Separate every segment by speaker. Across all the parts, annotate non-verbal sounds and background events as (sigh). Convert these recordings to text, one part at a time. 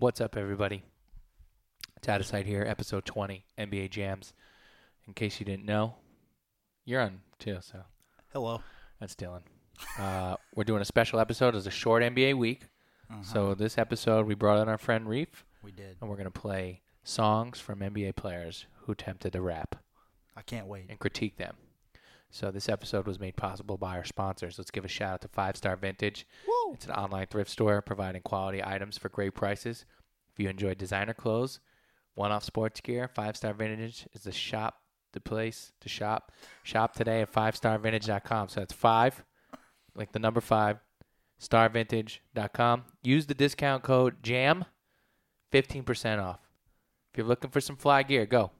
Speaker 1: What's up, everybody? It's out of sight here, episode 20, NBA Jams. In case you didn't know, you're on too, so
Speaker 2: Hello.
Speaker 1: that's Dylan. Uh, we're doing a special episode. It's a short NBA week. So, this episode, we brought in our friend Reef,
Speaker 2: We did.
Speaker 1: and we're going to play songs from NBA players who attempted to rap
Speaker 2: I can't wait.
Speaker 1: and critique them. So, this episode was made possible by our sponsors. Let's give a shout out to Five Star Vintage.
Speaker 2: Woo!
Speaker 1: It's an online thrift store providing quality items for great prices. If you enjoy designer clothes, one off sports gear, Five Star Vintage is the shop, the place to shop. Shop today at 5starvintage.com. So that's five, like the number five, starvintage.com. Use the discount code JAM, 15% off. If you're looking for some fly gear, go.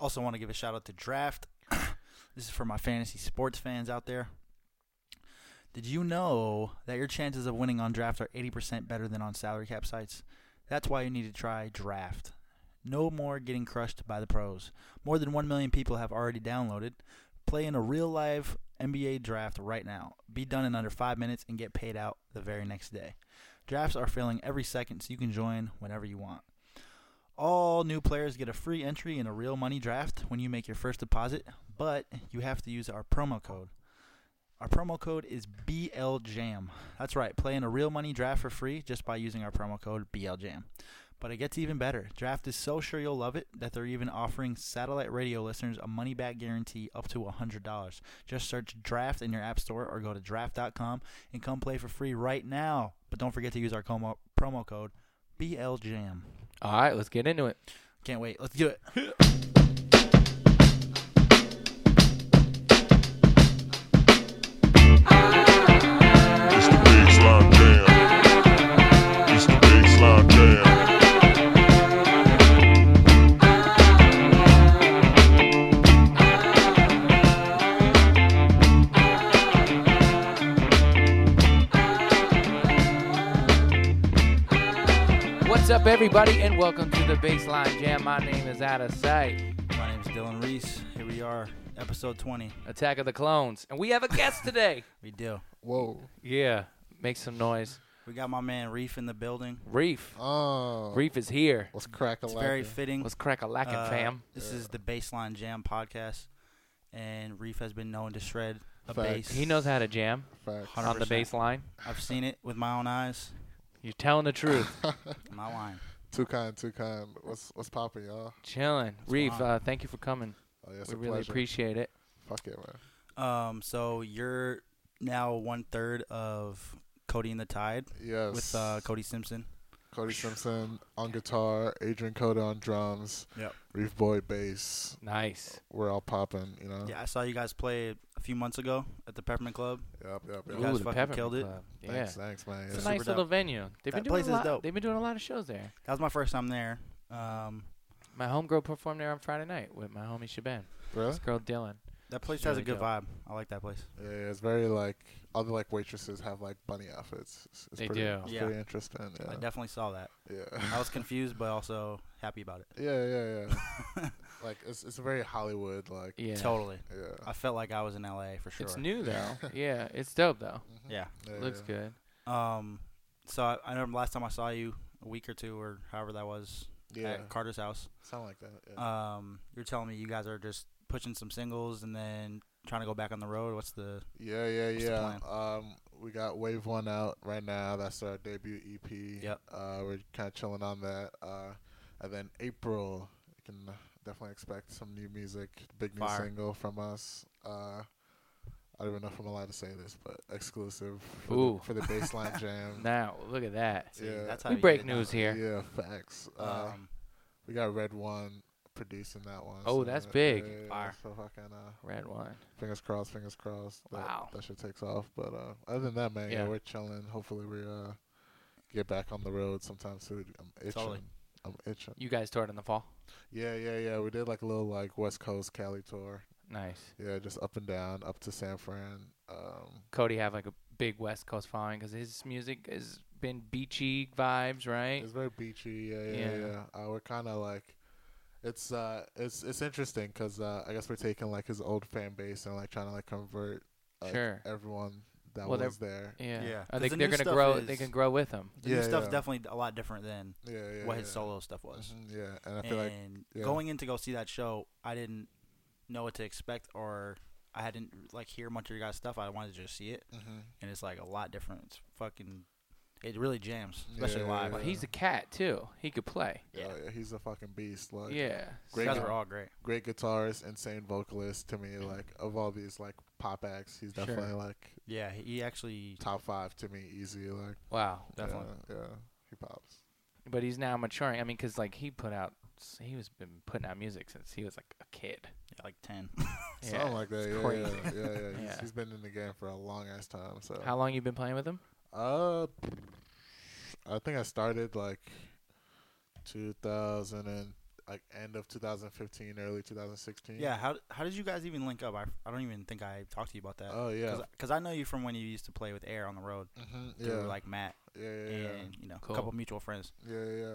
Speaker 2: Also, want to give a shout out to Draft. (clears throat) this is for my fantasy sports fans out there. Did you know that your chances of winning on Draft are 80% better than on salary cap sites? That's why you need to try Draft. No more getting crushed by the pros. More than 1 million people have already downloaded. Play in a real live NBA draft right now. Be done in under 5 minutes and get paid out the very next day. Drafts are filling every second, so you can join whenever you want. All new players get a free entry in a real money draft when you make your first deposit, but you have to use our promo code. Our promo code is BLJAM. That's right, play in a real money draft for free just by using our promo code BLJAM. But it gets even better. Draft is so sure you'll love it that they're even offering satellite radio listeners a money back guarantee up to $100. Just search Draft in your app store or go to draft.com and come play for free right now. But don't forget to use our promo, promo code BLJAM.
Speaker 1: All right, let's get into it.
Speaker 2: Can't wait. Let's do it.
Speaker 3: It's the big slime jam. It's the big slime jam.
Speaker 1: What's up, everybody, and welcome to the Baseline Jam. My name is Out of Sight.
Speaker 2: My name's Dylan Reese. Here we are, episode 20.
Speaker 1: Attack of the Clones, and we have a guest today.
Speaker 2: We do.
Speaker 4: Whoa.
Speaker 1: Yeah, make some noise.
Speaker 2: We got my man Reef in the building.
Speaker 1: Reef.
Speaker 4: Oh.
Speaker 1: Reef is here.
Speaker 4: Let's crack a
Speaker 2: It's
Speaker 4: lot.
Speaker 2: very fitting.
Speaker 1: Let's crack a lacking,
Speaker 2: Uh,
Speaker 1: fam.
Speaker 2: This is the Baseline Jam podcast, and Reef has been known to shred a
Speaker 4: Facts.
Speaker 2: bass.
Speaker 1: He knows how to jam
Speaker 4: Facts.
Speaker 2: Hundred-
Speaker 1: on the
Speaker 2: 100%.
Speaker 1: bass line.
Speaker 2: I've seen it with my own eyes.
Speaker 1: You're telling the
Speaker 4: (laughs)
Speaker 1: truth.
Speaker 4: (coughs)
Speaker 2: I'm not lying.
Speaker 4: Too kind, too kind. What's what's popping, y'all?
Speaker 1: Chilling. Reef,
Speaker 2: wild.
Speaker 1: uh, thank you for coming.
Speaker 4: Oh, yes,
Speaker 1: we
Speaker 4: a
Speaker 1: really
Speaker 4: pleasure.
Speaker 1: appreciate it.
Speaker 4: Fuck it, man.
Speaker 2: Um, so you're now one third of Cody and the Tide
Speaker 4: Yes.
Speaker 2: with uh, Cody Simpson.
Speaker 4: Cody Simpson on guitar, Adrian Coda on drums,
Speaker 2: Yep.
Speaker 4: Reef Boy bass.
Speaker 1: Nice.
Speaker 4: We're all popping, you know.
Speaker 2: Yeah, I saw you guys play a few months ago at the Peppermint Club.
Speaker 4: Yep, yep,
Speaker 2: You
Speaker 4: yep.
Speaker 2: guys
Speaker 1: the
Speaker 2: fucking
Speaker 1: Peppermint
Speaker 2: killed it.
Speaker 1: Club. Yeah.
Speaker 4: Thanks, thanks, man.
Speaker 1: It's
Speaker 4: Yes.
Speaker 1: a nice
Speaker 2: super
Speaker 1: little
Speaker 2: dope.
Speaker 1: venue. They've been
Speaker 2: That
Speaker 1: doing
Speaker 2: place
Speaker 1: a
Speaker 2: is
Speaker 1: lot.
Speaker 2: dope.
Speaker 1: They've been doing a lot of shows there.
Speaker 2: That was my first time there. Um,
Speaker 1: My homegirl performed there on Friday night with my homie Shaban.
Speaker 4: Really?
Speaker 1: This girl Dylan.
Speaker 2: that place
Speaker 1: It's
Speaker 2: has a
Speaker 1: really
Speaker 2: good
Speaker 1: dope.
Speaker 2: vibe. I like that place.
Speaker 4: Yeah, yeah, it's very like other like waitresses have like bunny outfits. It's, it's
Speaker 1: They
Speaker 4: pretty,
Speaker 1: do.
Speaker 4: It's
Speaker 2: Yeah.
Speaker 4: pretty interesting.
Speaker 2: I
Speaker 4: Yeah.
Speaker 2: definitely saw that.
Speaker 4: Yeah. (laughs)
Speaker 2: I was confused, but also happy about it.
Speaker 4: yeah, yeah, yeah.
Speaker 2: (laughs)
Speaker 4: like it's it's very Hollywood like.
Speaker 1: Yeah.
Speaker 2: Totally.
Speaker 4: Yeah.
Speaker 2: I felt like I was in LA for sure.
Speaker 1: It's new though. yeah, it's dope though.
Speaker 2: Yeah.
Speaker 4: Yeah,
Speaker 1: Looks
Speaker 4: yeah.
Speaker 1: good.
Speaker 2: Um. So I, I remember last time I saw you a week or two or however that was
Speaker 4: Yeah,
Speaker 2: at Carter's house.
Speaker 4: sound like that. Yeah.
Speaker 2: Um. You're telling me you guys are just pushing some singles and then trying to go back on the road. What's the
Speaker 4: yeah, yeah,
Speaker 2: what's the
Speaker 4: yeah. Um, we got Wave One out right now. That's our debut EP.
Speaker 2: Yep.
Speaker 4: Uh, we're kind of chilling on that. Uh, and then April, you can definitely expect some new music. Big new
Speaker 2: Fire.
Speaker 4: single from us. Uh, I don't even know if I'm allowed to say this, but exclusive for
Speaker 1: Ooh.
Speaker 4: the, for the baseline
Speaker 1: (laughs)
Speaker 4: jam.
Speaker 1: Now look at that.
Speaker 2: see,
Speaker 4: Yeah.
Speaker 2: That's how
Speaker 1: We
Speaker 2: you
Speaker 1: break
Speaker 2: get it down.
Speaker 1: news here.
Speaker 4: Yeah, facts. Uh,
Speaker 2: Um,
Speaker 4: we got Red One producing that one.
Speaker 1: Oh, that's
Speaker 4: yeah,
Speaker 1: big.
Speaker 4: yeah, yeah,
Speaker 2: Fire.
Speaker 4: So fucking uh,
Speaker 1: Red wine.
Speaker 4: fingers crossed, fingers crossed. That,
Speaker 1: Wow.
Speaker 4: that shit takes off. But uh, other than that, man, yeah.
Speaker 1: Yeah.
Speaker 4: we're chilling. Hopefully, we uh, get back on the road sometime soon. I'm itching.
Speaker 2: Totally.
Speaker 4: I'm itching.
Speaker 1: You guys toured in the fall.
Speaker 4: Yeah, yeah, yeah. We did like a little like West Coast Cali tour.
Speaker 1: Nice.
Speaker 4: Yeah, just up and down, up to San Fran. Um,
Speaker 1: Cody have like a big West Coast following because his music has been beachy vibes, right?
Speaker 4: It's very beachy. Yeah, yeah,
Speaker 1: Yeah.
Speaker 4: yeah. yeah. Uh, we're kind of like, it's uh, it's it's interesting because uh, I guess we're taking like his old fan base and like trying to like convert like,
Speaker 1: Sure.
Speaker 4: everyone that
Speaker 1: Well, they're-
Speaker 4: was there.
Speaker 1: Yeah.
Speaker 2: Yeah,
Speaker 1: I
Speaker 2: 'cause
Speaker 1: think
Speaker 2: the
Speaker 1: they're
Speaker 2: new
Speaker 1: gonna
Speaker 2: stuff
Speaker 1: grow. They
Speaker 2: is-
Speaker 1: can grow with them.
Speaker 2: The new
Speaker 4: Yeah,
Speaker 2: stuff's
Speaker 4: yeah.
Speaker 2: definitely a lot different than
Speaker 4: Yeah, yeah.
Speaker 2: what
Speaker 4: yeah.
Speaker 2: his solo stuff was.
Speaker 4: Mhm, yeah, and I feel like
Speaker 2: and
Speaker 4: yeah.
Speaker 2: going in to go see that show, I didn't know what to expect, or I hadn't like hear much of your guys' stuff. I wanted to just see it,
Speaker 4: mhm.
Speaker 2: and it's like a lot different. It's fucking, it really jams, especially
Speaker 4: Yeah,
Speaker 2: live.
Speaker 1: But
Speaker 4: yeah,
Speaker 2: He's
Speaker 1: he's a cat too. He could play.
Speaker 4: Yeah, yeah, he's a fucking beast. Like,
Speaker 1: yeah.
Speaker 4: Great
Speaker 2: guys
Speaker 4: guy.
Speaker 2: were all great.
Speaker 4: great guitarist, insane vocalist. To me, like of all these like pop acts, he's
Speaker 1: Sure.
Speaker 4: definitely like
Speaker 2: Yeah, he- he actually.
Speaker 4: top five to me, easy. Like,
Speaker 1: Wow.
Speaker 2: Definitely.
Speaker 4: yeah, yeah, he pops.
Speaker 1: But he's now maturing. I mean, cause like he put out, he was been putting out music since he was like a kid.
Speaker 2: Yeah, like
Speaker 4: (laughs)
Speaker 2: ten.
Speaker 1: Yeah.
Speaker 4: Something like that.
Speaker 1: it's
Speaker 4: yeah,
Speaker 1: crazy.
Speaker 4: yeah, yeah, yeah. He's,
Speaker 1: Yeah.
Speaker 4: he's been in the game for a long ass time. So
Speaker 1: How long you been playing with him?
Speaker 4: Uh, I think I started like 2000 and like end of 2015, early 2016.
Speaker 2: (laughs) yeah, how how did you guys even link up? I, I don't even think I talked to you about that.
Speaker 4: Oh yeah.
Speaker 2: Because I know you from when you used to play with Air on the road
Speaker 4: Mhm, yeah.
Speaker 2: through like Matt
Speaker 4: yeah. Yeah. Yeah.
Speaker 2: and you know
Speaker 1: Cool.
Speaker 2: a couple mutual friends.
Speaker 4: Yeah. Yeah. yeah.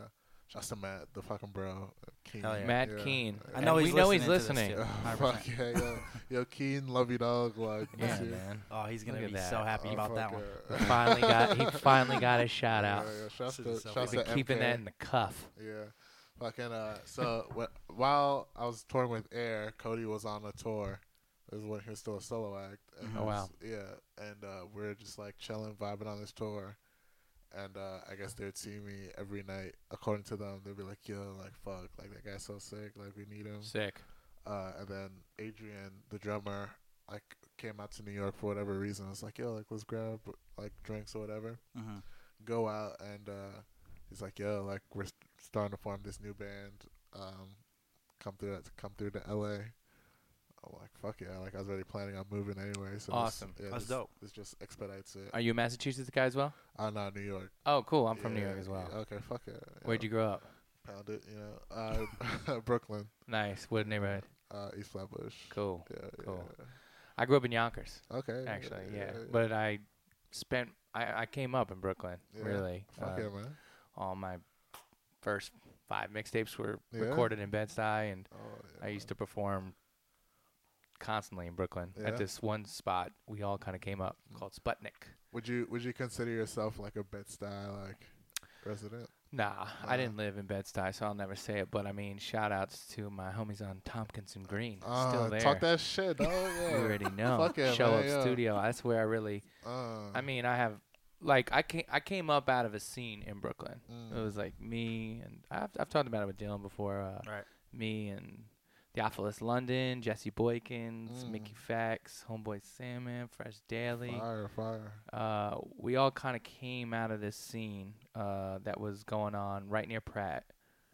Speaker 4: Shouts to Matt, the fucking bro. uh, Keen.
Speaker 2: Hell Yeah,
Speaker 1: Matt
Speaker 4: yeah,
Speaker 1: Keane.
Speaker 4: yeah.
Speaker 2: I
Speaker 1: And
Speaker 2: know
Speaker 1: we
Speaker 2: he's
Speaker 1: know he's
Speaker 2: listening
Speaker 1: listening.
Speaker 4: (laughs)
Speaker 2: to this,
Speaker 4: Oh,
Speaker 2: 100%.
Speaker 4: fuck yeah, yo, yo, Keen, love you, dog. Like,
Speaker 1: Yeah,
Speaker 4: miss you.
Speaker 1: man.
Speaker 2: (laughs) Oh, he's gonna
Speaker 1: Look at
Speaker 2: be
Speaker 1: that.
Speaker 2: so happy
Speaker 4: Oh,
Speaker 2: about
Speaker 4: fuck
Speaker 2: that one.
Speaker 4: yeah.
Speaker 1: finally got
Speaker 4: (laughs)
Speaker 1: he finally got his shout
Speaker 4: Yeah,
Speaker 1: out.
Speaker 4: yeah, Shouts
Speaker 2: This is
Speaker 4: to,
Speaker 2: so
Speaker 4: shouts
Speaker 1: He's
Speaker 4: to
Speaker 1: been keeping that
Speaker 4: MK.
Speaker 1: in the cuff.
Speaker 4: Yeah. Fucking uh so wh- while I was touring with Air, Cody was on a tour. This is when he was still a solo act. And
Speaker 1: Mhm. Oh, wow.
Speaker 4: Yeah, and uh we are just like chilling, vibing on this tour. And uh I guess they'd see me every night. According to them, they'd be like, "Yo, like fuck, like that guy's so sick, like we need him."
Speaker 1: Sick.
Speaker 4: Uh and then Adrian, the drummer, like came out to New York for whatever reason. I was like, "Yo, like let's grab like drinks or whatever."
Speaker 2: hmm
Speaker 4: go out and uh, he's like, "Yo, like we're st- starting to form this new band. Um, come through that, come through to LA." I'm like, "Fuck yeah!" Like I was already planning on moving anyway. So
Speaker 1: Awesome.
Speaker 4: This, yeah,
Speaker 2: That's
Speaker 4: this,
Speaker 2: dope.
Speaker 4: This just expedites it.
Speaker 1: Are you a Massachusetts guy as well?
Speaker 4: I'm not New York.
Speaker 1: Oh, cool. I'm from New
Speaker 4: Yeah,
Speaker 1: York as well.
Speaker 4: yeah, Okay, fuck yeah.
Speaker 1: Where'd you grow up?
Speaker 4: pound it? You know, uh, (laughs) Brooklyn,
Speaker 1: Nice. What neighborhood?
Speaker 4: uh, East Flatbush.
Speaker 1: Cool.
Speaker 4: Yeah,
Speaker 1: Cool.
Speaker 4: yeah.
Speaker 1: I grew up in Yonkers,
Speaker 4: Okay.
Speaker 1: actually. Yeah, but I spent I, I came up in Brooklyn
Speaker 4: Yeah.
Speaker 1: really.
Speaker 4: fuck
Speaker 1: Uh,
Speaker 4: yeah, man.
Speaker 1: All my first five mixtapes were
Speaker 4: Yeah.
Speaker 1: recorded in Bed Stuy, and
Speaker 4: Oh, yeah,
Speaker 1: I used to perform constantly in Brooklyn
Speaker 4: Yeah. Mm.
Speaker 1: at this one spot. We all kind of came up called Sputnik.
Speaker 4: Would you Would you consider yourself like a Bed Stuy like resident?
Speaker 1: Nah, I
Speaker 4: Uh,
Speaker 1: didn't live in Bed Stuy, so I'll never say it. But I mean, shout outs to my homies on Tompkins and Green.
Speaker 4: Uh,
Speaker 1: Still there.
Speaker 4: Talk that shit. Oh
Speaker 1: (laughs)
Speaker 4: yeah.
Speaker 1: you already know.
Speaker 4: (laughs) Fuck yeah,
Speaker 1: Show
Speaker 4: man,
Speaker 1: up
Speaker 4: yeah.
Speaker 1: studio. That's where I really.
Speaker 4: Uh,
Speaker 1: I mean, I have like I came I came up out of a scene in Brooklyn. It
Speaker 4: mm,
Speaker 1: was like me and I've I've talked about it with Dylan before. Uh,
Speaker 2: Right.
Speaker 1: Me and Theophilus London, Jesse Boykins,
Speaker 4: Mm.
Speaker 1: Mickey Fax, Homeboy Salmon, Fresh Daily.
Speaker 4: fire, fire.
Speaker 1: uh, we all kind of came out of this scene uh, that was going on right near Pratt,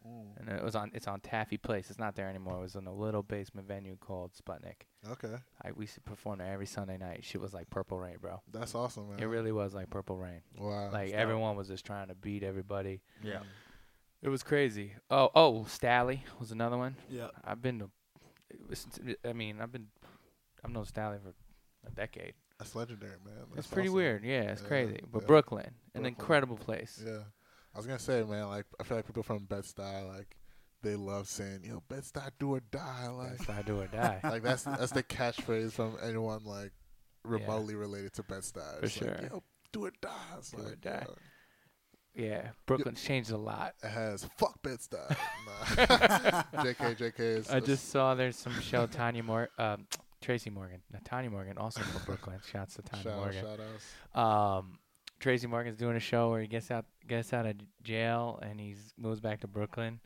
Speaker 4: Mm,
Speaker 1: and it was on. It's on Taffy Place. It's not there anymore. It was in a little basement venue called Sputnik.
Speaker 4: Okay,
Speaker 1: I we used to perform there every Sunday night. Shit was like Purple Rain, bro.
Speaker 4: that's awesome, man.
Speaker 1: It really was like Purple Rain.
Speaker 4: wow.
Speaker 1: Like everyone was just trying to beat everybody.
Speaker 2: Yeah.
Speaker 4: Mm.
Speaker 1: It was crazy. Oh, oh, Stally was another one.
Speaker 2: Yeah.
Speaker 1: I've been to. it was- I mean, I've been. I've known Stally for a decade.
Speaker 4: that's legendary, man.
Speaker 1: It's
Speaker 4: That's
Speaker 1: pretty
Speaker 4: awesome.
Speaker 1: weird. Yeah, it's
Speaker 4: Yeah,
Speaker 1: crazy. But
Speaker 4: yeah.
Speaker 1: Brooklyn, an
Speaker 4: Brooklyn.
Speaker 1: incredible place.
Speaker 4: Yeah, I was gonna say, man. Like I feel like people from Bed Stuy, like they love saying, "Yo, Bed Stuy, do or die." Like,
Speaker 1: That's not
Speaker 4: (laughs)
Speaker 1: do or die.
Speaker 4: like that's that's
Speaker 1: (laughs)
Speaker 4: the catchphrase from anyone like remotely related to Bed Stuy.
Speaker 1: For
Speaker 4: It's like,
Speaker 1: sure.
Speaker 4: Yo, do or die. It's
Speaker 1: Do
Speaker 4: like,
Speaker 1: or die.
Speaker 4: yo,
Speaker 1: Yeah, Brooklyn's changed a lot.
Speaker 4: it has fuck Bed
Speaker 1: (laughs)
Speaker 4: Stuy. nah. (laughs) JK, JK is.
Speaker 1: I just saw there's some show Tanya Mor um, Tracy Morgan, no, Tanya Morgan, also from Brooklyn. Shouts to Tanya
Speaker 4: shout, out,
Speaker 1: Morgan.
Speaker 4: shout outs.
Speaker 1: Um, Tracy Morgan's doing a show where he gets out gets out of jail and he's moves back to Brooklyn,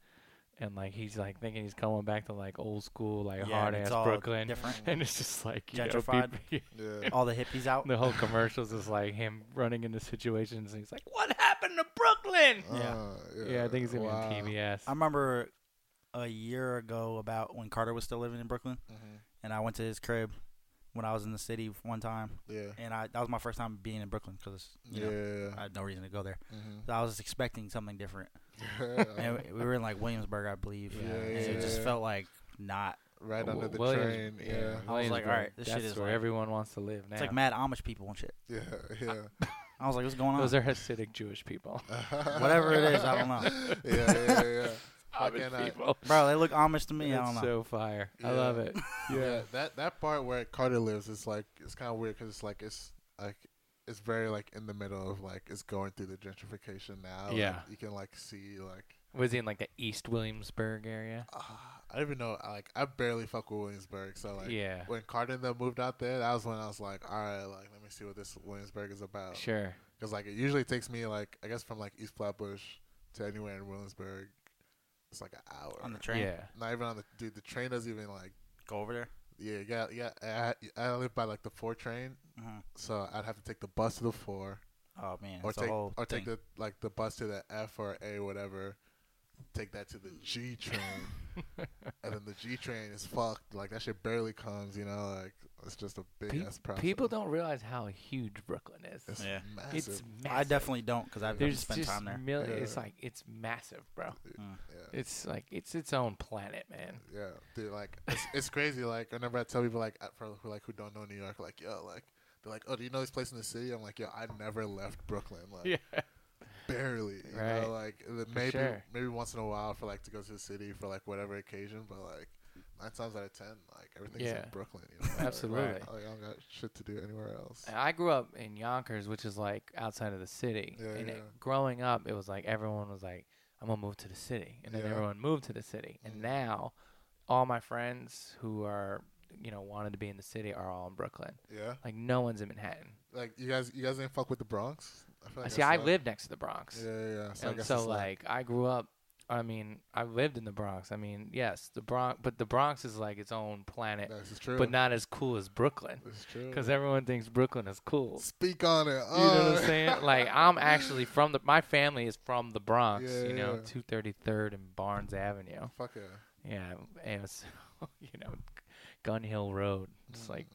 Speaker 1: and like he's like thinking he's going back to like old school like
Speaker 2: and
Speaker 1: hard
Speaker 2: it's
Speaker 1: ass
Speaker 2: all
Speaker 1: Brooklyn,
Speaker 2: Different.
Speaker 1: (laughs) and it's just like you know, (laughs)
Speaker 2: Gentrified.
Speaker 1: people-
Speaker 4: Yeah.
Speaker 2: All the hippies out.
Speaker 1: the whole commercials is like him running into situations and he's like, what happened to Brooklyn?
Speaker 2: (laughs) Yeah.
Speaker 4: Uh,
Speaker 1: Yeah, I think he's gonna
Speaker 4: wow.
Speaker 1: be on TBS.
Speaker 2: I remember a year ago about when Carter was still living in Brooklyn,
Speaker 4: Mhm.
Speaker 2: and I went to his crib when I was in the city one time,
Speaker 4: Yeah.
Speaker 2: and I that was my first time being in Brooklyn because you know I
Speaker 4: Yeah.
Speaker 2: had no reason to go there.
Speaker 4: Mhm.
Speaker 2: So I was just expecting something different.
Speaker 4: Yeah. (laughs)
Speaker 2: (laughs) And we- we were in like Williamsburg, I believe.
Speaker 4: Uh. Yeah,
Speaker 2: and it
Speaker 1: yeah,
Speaker 2: just
Speaker 4: yeah.
Speaker 2: felt like not.
Speaker 4: right
Speaker 1: Well,
Speaker 4: under the
Speaker 1: Williams-
Speaker 4: train. Yeah.
Speaker 2: I was like,
Speaker 1: Williamsburg,
Speaker 2: all right, this
Speaker 1: that's
Speaker 2: shit is
Speaker 1: where
Speaker 2: like-
Speaker 1: everyone wants to live now.
Speaker 2: It's like mad Amish people and shit.
Speaker 4: Yeah. Yeah.
Speaker 2: I was like, what's going on?
Speaker 1: Those are Hasidic Jewish people. (laughs)
Speaker 2: Whatever it is, I don't know.
Speaker 4: (laughs) yeah, yeah,
Speaker 2: (laughs)
Speaker 4: yeah.
Speaker 1: Amish
Speaker 4: Fucking, uh,
Speaker 1: people.
Speaker 2: Bro, they look Amish to me. I
Speaker 1: It's
Speaker 2: don't know.
Speaker 1: so fire. I
Speaker 4: Yeah.
Speaker 1: love it.
Speaker 4: Yeah, that that part where Carter lives is like it's kind of weird because it's like it's like is very like in the middle of like is going through the gentrification now. Like,
Speaker 1: Yeah.
Speaker 4: you can like see like
Speaker 1: Was he in like the East Williamsburg area?
Speaker 4: uh, I don't even know like I barely fuck with Williamsburg, so like
Speaker 1: yeah.
Speaker 4: when Carter and them moved out there, that was when I was like, all right, like let me see what this Williamsburg is about.
Speaker 1: Sure.
Speaker 4: Because like it usually takes me like I guess from like East Flatbush to anywhere in Williamsburg, it's like an hour.
Speaker 2: on the train.
Speaker 1: Yeah.
Speaker 4: Not even on the dude. The train doesn't even like.
Speaker 2: Go over there.
Speaker 4: Yeah, you got yeah. I, I live by like the four train,
Speaker 2: hmm
Speaker 4: so I'd have to take the bus to the four,
Speaker 2: Oh man,
Speaker 4: or
Speaker 2: it's
Speaker 4: take
Speaker 2: a whole
Speaker 4: or
Speaker 2: thing.
Speaker 4: take the like the bus to the F or A whatever. Take that to the G
Speaker 2: (laughs)
Speaker 4: train, and then the G train is fucked. Like that shit barely comes. You know, like it's just a big
Speaker 1: Pe-
Speaker 4: ass process.
Speaker 1: people don't realize how huge Brooklyn is.
Speaker 4: It's
Speaker 2: Yeah.
Speaker 4: massive.
Speaker 1: It's massive.
Speaker 2: I definitely don't because I've never
Speaker 1: There's
Speaker 2: spent
Speaker 1: just
Speaker 2: time there.
Speaker 1: mil- It's
Speaker 4: Yeah.
Speaker 1: like it's massive, bro.
Speaker 4: yeah.
Speaker 1: It's like it's its own planet, man.
Speaker 4: Yeah, dude, like it's, it's crazy. Like whenever I tell people like at- for who like who don't know New York, like yo, like they're like, oh, do you know this place in the city? I'm like, yo, I never left Brooklyn, like barely. You
Speaker 1: Right.
Speaker 4: know, like the- maybe
Speaker 1: sure.
Speaker 4: maybe once in a while for like to go to the city for like whatever occasion, but like nine times out of ten, like everything's
Speaker 1: Yeah.
Speaker 4: in Brooklyn. You know? Like,
Speaker 1: Absolutely.
Speaker 4: Like, I don't got shit to do anywhere else.
Speaker 1: I grew up in Yonkers, which is like outside of the city.
Speaker 4: Yeah,
Speaker 1: and
Speaker 4: yeah.
Speaker 1: It, growing up, it was like everyone was like, "I'm gonna move to the city," and then
Speaker 4: Yeah.
Speaker 1: everyone moved to the city. And
Speaker 4: Mhm.
Speaker 1: now, all my friends who are you know wanted to be in the city are all in Brooklyn.
Speaker 4: Yeah,
Speaker 1: Like no one's in Manhattan.
Speaker 4: like you guys, you guys didn't fuck with the Bronx. I feel
Speaker 1: See, I
Speaker 4: suck.
Speaker 1: live next to the Bronx.
Speaker 4: Yeah, yeah. yeah. So I
Speaker 1: and
Speaker 4: guess
Speaker 1: so
Speaker 4: it's
Speaker 1: like I grew up. I mean, I lived in the Bronx. I mean, yes, the Bronx, but the Bronx is like its own planet,
Speaker 4: this is true.
Speaker 1: but not as cool as Brooklyn,
Speaker 4: This is true.
Speaker 1: because everyone thinks Brooklyn is cool.
Speaker 4: Speak on it.
Speaker 1: You know what
Speaker 4: Oh.
Speaker 1: I'm
Speaker 4: (laughs)
Speaker 1: saying? Like I'm actually from the. My family is from the Bronx.
Speaker 4: Yeah,
Speaker 1: you know,
Speaker 4: yeah.
Speaker 1: 233rd and Barnes Avenue.
Speaker 4: Fuck yeah.
Speaker 1: Yeah, and so, (laughs) you know, Gun Hill Road.
Speaker 4: Mm.
Speaker 1: It's like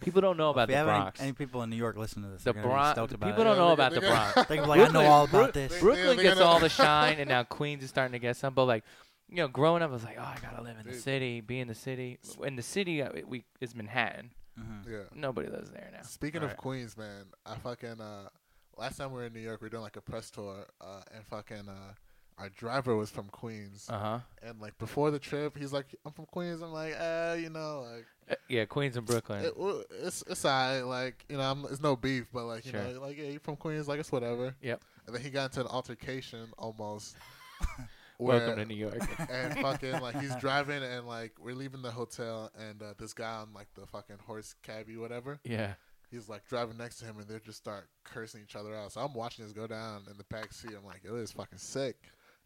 Speaker 1: people don't know about
Speaker 2: if you
Speaker 1: the
Speaker 2: have any-
Speaker 1: Bronx.
Speaker 2: any, people in New York listen to this,
Speaker 1: the
Speaker 2: they're gonna be
Speaker 1: Bronx.
Speaker 2: stoked
Speaker 1: People
Speaker 2: about it.
Speaker 1: don't know
Speaker 4: Yeah, (laughs)
Speaker 1: about the
Speaker 4: they- they-
Speaker 1: Bronx.
Speaker 2: They can be like, I know
Speaker 1: Brooklyn-
Speaker 2: all about
Speaker 4: Bru-
Speaker 2: this.
Speaker 4: they-
Speaker 1: Brooklyn
Speaker 4: they
Speaker 1: gets
Speaker 4: gotta-
Speaker 1: all the shine, and now Queens is starting to get some. But like, you know, growing up, I was like, oh, I gotta live in the
Speaker 4: Dude.
Speaker 1: city, be in the city. In the city, uh, we is Manhattan.
Speaker 2: Mhm.
Speaker 4: Yeah.
Speaker 1: Nobody lives there now.
Speaker 4: Speaking of
Speaker 2: Alright.
Speaker 4: Queens, man, I fucking uh last time we were in New York, we were doing like a press tour, uh, and fucking uh our driver was from Queens,
Speaker 1: Uh huh.
Speaker 4: and like before the trip, he's like, "I'm from Queens." I'm like, "Uh, you know, like
Speaker 1: yeah, Queens and Brooklyn.
Speaker 4: it, w- it's it's alright, like you know, I'm, it's no beef, but like you
Speaker 1: Sure.
Speaker 4: know, like yeah, you from Queens, like it's whatever."
Speaker 1: Yep.
Speaker 4: And then he got into an altercation almost.
Speaker 1: (laughs) Welcome to New
Speaker 4: (laughs)
Speaker 1: York.
Speaker 4: and fucking like he's driving and like we're leaving the hotel and uh, this guy on like the fucking horse cabbie whatever
Speaker 1: yeah.
Speaker 4: he's like driving next to him and they just start cursing each other out. So I'm watching this go down in the back seat. I'm like, yo, this is fucking sick.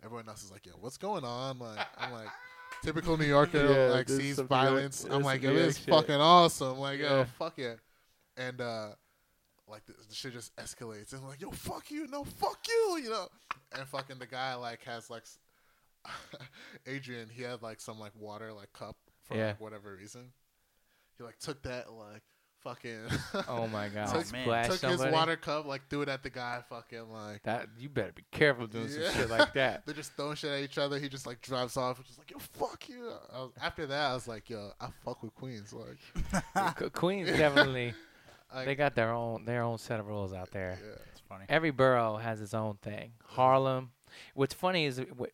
Speaker 4: Everyone else is like, yo, what's going on? Like, I'm like, typical New Yorker
Speaker 1: Yeah,
Speaker 4: like
Speaker 1: this is
Speaker 4: sees
Speaker 1: some New York-
Speaker 4: violence.
Speaker 1: this
Speaker 4: I'm
Speaker 1: is
Speaker 4: like,
Speaker 1: New
Speaker 4: yo,
Speaker 1: York
Speaker 4: this is
Speaker 1: shit.
Speaker 4: fucking awesome. Like,
Speaker 1: Yeah.
Speaker 4: yo, fuck yeah. And uh, like the, the shit just escalates. And I'm like, yo, fuck you, no, fuck you, you know. And fucking the guy like has like, s- (laughs) Adrian, he had like some like water like cup for
Speaker 1: Yeah.
Speaker 4: like, whatever reason. He like took that and, like fucking. (laughs)
Speaker 1: Oh my God.
Speaker 4: Took-
Speaker 2: man.
Speaker 1: Splash
Speaker 4: took
Speaker 1: somebody.
Speaker 4: his water cup, like threw it at the guy, fucking like.
Speaker 1: That you better be careful doing
Speaker 4: Yeah.
Speaker 1: some shit like
Speaker 4: (laughs)
Speaker 1: that.
Speaker 4: They're just throwing shit at each other. He just like drives off, which is like, yo, fuck you. I was, after that, I was like, yo, I fuck with Queens. Like,
Speaker 1: Qu- Queens definitely.
Speaker 4: I,
Speaker 1: They got their own their own set of rules out
Speaker 4: yeah,
Speaker 1: there.
Speaker 2: It's funny.
Speaker 1: Every borough has its own thing. Harlem. What's funny is wh-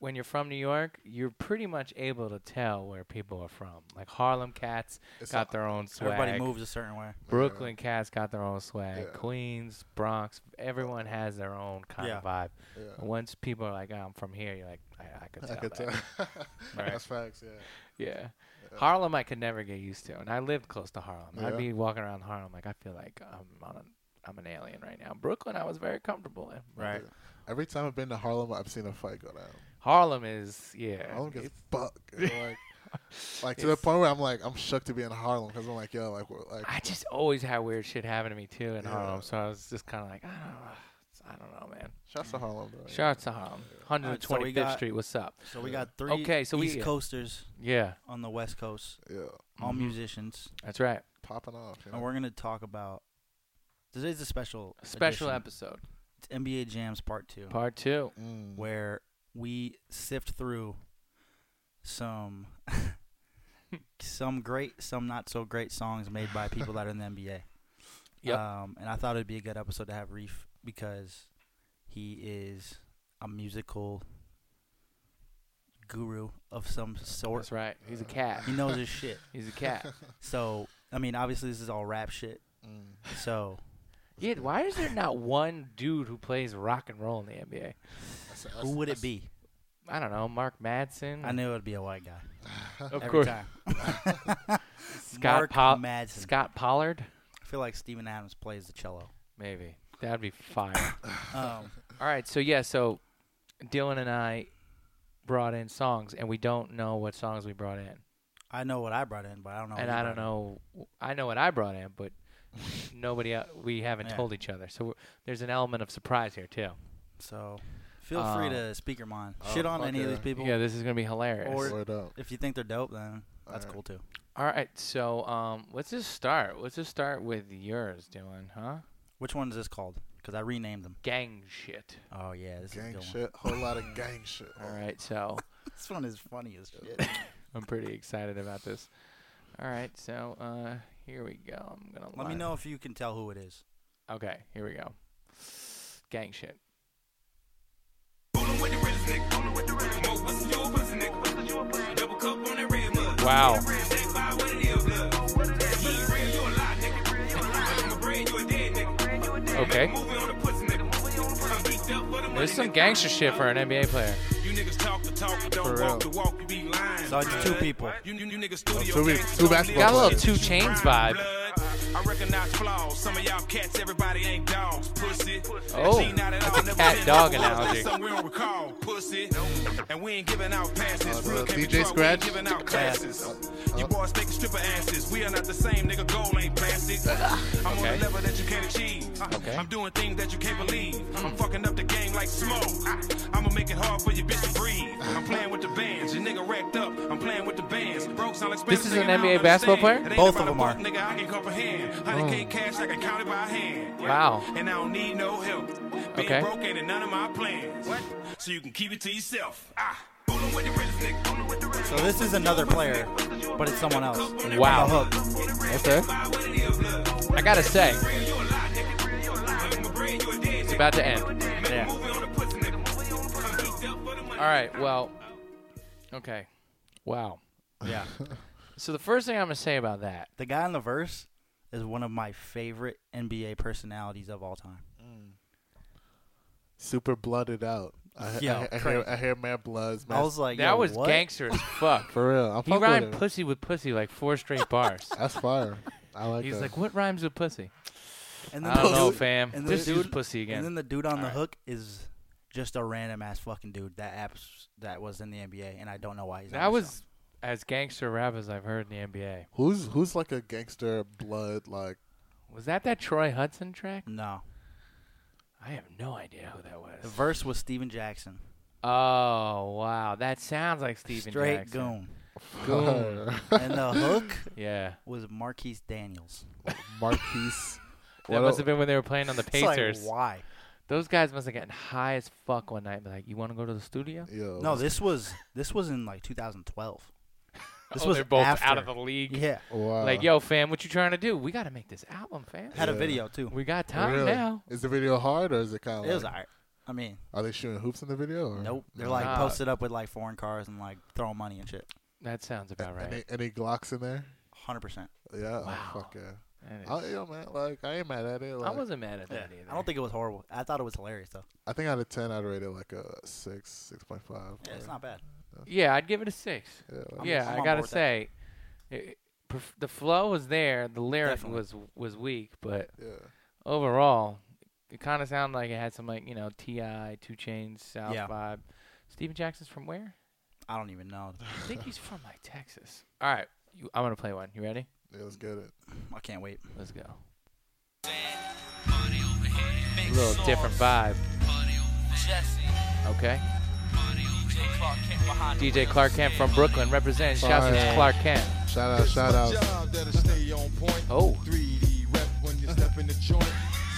Speaker 1: when you're from New York, you're pretty much able to tell where people are from. Like Harlem cats
Speaker 4: It's
Speaker 1: got
Speaker 4: not-
Speaker 1: their own swag.
Speaker 2: Everybody moves a certain way.
Speaker 1: Brooklyn cats got their own swag.
Speaker 4: Yeah.
Speaker 1: Queens, Bronx, everyone has their own kind of vibe.
Speaker 4: Yeah,
Speaker 1: Once people are like, oh, "I'm from here," you're like, "I, I could
Speaker 4: I
Speaker 1: tell."
Speaker 4: could
Speaker 1: that."
Speaker 4: tell. (laughs) That's facts. Yeah.
Speaker 1: Yeah.
Speaker 4: (laughs) Yeah.
Speaker 1: Harlem, I could never get used to, and I lived close to Harlem. I'd
Speaker 4: Yeah.
Speaker 1: be walking around Harlem like I feel like I'm on a, I'm an alien right now. Brooklyn, I was very comfortable in.
Speaker 2: Right.
Speaker 4: Every time I've been to Harlem, I've seen a fight go down.
Speaker 1: Harlem is yeah.
Speaker 4: Harlem gets
Speaker 1: it's- (laughs)
Speaker 4: fucked. and, Like, like to the
Speaker 1: It's-
Speaker 4: point where I'm like, I'm shook to be in Harlem because I'm like, yo, like, we're, like,
Speaker 1: I just always had weird shit happen to me too in
Speaker 4: Yeah.
Speaker 1: Harlem, so I was just kind of like, I don't know, It's- I don't know, man.
Speaker 4: shouts to Harlem, bro.
Speaker 1: Shout out to Harlem, 125th
Speaker 2: got-
Speaker 1: Street. What's up?
Speaker 2: So we
Speaker 4: Yeah.
Speaker 2: got three
Speaker 1: Okay, so we-
Speaker 2: East Coasters
Speaker 1: Yeah,
Speaker 2: on the West Coast,
Speaker 4: Yeah,
Speaker 2: all
Speaker 1: Mhm.
Speaker 2: musicians,
Speaker 1: that's right.
Speaker 4: popping off. You know?
Speaker 2: and we're gonna talk about. Today's a special
Speaker 1: Special
Speaker 2: edition.
Speaker 1: episode,
Speaker 2: It's NBA Jams Part Two,
Speaker 1: part two.
Speaker 4: Mm.
Speaker 2: where we sift through some (laughs) some great, some not so great songs made by people that are in the NBA.
Speaker 1: (laughs) Yep.
Speaker 2: Um, and I thought it'd be a good episode to have Reef because he is a musical guru of some sort.
Speaker 1: That's right. He's a cat.
Speaker 2: He knows his shit.
Speaker 4: (laughs)
Speaker 1: He's a cat. (laughs)
Speaker 2: So I mean, obviously this is all rap shit.
Speaker 4: Mm.
Speaker 2: So
Speaker 1: Yeah, why is there not one dude who plays rock and roll in the NBA?
Speaker 4: That's- that's-
Speaker 2: Who would it
Speaker 4: that's-
Speaker 2: be?
Speaker 1: I don't know, Mark Madsen.
Speaker 2: I knew it would be a white guy.
Speaker 1: Hmm. of
Speaker 2: every
Speaker 1: course, (laughs)
Speaker 2: time.
Speaker 1: Scott
Speaker 2: Mark
Speaker 1: Pop-
Speaker 2: Madsen.
Speaker 1: Scott Pollard.
Speaker 2: I feel like Steven Adams plays the
Speaker 4: (laughs)
Speaker 2: cello.
Speaker 1: Maybe that'd be fire.
Speaker 2: Um,
Speaker 1: All right, so yeah, so Dylan and I brought in songs, and we don't know what songs we brought in,
Speaker 2: I know what I brought in, but I don't know.
Speaker 1: and
Speaker 2: what you
Speaker 1: I don't
Speaker 2: Oh, brought in.
Speaker 1: know. I know what I brought in,
Speaker 2: (laughs)
Speaker 1: but nobody. el we haven't
Speaker 2: Yeah.
Speaker 1: told each other, so we're, there's an element of surprise here too.
Speaker 2: So feel free
Speaker 1: Um,
Speaker 2: to speak your mind.
Speaker 4: oh,
Speaker 2: Shit on
Speaker 4: fuck
Speaker 2: any of
Speaker 4: yeah.
Speaker 2: these people.
Speaker 1: Yeah, this is gonna be hilarious.
Speaker 2: Or-
Speaker 4: Word up.
Speaker 2: If you think they're dope, then that's
Speaker 4: Alright.
Speaker 2: cool too.
Speaker 1: All right, so um, let's just start. Let's just start with yours, Dylan, huh?
Speaker 2: Which one is this called? Because I renamed them.
Speaker 1: Gang shit.
Speaker 2: Oh yeah, this is a
Speaker 4: Gang
Speaker 2: good
Speaker 4: shit. Whole lot of gang shit.
Speaker 1: All right, so
Speaker 2: one. This one is funny as shit.
Speaker 1: I'm pretty excited about this. All right, so uh, here we go. I'm gonna
Speaker 2: Let me
Speaker 1: line-
Speaker 2: know if you can tell who it is.
Speaker 1: Okay, here we go. Gang shit. Wow. Okay. There's some gangster shit for an NBA player.
Speaker 5: You niggas talk the talk, but
Speaker 4: For
Speaker 5: don't
Speaker 4: real.
Speaker 5: walk the walk. You be lying.
Speaker 2: So it's two
Speaker 5: blood.
Speaker 2: people.
Speaker 5: You, you, you niggas studio
Speaker 4: Two people-
Speaker 5: gangs
Speaker 4: two
Speaker 5: don't
Speaker 4: basketball
Speaker 5: live
Speaker 1: Got a little
Speaker 5: with
Speaker 1: two
Speaker 5: it.
Speaker 1: chains
Speaker 5: Rhyme,
Speaker 1: vibe.
Speaker 5: blood. I recognize flaws. Some of y'all cats, everybody ain't dogs. Pussy.
Speaker 1: Oh,
Speaker 5: Gee, not at
Speaker 1: that's
Speaker 5: all,
Speaker 1: a
Speaker 5: never
Speaker 1: cat
Speaker 5: been
Speaker 1: dog
Speaker 5: no
Speaker 1: analogy.
Speaker 5: Something we don't recall. Pussy. And we ain't giving out
Speaker 4: Uh,
Speaker 5: passes.
Speaker 4: the
Speaker 5: Real can't be
Speaker 4: DJ
Speaker 5: drugged, we ain't
Speaker 4: Scratch?
Speaker 5: giving out classes. You boys taking stripper asses. We are not the same, nigga. Goal ain't plastic. I'm on
Speaker 1: (laughs) Okay.
Speaker 5: a level that you can't achieve. I-
Speaker 1: Okay. Hmm.
Speaker 5: I'm doing things that you can't believe. I'm fucking up the game like smoke. I- I'ma make it hard for your bitch to breathe. I'm playing with the bands. Your nigga racked up. I'm playing with the bands. Broke sound expensive.
Speaker 1: This is
Speaker 5: nigga,
Speaker 1: an
Speaker 5: I don't
Speaker 1: NBA basketball
Speaker 5: understand.
Speaker 1: player?
Speaker 5: It ain't
Speaker 2: Both of
Speaker 5: about a
Speaker 2: them are.
Speaker 5: buck, Nigga, I can comprehend. 100K cash, I can count it by hand.
Speaker 1: Oh. Wow.
Speaker 5: And I don't need no help. Being
Speaker 1: Okay.
Speaker 5: broke ain't in none of my plans. What? So you can keep it to yourself. Ah. Fooling with the rich nigga, fooling with the rich
Speaker 2: So this is another player, but it's someone else.
Speaker 1: Wow.
Speaker 2: The hook.
Speaker 1: Okay. I gotta say, it's about to end.
Speaker 2: Yeah.
Speaker 1: All right, well, okay. Wow.
Speaker 2: (laughs) Yeah.
Speaker 1: So the first thing I'm gonna say about that,
Speaker 2: the guy in the verse is one of my favorite NBA personalities of all time.
Speaker 4: Super blooded out. I,
Speaker 2: Yo,
Speaker 4: I, I,
Speaker 2: crazy.
Speaker 4: hear, I hear man bloods. Man,
Speaker 2: I was like,
Speaker 1: that
Speaker 2: yo,
Speaker 1: was
Speaker 2: what?
Speaker 1: gangster
Speaker 2: (laughs)
Speaker 1: as fuck.
Speaker 4: for real. I'm
Speaker 1: he
Speaker 4: fucking
Speaker 1: rhymed
Speaker 4: with it.
Speaker 1: pussy with pussy like four straight
Speaker 2: (laughs)
Speaker 1: bars.
Speaker 4: That's fire. I like
Speaker 1: He's
Speaker 4: that.
Speaker 1: like, what rhymes with pussy?
Speaker 2: And
Speaker 1: I don't
Speaker 2: the
Speaker 1: know,
Speaker 2: dude-
Speaker 1: fam.
Speaker 2: and
Speaker 1: This
Speaker 2: the
Speaker 1: dude's
Speaker 2: dude-
Speaker 1: pussy
Speaker 2: And
Speaker 1: again.
Speaker 2: then the dude on the
Speaker 1: Alright.
Speaker 2: hook is just a random ass fucking dude that apps that was in the NBA, and I don't know why he's. on
Speaker 1: That
Speaker 2: this
Speaker 1: was
Speaker 2: song.
Speaker 1: as gangster rap as I've heard in the NBA.
Speaker 4: who's who's like a gangster blood like?
Speaker 1: Was that that Troy Hudson track?
Speaker 2: no.
Speaker 1: I have no idea who that
Speaker 2: The
Speaker 1: was.
Speaker 2: verse was Steven Jackson.
Speaker 1: Oh wow, that sounds like Steven
Speaker 2: Straight
Speaker 1: Jackson. (laughs)
Speaker 4: (laughs) Goon.
Speaker 2: goon. and the hook
Speaker 1: Yeah,
Speaker 2: was Marquise Daniels.
Speaker 4: Marquise.
Speaker 1: that
Speaker 4: What
Speaker 1: must
Speaker 4: el-
Speaker 1: have been when they were playing on the
Speaker 2: It's like,
Speaker 1: Pacers.
Speaker 2: why?
Speaker 1: Those guys must have gotten high as fuck one night. and be like, you want to go to the studio?
Speaker 4: Yo,
Speaker 2: No, this was this was in like 2012. This
Speaker 1: oh,
Speaker 2: was
Speaker 1: they're both
Speaker 2: after.
Speaker 1: out of the league.
Speaker 2: Yeah,
Speaker 4: wow.
Speaker 1: Like, yo, fam, what you trying to do? We got to make this album, fam.
Speaker 2: had a
Speaker 4: Yeah.
Speaker 2: video too.
Speaker 1: We got time
Speaker 4: Really?
Speaker 1: now.
Speaker 4: Is the video hard or is it kind of?
Speaker 2: It was alright. I mean,
Speaker 4: Are they shooting hoops in the video? Or?
Speaker 2: nope. They're
Speaker 4: No.
Speaker 2: like
Speaker 1: Nah.
Speaker 2: posted up with like foreign cars and like throwing money and shit.
Speaker 1: That sounds about right.
Speaker 4: Any any Glocks in there?
Speaker 2: 100%.
Speaker 4: Yeah.
Speaker 1: Wow.
Speaker 4: Oh, fuck yeah.
Speaker 1: That is-
Speaker 4: I, yo, man, like I ain't mad at it.
Speaker 1: I
Speaker 4: Like,
Speaker 1: wasn't mad at that either.
Speaker 2: I don't think it was horrible. I thought it was hilarious though.
Speaker 4: I think out of ten, I'd rate it like a six, six point five.
Speaker 2: Yeah, it's not bad.
Speaker 1: Yeah, I'd give it a six.
Speaker 4: Yeah, like-
Speaker 2: I'm-
Speaker 1: yeah,
Speaker 2: I'm
Speaker 1: i
Speaker 2: on board
Speaker 1: gotta
Speaker 2: with that.
Speaker 1: say, it, perf- the flow was there. The lyric
Speaker 2: Definitely.
Speaker 1: was was weak, but
Speaker 4: yeah.
Speaker 1: overall, it kind of sounded like it had some like you know Ti, Two Chains, South
Speaker 2: Yeah.
Speaker 1: vibe. Steven Jackson's from where?
Speaker 2: I don't even know.
Speaker 1: I think he's from like Texas. All right, you, I'm gonna play one. You ready?
Speaker 4: Yeah, let's get it.
Speaker 2: I can't wait.
Speaker 1: Let's go.
Speaker 6: Big
Speaker 1: A little different vibe.
Speaker 6: Jesse,
Speaker 1: Okay.
Speaker 6: DJ Clark Kent behind the
Speaker 1: DJ
Speaker 6: wheel.
Speaker 1: Clark Kent from Brooklyn representing. Shout out to
Speaker 4: Fire.
Speaker 1: Clark Kent.
Speaker 4: Shout out, shout out.
Speaker 1: (laughs) Oh,
Speaker 7: 3D rep when you step in the joint.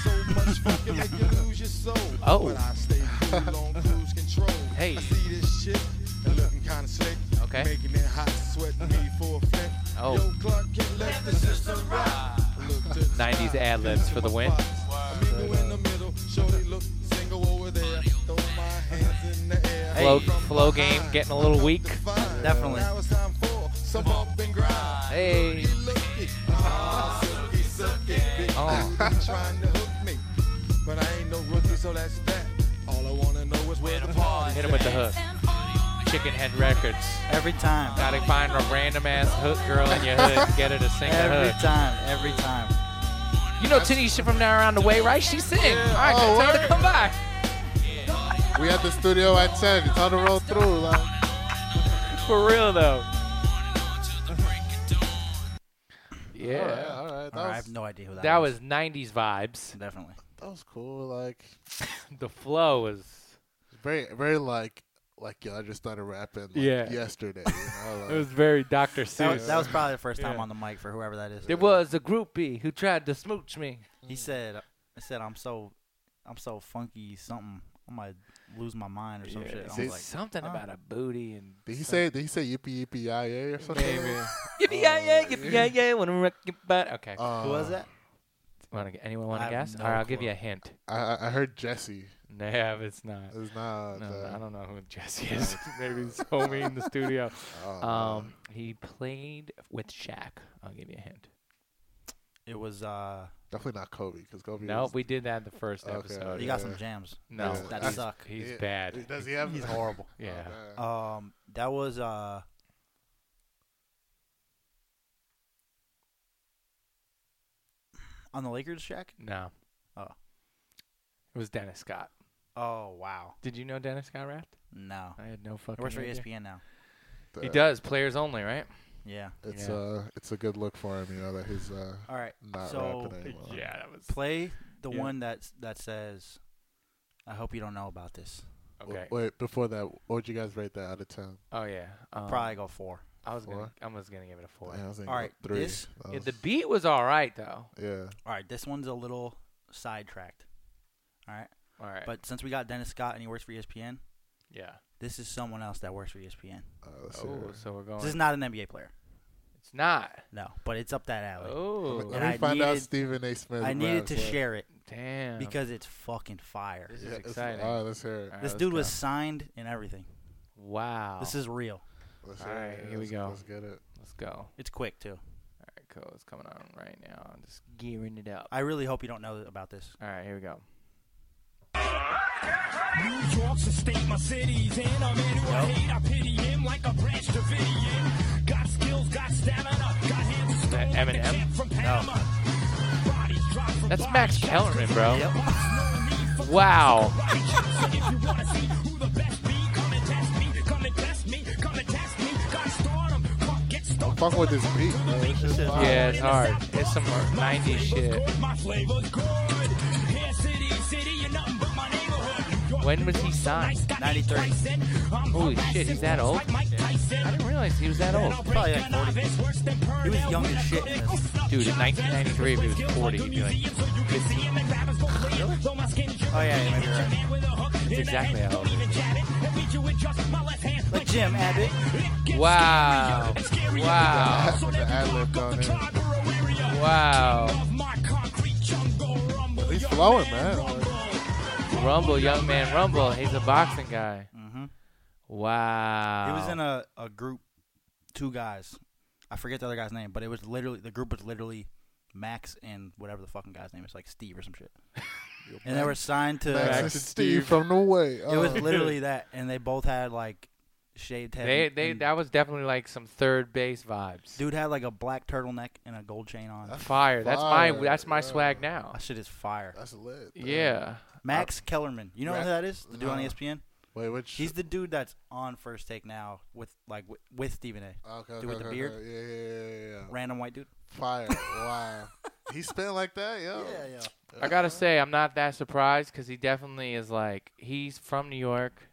Speaker 7: So much funk you make you lose your soul.
Speaker 1: Oh.
Speaker 7: But I stay cool on cruise control.
Speaker 1: Hey.
Speaker 7: I see this shit and looking kind of slick.
Speaker 1: Okay.
Speaker 7: Making it hot, sweating me for a flip.
Speaker 1: Oh.
Speaker 7: Yo, Clark, get left the system rock. Look to the
Speaker 1: 90s
Speaker 7: sky,
Speaker 1: ad libs for the win.
Speaker 7: Amigo in the middle, shorty look single over there. Throw my hands in the air.
Speaker 1: flow,
Speaker 7: From
Speaker 1: flow game
Speaker 7: behind,
Speaker 1: getting a little weak.
Speaker 7: fine.
Speaker 2: Definitely.
Speaker 7: Now it's time for some bump and grind.
Speaker 1: Hey.
Speaker 7: Looky, ah, silky, silky, big
Speaker 1: Oh.
Speaker 7: booty trying to hook me. ain't no rookie, so that's that. All I wanna know is where the party.
Speaker 1: Hit him with the hook. Chicken Head Records.
Speaker 2: Every time.
Speaker 1: Gotta find a random ass hook girl in your hood. Get her to sing the
Speaker 2: Every
Speaker 1: hook.
Speaker 2: time. Every time.
Speaker 1: You know Tanisha from now around the way, right? She sing. All right,
Speaker 4: Oh,
Speaker 1: tell her to
Speaker 4: word.
Speaker 1: come by.
Speaker 4: We at the studio at 10. It's on the roll through. Like,
Speaker 1: For real though. Yeah.
Speaker 4: all right, all right. That,
Speaker 2: I
Speaker 4: was,
Speaker 2: have no idea who that,
Speaker 1: That was 90s vibes. (laughs)
Speaker 2: Definitely.
Speaker 4: that was cool. Like,
Speaker 1: The flow was.
Speaker 4: very, very like, like, yo, I just started rapping like,
Speaker 1: Yeah.
Speaker 4: yesterday. You
Speaker 1: (laughs)
Speaker 4: know? like,
Speaker 1: It was very Dr.
Speaker 2: That
Speaker 1: Seuss.
Speaker 2: was, that was probably the first time
Speaker 1: Yeah.
Speaker 2: on the mic for whoever that is.
Speaker 1: there was a groupie who tried to smooch me.
Speaker 2: He said, "I said I'm so, I'm so funky something. I might lose my mind or some
Speaker 1: Yeah,
Speaker 2: shit." I
Speaker 1: it's
Speaker 2: was
Speaker 4: See-
Speaker 2: like,
Speaker 1: something
Speaker 2: huh?
Speaker 1: about a booty and
Speaker 4: did
Speaker 1: (laughs)
Speaker 4: he say, did he say yippee yippee yah yay or something?
Speaker 1: Maybe. yippee yeah yeah
Speaker 2: Oh.
Speaker 1: yippee yeah yeah wanna wreck your butt. Okay.
Speaker 4: Uh,
Speaker 2: "Who was that?"
Speaker 1: wanna, anyone want
Speaker 2: Oh. I
Speaker 1: to
Speaker 2: have
Speaker 1: guess?
Speaker 2: no
Speaker 1: All right, I'll give
Speaker 2: clue.
Speaker 1: you a hint. (laughs)
Speaker 4: I, I- I heard Jesse.
Speaker 1: No, it's not.
Speaker 4: It's not.
Speaker 1: No,
Speaker 4: the-
Speaker 1: I don't know who Jesse is. Maybe it's homie in the (laughs) studio.
Speaker 4: oh,
Speaker 1: Um, he played with Shaq. I'll give you a hint.
Speaker 2: It was. uh
Speaker 4: definitely not Kobe because Kobe.
Speaker 1: No,
Speaker 4: is-
Speaker 1: we did that in the first
Speaker 4: Okay.
Speaker 1: episode.
Speaker 2: You
Speaker 4: Oh, Yeah.
Speaker 2: got some jams.
Speaker 1: No,
Speaker 4: Yeah.
Speaker 2: that
Speaker 4: He's-
Speaker 2: suck.
Speaker 1: He's
Speaker 4: Yeah.
Speaker 1: bad.
Speaker 4: Does he have?
Speaker 2: He's
Speaker 4: (laughs)
Speaker 2: horrible.
Speaker 4: Oh,
Speaker 1: Yeah.
Speaker 4: man.
Speaker 2: Um, that was. uh On the Lakers, Shaq.
Speaker 1: No.
Speaker 2: Oh.
Speaker 1: It was Dennis Scott.
Speaker 2: Oh wow,
Speaker 1: Did you know Dennis Scott rapped?
Speaker 2: no.
Speaker 1: I had no
Speaker 2: It
Speaker 1: fucking
Speaker 2: works for E
Speaker 1: idea.
Speaker 2: ESPN now.
Speaker 4: The-
Speaker 1: He does. Players only, right?
Speaker 2: Yeah.
Speaker 4: It's
Speaker 1: Yeah.
Speaker 4: uh, it's a good look for him. You know that he's uh,
Speaker 2: All right.
Speaker 4: not
Speaker 2: So-
Speaker 4: rapping anymore.
Speaker 1: that was.
Speaker 2: Play the
Speaker 1: Yeah.
Speaker 2: one that that says, "I hope you don't know about this."
Speaker 1: Okay.
Speaker 4: W- wait, before that, what would you guys rate that out of ten?
Speaker 1: Oh yeah. Um,
Speaker 2: Probably go four.
Speaker 1: I was gonna.
Speaker 4: four.
Speaker 1: I was gonna give it a four.
Speaker 4: Damn, I was thinking
Speaker 2: All right,
Speaker 4: three.
Speaker 2: this-
Speaker 4: That
Speaker 1: Yeah,
Speaker 4: was-
Speaker 1: the beat was all right though.
Speaker 4: Oh, yeah. Oh,
Speaker 2: All right, this one's a little sidetracked. All right,
Speaker 1: All right.
Speaker 2: but since we got Dennis Scott and he works for E ESPN,
Speaker 1: yeah.
Speaker 2: this is someone else that works for E ESPN.
Speaker 4: Uh, let's see.
Speaker 1: Oh, so we're going.
Speaker 2: This is not an NBA player,
Speaker 1: it's not.
Speaker 2: no, but it's up that alley.
Speaker 4: Let me-
Speaker 1: Oh
Speaker 4: Let
Speaker 2: And
Speaker 4: me
Speaker 2: I
Speaker 4: find out
Speaker 2: needed-
Speaker 4: Stephen A. Smith.
Speaker 2: I needed
Speaker 4: raps,
Speaker 2: to
Speaker 4: like-
Speaker 2: share it
Speaker 1: damn.
Speaker 2: because it's fucking fire.
Speaker 1: this
Speaker 4: Yeah,
Speaker 1: is
Speaker 4: it's-
Speaker 1: exciting.
Speaker 4: All right, let's hear it.
Speaker 1: All right,
Speaker 2: This
Speaker 1: let's
Speaker 2: dude
Speaker 1: go.
Speaker 2: was signed and everything.
Speaker 1: Wow.
Speaker 2: This is real.
Speaker 4: Let's
Speaker 1: All
Speaker 4: hear
Speaker 1: right,
Speaker 4: it.
Speaker 1: here we
Speaker 4: Let's-
Speaker 1: go.
Speaker 4: Let's get it.
Speaker 1: Let's go. All
Speaker 2: It's quick too.
Speaker 1: right, cool. It's coming on right now. I'm just gearing it up.
Speaker 2: I really hope you don't know about this.
Speaker 1: All right, here we go.
Speaker 8: New York's the state my city's in. A man who I hate, I pity him like a branch Davidian. Got skills, got stamina, got hands of
Speaker 1: that
Speaker 8: stone like the
Speaker 1: Eminem?
Speaker 8: cat from Panama. Bodies drop from
Speaker 1: That's
Speaker 8: body
Speaker 1: Max
Speaker 8: shots,
Speaker 1: Kellerman,
Speaker 8: 'cause
Speaker 1: bro.
Speaker 8: the box no need for
Speaker 1: Wow.
Speaker 8: body shots. So if you wanna see who the best be, come and test me, come and test me, come and test me. Got stardom, fuck, get
Speaker 4: I'm
Speaker 8: stoked.
Speaker 4: fucking with this beat. Bro. This shit's fire.
Speaker 1: Yeah, it's hard. It's some 90s shit.
Speaker 8: My flavor's good. Hair city, city, you're nothing but my neighborhood. Your
Speaker 1: When was he signed?
Speaker 2: 93.
Speaker 1: Holy shit, he's that old? I didn't realize he was that old.
Speaker 2: Probably like 40. He was young as shit. in this.
Speaker 1: Dude, in 1993, if he was 40, he'd be like,
Speaker 2: Oh yeah, you might be right.
Speaker 1: that's exactly how old he is.
Speaker 2: But Jim Abbott.
Speaker 1: Wow. Wow.
Speaker 4: With the ad lib down there.
Speaker 1: Wow.
Speaker 4: He's flowing, man.
Speaker 1: Rumble, young man, rumble. He's a boxing guy.
Speaker 2: Mm-hmm.
Speaker 1: Wow.
Speaker 2: He was in a, a group, two guys. I forget the other guy's name, but it was literally the group was literally Max and whatever the fucking guy's name is, like Steve or some shit. and they were signed to.
Speaker 4: Max and
Speaker 1: Steve.
Speaker 4: Steve from the way. Oh,
Speaker 2: It was literally that, and they both had like shaved head.
Speaker 1: They,
Speaker 2: and-
Speaker 1: they,
Speaker 2: and
Speaker 1: that was definitely like some third base vibes.
Speaker 2: dude had like a black turtleneck and a gold chain on.
Speaker 1: fire. That's my,
Speaker 4: fire,
Speaker 1: that's my
Speaker 4: yeah.
Speaker 1: swag now.
Speaker 2: That shit is fire.
Speaker 4: That's lit. man.
Speaker 1: Yeah.
Speaker 2: Max Kellerman, you know who
Speaker 4: Uh, Ra-
Speaker 2: that is? The dude on E
Speaker 4: no.
Speaker 2: ESPN.
Speaker 4: Wait, which?
Speaker 2: He's the dude that's on First Take now with like with, with Stephen A.
Speaker 4: okay,
Speaker 2: dude with
Speaker 4: okay,
Speaker 2: the
Speaker 4: okay,
Speaker 2: beard.
Speaker 4: okay. Yeah, yeah, yeah, yeah, yeah.
Speaker 2: Random white dude.
Speaker 4: Fire. wow. He spit like that, yo.
Speaker 2: yeah.
Speaker 1: I
Speaker 2: (laughs)
Speaker 1: gotta say, I'm not that surprised because he definitely is like he's from New York.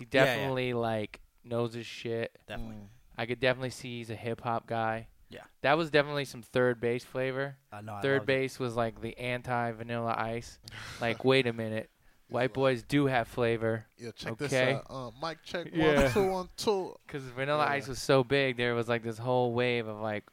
Speaker 1: He
Speaker 2: Yeah, yeah.
Speaker 1: definitely like knows his shit.
Speaker 2: Definitely.
Speaker 1: I could definitely see he's a hip hop guy.
Speaker 2: Yeah.
Speaker 1: that was definitely some third base flavor.
Speaker 2: I know. I
Speaker 1: third
Speaker 2: loved it.
Speaker 1: base was like the anti Vanilla
Speaker 2: (laughs)
Speaker 1: Ice. like, wait a minute, white boys do have flavor
Speaker 4: Yeah, check
Speaker 1: Okay.
Speaker 4: this out. Uh, mic check one,
Speaker 1: Yeah.
Speaker 4: two, one, two.
Speaker 1: because Vanilla
Speaker 4: Yeah.
Speaker 1: Ice was so big. There was like this whole wave of like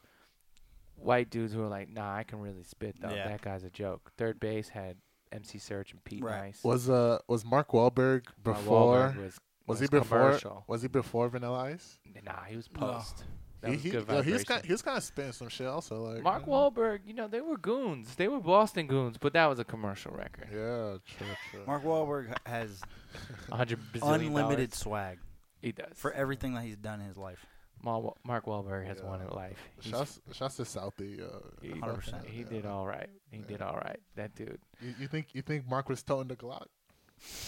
Speaker 1: white dudes who were like, nah, I can really spit though.
Speaker 2: Yeah.
Speaker 1: That guy's a joke. Third base had MC Search and Pete
Speaker 2: Right.
Speaker 1: Nice.
Speaker 4: Was uh was Mark Wahlberg
Speaker 1: My
Speaker 4: before?
Speaker 1: Wahlberg was was
Speaker 4: was, he before?
Speaker 1: commercial.
Speaker 4: Was he before Vanilla Ice?
Speaker 1: Nah, he was
Speaker 2: No.
Speaker 1: post. That was
Speaker 4: he,
Speaker 1: good
Speaker 4: yo, he's
Speaker 1: vibration.
Speaker 4: kind, he's kind of spinning some shit also. Like
Speaker 1: Mark
Speaker 4: mm,
Speaker 1: Wahlberg, you know, they were goons. They were Boston goons, but that was a commercial record.
Speaker 4: Yeah, true, true.
Speaker 2: Mark Wahlberg h- has
Speaker 1: A hundred bazillion
Speaker 2: unlimited
Speaker 1: dollars.
Speaker 2: swag
Speaker 1: He does.
Speaker 2: for everything that he's done in his life.
Speaker 1: Mar- Wa- Mark Wahlberg has won
Speaker 4: Yeah.
Speaker 1: at life. He's-
Speaker 4: Shouts, shouts to Southie. Uh,
Speaker 1: he,
Speaker 4: fucking,
Speaker 2: 100%.
Speaker 1: he
Speaker 4: yeah.
Speaker 1: did all right. He did all right. That dude.
Speaker 4: You, you think you think Mark was towing the Glock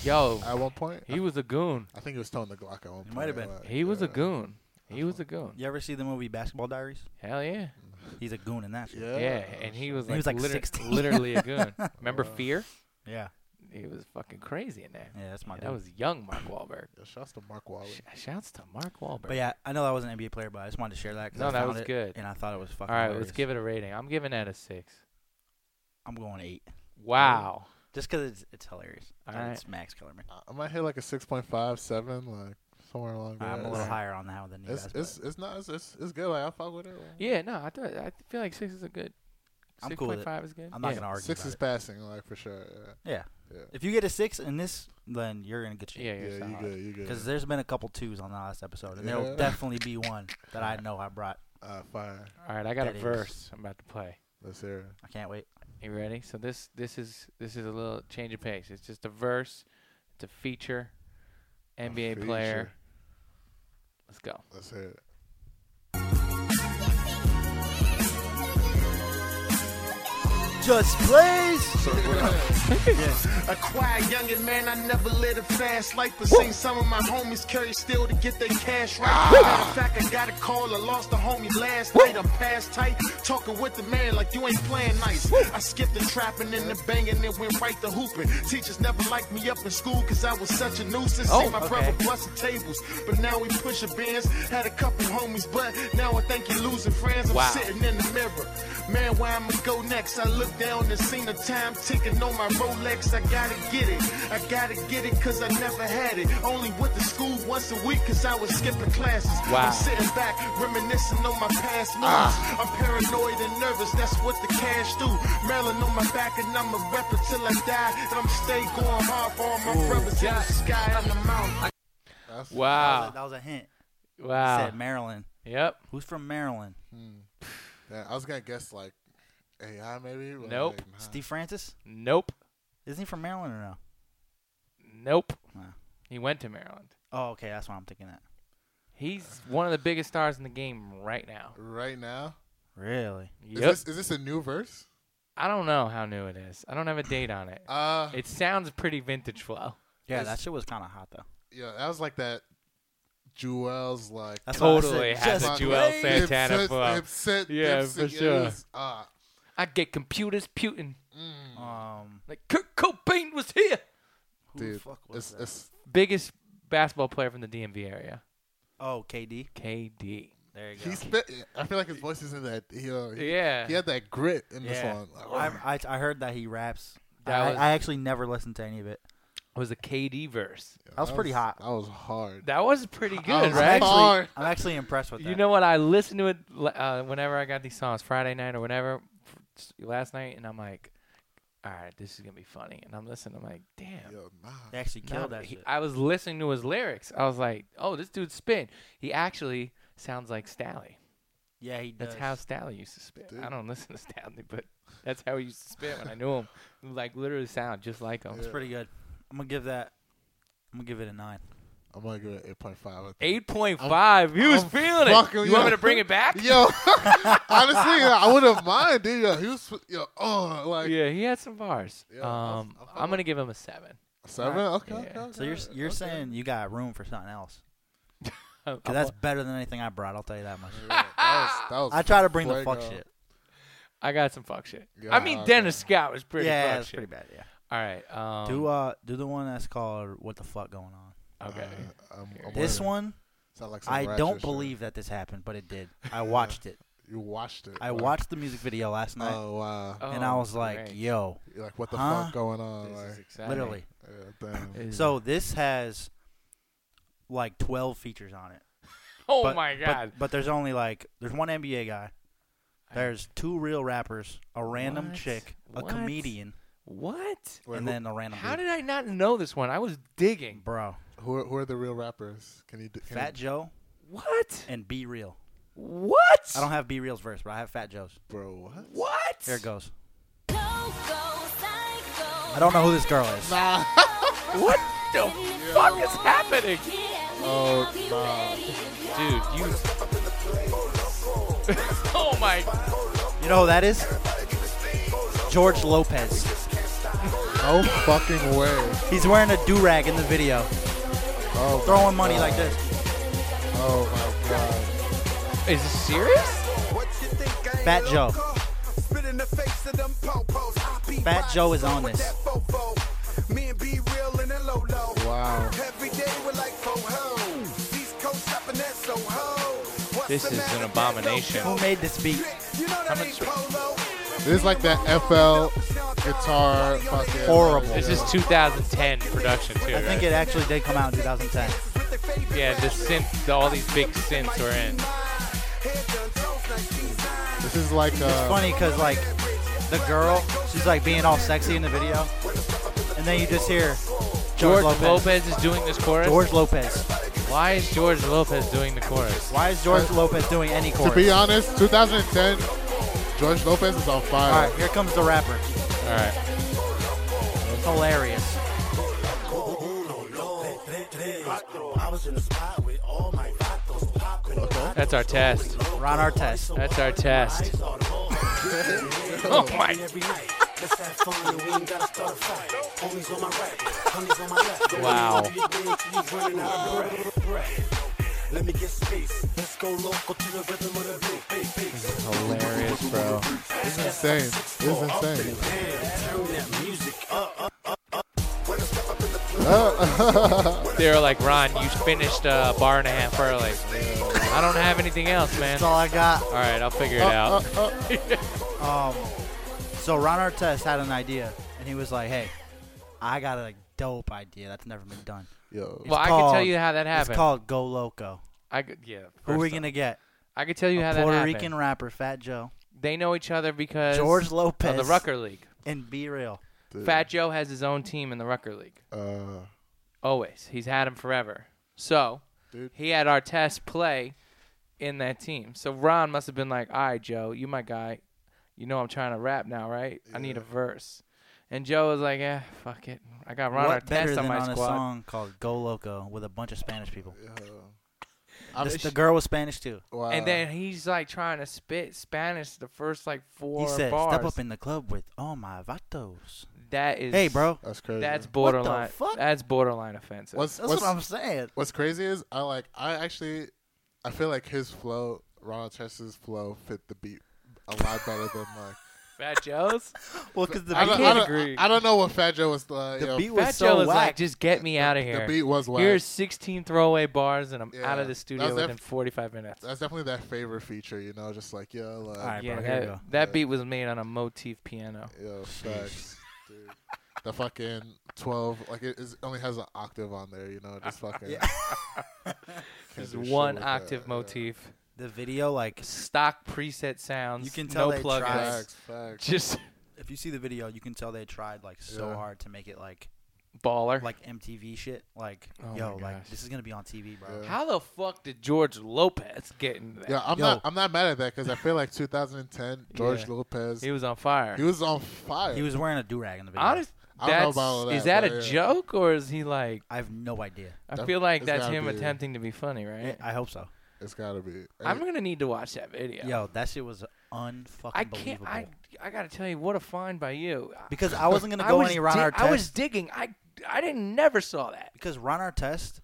Speaker 1: Yo,
Speaker 4: at one point?
Speaker 1: he was a goon.
Speaker 4: I think he was towing the Glock at one point.
Speaker 2: might have been.
Speaker 4: like,
Speaker 1: He was a
Speaker 4: yeah.
Speaker 1: goon. He was a goon.
Speaker 2: You ever see the movie Basketball Diaries?
Speaker 1: Hell yeah.
Speaker 2: He's a goon in that. shit.
Speaker 4: Yeah,
Speaker 1: Yeah, and he was
Speaker 2: He
Speaker 1: like,
Speaker 2: was, like,
Speaker 1: liter-
Speaker 2: 16.
Speaker 1: literally a
Speaker 2: (laughs)
Speaker 1: goon. Remember
Speaker 4: Wow.
Speaker 1: Fear?
Speaker 2: Yeah.
Speaker 1: He was fucking crazy in that.
Speaker 2: Yeah, that's my
Speaker 1: That
Speaker 2: dude.
Speaker 1: was young Mark Wahlberg.
Speaker 4: Yeah, shouts to Mark Wahlberg.
Speaker 1: Sh- Shouts to Mark Wahlberg.
Speaker 2: But yeah, I know I was an NBA player, but I just wanted to share that. 'cause
Speaker 1: No,
Speaker 2: I
Speaker 1: that
Speaker 2: found
Speaker 1: was
Speaker 2: it,
Speaker 1: good.
Speaker 2: And I thought it was fucking.
Speaker 1: All right,
Speaker 2: hilarious.
Speaker 1: let's give it a rating. I'm giving that a six.
Speaker 2: I'm going eight,
Speaker 1: Wow.
Speaker 2: just because it's it's hilarious.
Speaker 1: All
Speaker 2: And
Speaker 1: right.
Speaker 2: It's Max Kellerman.
Speaker 4: I- I might hit like a six point five seven, like somewhere along.
Speaker 2: I'm a
Speaker 4: there.
Speaker 2: little higher on that one than you
Speaker 4: It's
Speaker 2: guys. but
Speaker 4: it's it's not it's it's, it's good. Like I fuck with it. like,
Speaker 1: Yeah, no, I thought I feel like six is a good.
Speaker 2: I'm cool with it.
Speaker 1: 6.5 is good.
Speaker 2: I'm not
Speaker 1: Yeah.
Speaker 2: gonna argue.
Speaker 4: Six
Speaker 2: about
Speaker 4: is
Speaker 2: it.
Speaker 4: passing, like for sure. Yeah,
Speaker 2: Yeah.
Speaker 4: yeah.
Speaker 2: If you get a six in this, then you're in good shape.
Speaker 1: Yeah, you're
Speaker 4: Yeah, you
Speaker 1: solid.
Speaker 4: good, you good.
Speaker 2: Because there's been a couple twos on the last episode, and there
Speaker 4: Yeah.
Speaker 2: will definitely be one that I know I brought.
Speaker 4: Uh, fire.
Speaker 1: All right, I got a
Speaker 2: That is-
Speaker 1: verse I'm about to play.
Speaker 4: Let's hear it.
Speaker 2: I can't wait.
Speaker 1: You ready? So this this is this is a little change of pace. It's just a verse. It's a feature.
Speaker 4: A
Speaker 1: NBA
Speaker 4: feature.
Speaker 1: player. Let's go.
Speaker 4: Let's hear it.
Speaker 2: Just plays.
Speaker 9: A quiet youngin' man, I never lived a fast life, but seen some of my homies carry still to get their cash right.
Speaker 1: Ah!
Speaker 9: Matter of fact, I got a call, I lost a homie last night. I'm past tight, talking with the man like you ain't playing nice. I skipped the trapping and the banging and went right to hooping. Teachers never liked me up in school because I was such a nuisance.
Speaker 1: Oh,
Speaker 9: See my
Speaker 1: okay.
Speaker 9: brother busting tables, but now we pushing bands. Had a couple homies, but now I think you losing friends. I'm
Speaker 1: Wow.
Speaker 9: sitting in the mirror. Man, where I'ma go next? I look down and seen the time ticking on my Rolex. I gotta get it. I gotta get it cause I never had it. Only went to school once a week cause I was skipping classes.
Speaker 1: Wow. Ah.
Speaker 9: I'm sitting back reminiscing on my past moves. I'm paranoid and nervous, that's what the cash do. Maryland on my back and I'ma rep it till I die. And I'm stay going hard for all my brothers in the sky on the mountain.
Speaker 4: That's,
Speaker 2: That was,
Speaker 1: Wow.
Speaker 2: a, that was a hint. He
Speaker 1: Wow.
Speaker 2: said Maryland.
Speaker 1: Yep.
Speaker 2: Who's from Maryland?
Speaker 4: yeah, I was gonna guess like AI maybe. but,
Speaker 1: Nope.
Speaker 4: like, nah.
Speaker 2: Steve Francis?
Speaker 1: Nope.
Speaker 2: Isn't he from Maryland or no?
Speaker 1: Nope.
Speaker 2: Wow.
Speaker 1: He went to Maryland.
Speaker 2: Oh, okay. That's why I'm thinking that.
Speaker 1: He's one of the biggest stars in the game right now.
Speaker 4: Right now,
Speaker 2: Really?
Speaker 1: Yep.
Speaker 4: is, this, is this a new verse?
Speaker 1: I don't know how new it is. I don't have a date on it.
Speaker 4: Uh,
Speaker 1: It sounds pretty vintage flow.
Speaker 2: Yeah,
Speaker 4: Is-
Speaker 2: that shit was kind of hot though.
Speaker 4: yeah, that was like that. Jewel's like
Speaker 2: That's why I said
Speaker 1: Totally has a
Speaker 2: just
Speaker 1: Joel
Speaker 2: wait.
Speaker 1: Santana
Speaker 4: Dipset-
Speaker 1: flow.
Speaker 4: Dipset,
Speaker 1: Yeah,
Speaker 4: Dipset,
Speaker 1: for
Speaker 4: it
Speaker 1: sure.
Speaker 4: is, uh,
Speaker 1: I get computers putin'
Speaker 2: Um,
Speaker 1: like Kurt Cobain was here.
Speaker 2: who the
Speaker 4: dude,
Speaker 2: fuck was
Speaker 4: it's,
Speaker 2: that?
Speaker 4: it's
Speaker 1: Biggest basketball player from the DMV area,
Speaker 2: Oh, KD.
Speaker 1: KD.
Speaker 2: There you go.
Speaker 4: he spit. I feel like his voice is in that. He, uh, he-
Speaker 1: Yeah.
Speaker 4: he had that grit in this
Speaker 2: Yeah.
Speaker 4: one. Like, oh
Speaker 2: I, I I heard that he raps.
Speaker 1: Oh. That
Speaker 2: I,
Speaker 1: was-
Speaker 2: I actually never listened to any of it.
Speaker 1: It was a KD verse.
Speaker 4: yeah,
Speaker 2: that was pretty hot.
Speaker 4: That was hard.
Speaker 1: That was pretty
Speaker 4: I
Speaker 1: good,
Speaker 4: was
Speaker 1: right?
Speaker 4: like, Hard.
Speaker 2: I'm actually impressed with that.
Speaker 1: You know what? I listened to it uh, whenever I got these songs, Friday night or whenever, f- last night, and I'm like, all right, this is gonna be funny. And I'm listening. I'm like, damn.
Speaker 4: Yo, nah.
Speaker 2: they actually
Speaker 1: No,
Speaker 2: killed that
Speaker 1: he-
Speaker 2: shit.
Speaker 1: I was listening to his lyrics. I was like, oh, this dude's spit. He actually sounds like Stally.
Speaker 2: yeah, he
Speaker 1: That's
Speaker 2: does.
Speaker 1: how Stally used to spit. I
Speaker 4: Dude.
Speaker 1: don't (laughs) listen to Stally, but that's how he used to spit when I knew him. Like literally sound just like him.
Speaker 2: It's pretty good. I'm gonna give that. I'm gonna give it a nine.
Speaker 4: I'm gonna give it eight point five. I think.
Speaker 1: Eight point five. He was
Speaker 4: I'm
Speaker 1: feeling it.
Speaker 4: fucking-
Speaker 1: You want
Speaker 4: yo.
Speaker 1: me
Speaker 4: (laughs)
Speaker 1: to bring it back?
Speaker 4: Yo, honestly, I wouldn't mind, dude. Yo, he was, yo, oh, like
Speaker 1: Yeah, he had some bars.
Speaker 4: Yeah, I'll-
Speaker 1: um,
Speaker 4: I'll
Speaker 1: I'm gonna give him a seven. (laughs)
Speaker 4: seven. Okay,
Speaker 1: Yeah.
Speaker 4: okay, okay.
Speaker 2: So you're s- you're
Speaker 4: okay.
Speaker 2: saying you got room for something else?
Speaker 1: I'll-
Speaker 2: 'Cause that's better than anything I brought. I'll tell you that much.
Speaker 4: Yeah, that was, that was
Speaker 2: (laughs) I try to bring the
Speaker 4: flagrant.
Speaker 2: fuck shit.
Speaker 1: I got some fuck shit.
Speaker 4: Yeah,
Speaker 1: I mean,
Speaker 4: okay.
Speaker 1: Dennis Scott was pretty
Speaker 2: yeah,
Speaker 1: fuck
Speaker 2: it's
Speaker 1: shit.
Speaker 2: pretty bad. Yeah.
Speaker 1: All right. Um,
Speaker 2: do uh do the one that's called "What the fuck going on."
Speaker 1: okay.
Speaker 4: Uh, I'm- I'm
Speaker 2: This
Speaker 4: wondering.
Speaker 2: one,
Speaker 4: Sound like some
Speaker 2: I
Speaker 4: ratchet
Speaker 2: don't
Speaker 4: shit.
Speaker 2: believe that this happened, but it did. I watched it.
Speaker 4: you watched it.
Speaker 2: I
Speaker 4: Wow.
Speaker 2: watched the music video last night,
Speaker 4: Oh wow!
Speaker 1: Oh,
Speaker 2: and I was like,
Speaker 1: great.
Speaker 2: "Yo,
Speaker 4: You're like what the
Speaker 2: Huh?
Speaker 4: fuck going on?
Speaker 1: This is
Speaker 4: Like,
Speaker 1: exciting.
Speaker 2: literally."
Speaker 4: yeah,
Speaker 2: (laughs)
Speaker 4: damn.
Speaker 1: This is-
Speaker 2: So this has like 12 features on it.
Speaker 1: (laughs) oh
Speaker 2: But-
Speaker 1: my
Speaker 2: but-
Speaker 1: god.
Speaker 2: But, there's only like there's one NBA guy.
Speaker 1: I-
Speaker 2: There's two real rappers, a random
Speaker 1: What?
Speaker 2: chick, a
Speaker 1: What?
Speaker 2: comedian,
Speaker 1: what?
Speaker 4: Wait,
Speaker 2: and
Speaker 4: who,
Speaker 2: then a random
Speaker 1: How
Speaker 2: dude.
Speaker 1: did I not know this one? I was digging.
Speaker 2: bro
Speaker 4: who are, who are the real rappers? Can you do, can
Speaker 2: Fat
Speaker 4: you,
Speaker 2: Joe
Speaker 1: What?
Speaker 2: and Be Real.
Speaker 1: What?
Speaker 2: I don't have B Real's verse, but I have Fat Joe's.
Speaker 4: Bro, what?
Speaker 1: What?
Speaker 2: Here it goes. I don't know who this girl is.
Speaker 1: What the fuck is happening?
Speaker 4: Oh, nah.
Speaker 1: Dude, you. (laughs) oh my.
Speaker 2: You know who that is? George Lopez.
Speaker 4: No fucking way.
Speaker 2: He's wearing a do rag in the video,
Speaker 4: Oh,
Speaker 2: throwing money like this.
Speaker 4: oh my god.
Speaker 1: Is this serious?
Speaker 2: Fat Joe. Fat Joe is on this.
Speaker 4: Wow.
Speaker 1: This is an abomination.
Speaker 2: Who made this beat?
Speaker 1: How much?
Speaker 4: This is like that FL guitar fucking.
Speaker 2: Horrible.
Speaker 1: This is 2010 production too.
Speaker 2: I think
Speaker 1: right?
Speaker 2: it actually did come out in 2010.
Speaker 1: yeah, the synth, the, all these big synths were in.
Speaker 4: This is like
Speaker 2: It's
Speaker 4: uh,
Speaker 2: funny because like the girl, she's like being all sexy in the video, and then you just hear
Speaker 1: George Lopez is doing this chorus.
Speaker 2: George Lopez.
Speaker 1: Why is George Lopez doing the chorus?
Speaker 2: Why is George Lopez doing any chorus?
Speaker 4: to be honest, 2010. George Lopez is on fire.
Speaker 2: all right, here comes the rapper.
Speaker 1: All right.
Speaker 2: It's hilarious.
Speaker 1: That's our test.
Speaker 2: Ron Artest.
Speaker 1: That's our test. (laughs) oh my. wow. This is hilarious, bro.
Speaker 4: This is insane. This is insane.
Speaker 1: They were like, Ron, you finished a bar and a half early. I don't have anything else, man.
Speaker 2: That's all I got.
Speaker 1: All right, I'll figure it
Speaker 2: Uh,
Speaker 1: out.
Speaker 2: Um, so Ron Artest had an idea, and he was like, "Hey, I got a dope idea that's never been done.
Speaker 4: Yo.
Speaker 1: Well, I can tell
Speaker 2: called-
Speaker 1: you how that happened.
Speaker 2: It's called Go Loco.
Speaker 1: I could, yeah.
Speaker 2: Who are we
Speaker 1: first
Speaker 2: gonna get?
Speaker 1: off. I could tell you
Speaker 2: a
Speaker 1: how that
Speaker 2: Puerto
Speaker 1: happened.
Speaker 2: Rican rapper, Fat Joe,
Speaker 1: They know each other because
Speaker 2: George Lopez,
Speaker 1: of the Rucker League.
Speaker 2: and Be Real.
Speaker 4: Dude.
Speaker 1: Fat Joe has his own team in the Rucker League.
Speaker 4: Uh,
Speaker 1: Always. He's had him forever. So
Speaker 4: Dude.
Speaker 1: he had our test play in that team. So Ron must have been like, all right, Joe, you my guy. You know I'm trying to rap now, right? I need a verse. And Joe was like, eh, fuck it. I got Ron
Speaker 2: what better
Speaker 1: Artest
Speaker 2: than
Speaker 1: on my
Speaker 2: on
Speaker 1: squad.
Speaker 2: a song called "Go Loco" with a bunch of Spanish people?
Speaker 4: I'm-
Speaker 2: This, the girl was Spanish too.
Speaker 4: wow.
Speaker 1: And then he's like trying to spit Spanish the first like four
Speaker 2: He said,
Speaker 1: bars.
Speaker 2: "Step up in the club with all my vatos."
Speaker 1: that is
Speaker 2: Hey, bro,
Speaker 4: that's crazy.
Speaker 1: That's
Speaker 2: What the
Speaker 1: borderline.
Speaker 2: fuck?
Speaker 1: That's borderline offensive.
Speaker 4: what's
Speaker 2: that's
Speaker 4: what's,
Speaker 2: what I'm saying.
Speaker 4: what's crazy is I like I actually I feel like his flow, Ronald Chess's flow, fit the beat a lot better than like.
Speaker 1: Fat Joe's?
Speaker 2: Well, because the
Speaker 4: I
Speaker 2: beat,
Speaker 4: don't,
Speaker 1: can't
Speaker 4: I don't,
Speaker 1: agree.
Speaker 4: I don't know what Fat Joe was. Uh,
Speaker 2: the
Speaker 4: yo,
Speaker 2: beat was
Speaker 1: Fat Joe
Speaker 2: so
Speaker 1: was like,
Speaker 2: whack.
Speaker 1: just get me out of
Speaker 4: the
Speaker 1: here.
Speaker 4: beat was whack.
Speaker 1: Here's 16 throwaway bars, and I'm
Speaker 4: Yeah,
Speaker 1: out of the
Speaker 4: that's
Speaker 1: studio
Speaker 4: def-
Speaker 1: within 45 minutes.
Speaker 4: That's definitely that favorite feature, you know, just like yo, like
Speaker 2: Alright.
Speaker 1: yeah,
Speaker 2: bro, here we
Speaker 1: that,
Speaker 2: go.
Speaker 1: that beat was made on a motif piano.
Speaker 4: yo, facts, dude. The fucking twelve, like it is, only has an octave on there, you know,
Speaker 1: (laughs)
Speaker 4: just fucking. (laughs)
Speaker 2: Yeah.
Speaker 4: Can't
Speaker 1: It's
Speaker 4: do shit
Speaker 1: one
Speaker 4: with that,
Speaker 1: octave
Speaker 4: yeah.
Speaker 1: motif,
Speaker 2: the video, like,
Speaker 1: stock preset sounds.
Speaker 2: You can tell
Speaker 1: no
Speaker 2: they
Speaker 1: plugins.
Speaker 2: tried.
Speaker 4: Facts, facts.
Speaker 1: Just
Speaker 2: if you see the video, you can tell they tried like so
Speaker 4: Yeah.
Speaker 2: hard to make it like
Speaker 1: baller.
Speaker 2: like MTV shit. Like,
Speaker 1: Oh my
Speaker 2: yo, like
Speaker 1: gosh.
Speaker 2: this is gonna be on TV, bro.
Speaker 4: Yeah.
Speaker 1: How the fuck did George Lopez get into that?
Speaker 4: Yeah, I'm
Speaker 2: Yo.
Speaker 4: not. I'm not mad at that because I feel like 2010 George
Speaker 1: Yeah.
Speaker 4: Lopez,
Speaker 1: He was on fire.
Speaker 4: he was on fire.
Speaker 2: He was wearing a do rag in the video.
Speaker 1: Honest,
Speaker 4: I don't know
Speaker 1: that's,
Speaker 4: about all
Speaker 1: is that
Speaker 4: that,
Speaker 1: a
Speaker 4: but yeah.
Speaker 1: joke or is he like?
Speaker 2: I have no idea.
Speaker 1: I
Speaker 4: That-
Speaker 1: feel like
Speaker 4: it's
Speaker 1: that's
Speaker 4: gotta
Speaker 1: him
Speaker 4: be-
Speaker 1: attempting to be funny, right?
Speaker 2: I hope so.
Speaker 4: it's gotta be.
Speaker 1: I'm gonna need to watch that video.
Speaker 2: Yo, that shit was
Speaker 1: I
Speaker 2: unfucking
Speaker 1: can't.
Speaker 2: believable.
Speaker 1: I I gotta tell you, what a find by you.
Speaker 2: because I wasn't gonna
Speaker 1: (laughs) I
Speaker 2: go
Speaker 1: was
Speaker 2: any Ron
Speaker 1: dig-
Speaker 2: Artest.
Speaker 1: I was digging. I I didn't never saw that.
Speaker 2: because Ron Artest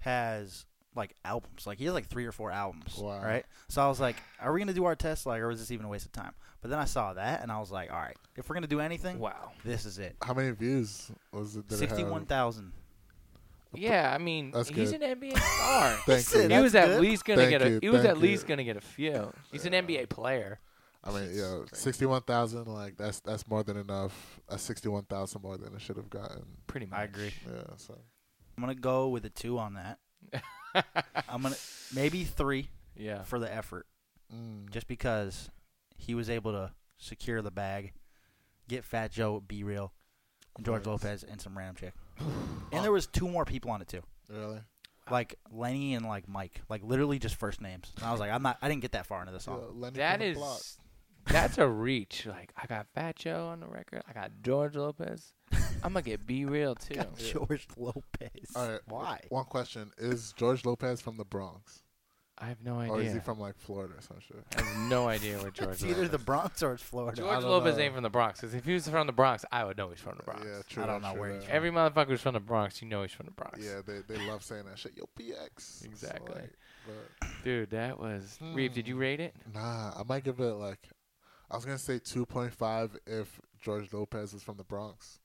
Speaker 2: has like albums. Like he has like three or four albums.
Speaker 4: Wow.
Speaker 2: Right. So I was like, are we gonna do Artest like, or is this even a waste of time? But then I saw that and I was like, all right, if we're gonna do anything,
Speaker 1: Wow.
Speaker 2: this is it.
Speaker 4: How many views was it? did it have?
Speaker 2: Sixty-one thousand.
Speaker 1: Yeah, I mean,
Speaker 4: That's
Speaker 1: he's
Speaker 4: good.
Speaker 1: an NBA
Speaker 4: (laughs)
Speaker 1: star.
Speaker 4: Thank you.
Speaker 2: Listen,
Speaker 1: he was
Speaker 2: That's
Speaker 1: at
Speaker 2: good.
Speaker 1: least gonna
Speaker 4: Thank
Speaker 1: get a.
Speaker 4: you,
Speaker 1: He was
Speaker 4: thank
Speaker 1: at least
Speaker 4: you.
Speaker 1: gonna get a few. He's an NBA player.
Speaker 4: I mean, yo, sixty-one thousand. Like that's that's more than enough. That's sixty-one thousand more than it should have gotten.
Speaker 1: Pretty much.
Speaker 2: I agree.
Speaker 4: Yeah. So
Speaker 2: I'm gonna go with a two on that.
Speaker 1: (laughs)
Speaker 2: I'm gonna maybe three
Speaker 1: Yeah.
Speaker 2: for the effort,
Speaker 4: mm,
Speaker 2: just because he was able to secure the bag, get Fat Joe, Be Real, and George
Speaker 1: (sighs)
Speaker 4: Facts.
Speaker 2: Lopez, and some random chick. and there was two more people on it too.
Speaker 4: really?
Speaker 2: like Lenny and like Mike, like literally just first names. And I was like, I'm not. I didn't get that far into the
Speaker 4: Yeah,
Speaker 2: song.
Speaker 4: Lenny
Speaker 1: That
Speaker 4: from the block.
Speaker 1: is that's a reach. Like I got Fat Joe on the record. I got George Lopez.
Speaker 2: (laughs)
Speaker 1: I'm gonna get B real too.
Speaker 2: Got (laughs) George Lopez.
Speaker 4: All right.
Speaker 2: Why?
Speaker 4: One question is George Lopez from the Bronx,
Speaker 1: I have no
Speaker 4: or is he
Speaker 1: idea.
Speaker 4: from like Florida or some shit?
Speaker 1: I have no idea
Speaker 4: (laughs)
Speaker 1: where George.
Speaker 2: It's either
Speaker 1: Lopez.
Speaker 2: the Bronx or it's Florida. I
Speaker 1: George
Speaker 2: don't
Speaker 1: Lopez
Speaker 2: know.
Speaker 1: ain't from the Bronx. 'cause if he was from the Bronx, I would know he's from the Bronx.
Speaker 4: Yeah, true.
Speaker 2: I don't
Speaker 4: that,
Speaker 2: know where
Speaker 4: true
Speaker 2: he's
Speaker 4: that.
Speaker 1: Every motherfucker who's from the Bronx, you know he's from the Bronx.
Speaker 4: Yeah, they they love saying that shit. Yo, PX. It's
Speaker 1: Exactly.
Speaker 4: like, but-
Speaker 1: Dude, that was Reeve. Did you rate it?
Speaker 4: Nah, I might give it like, I was gonna say two point five if George Lopez is from the Bronx,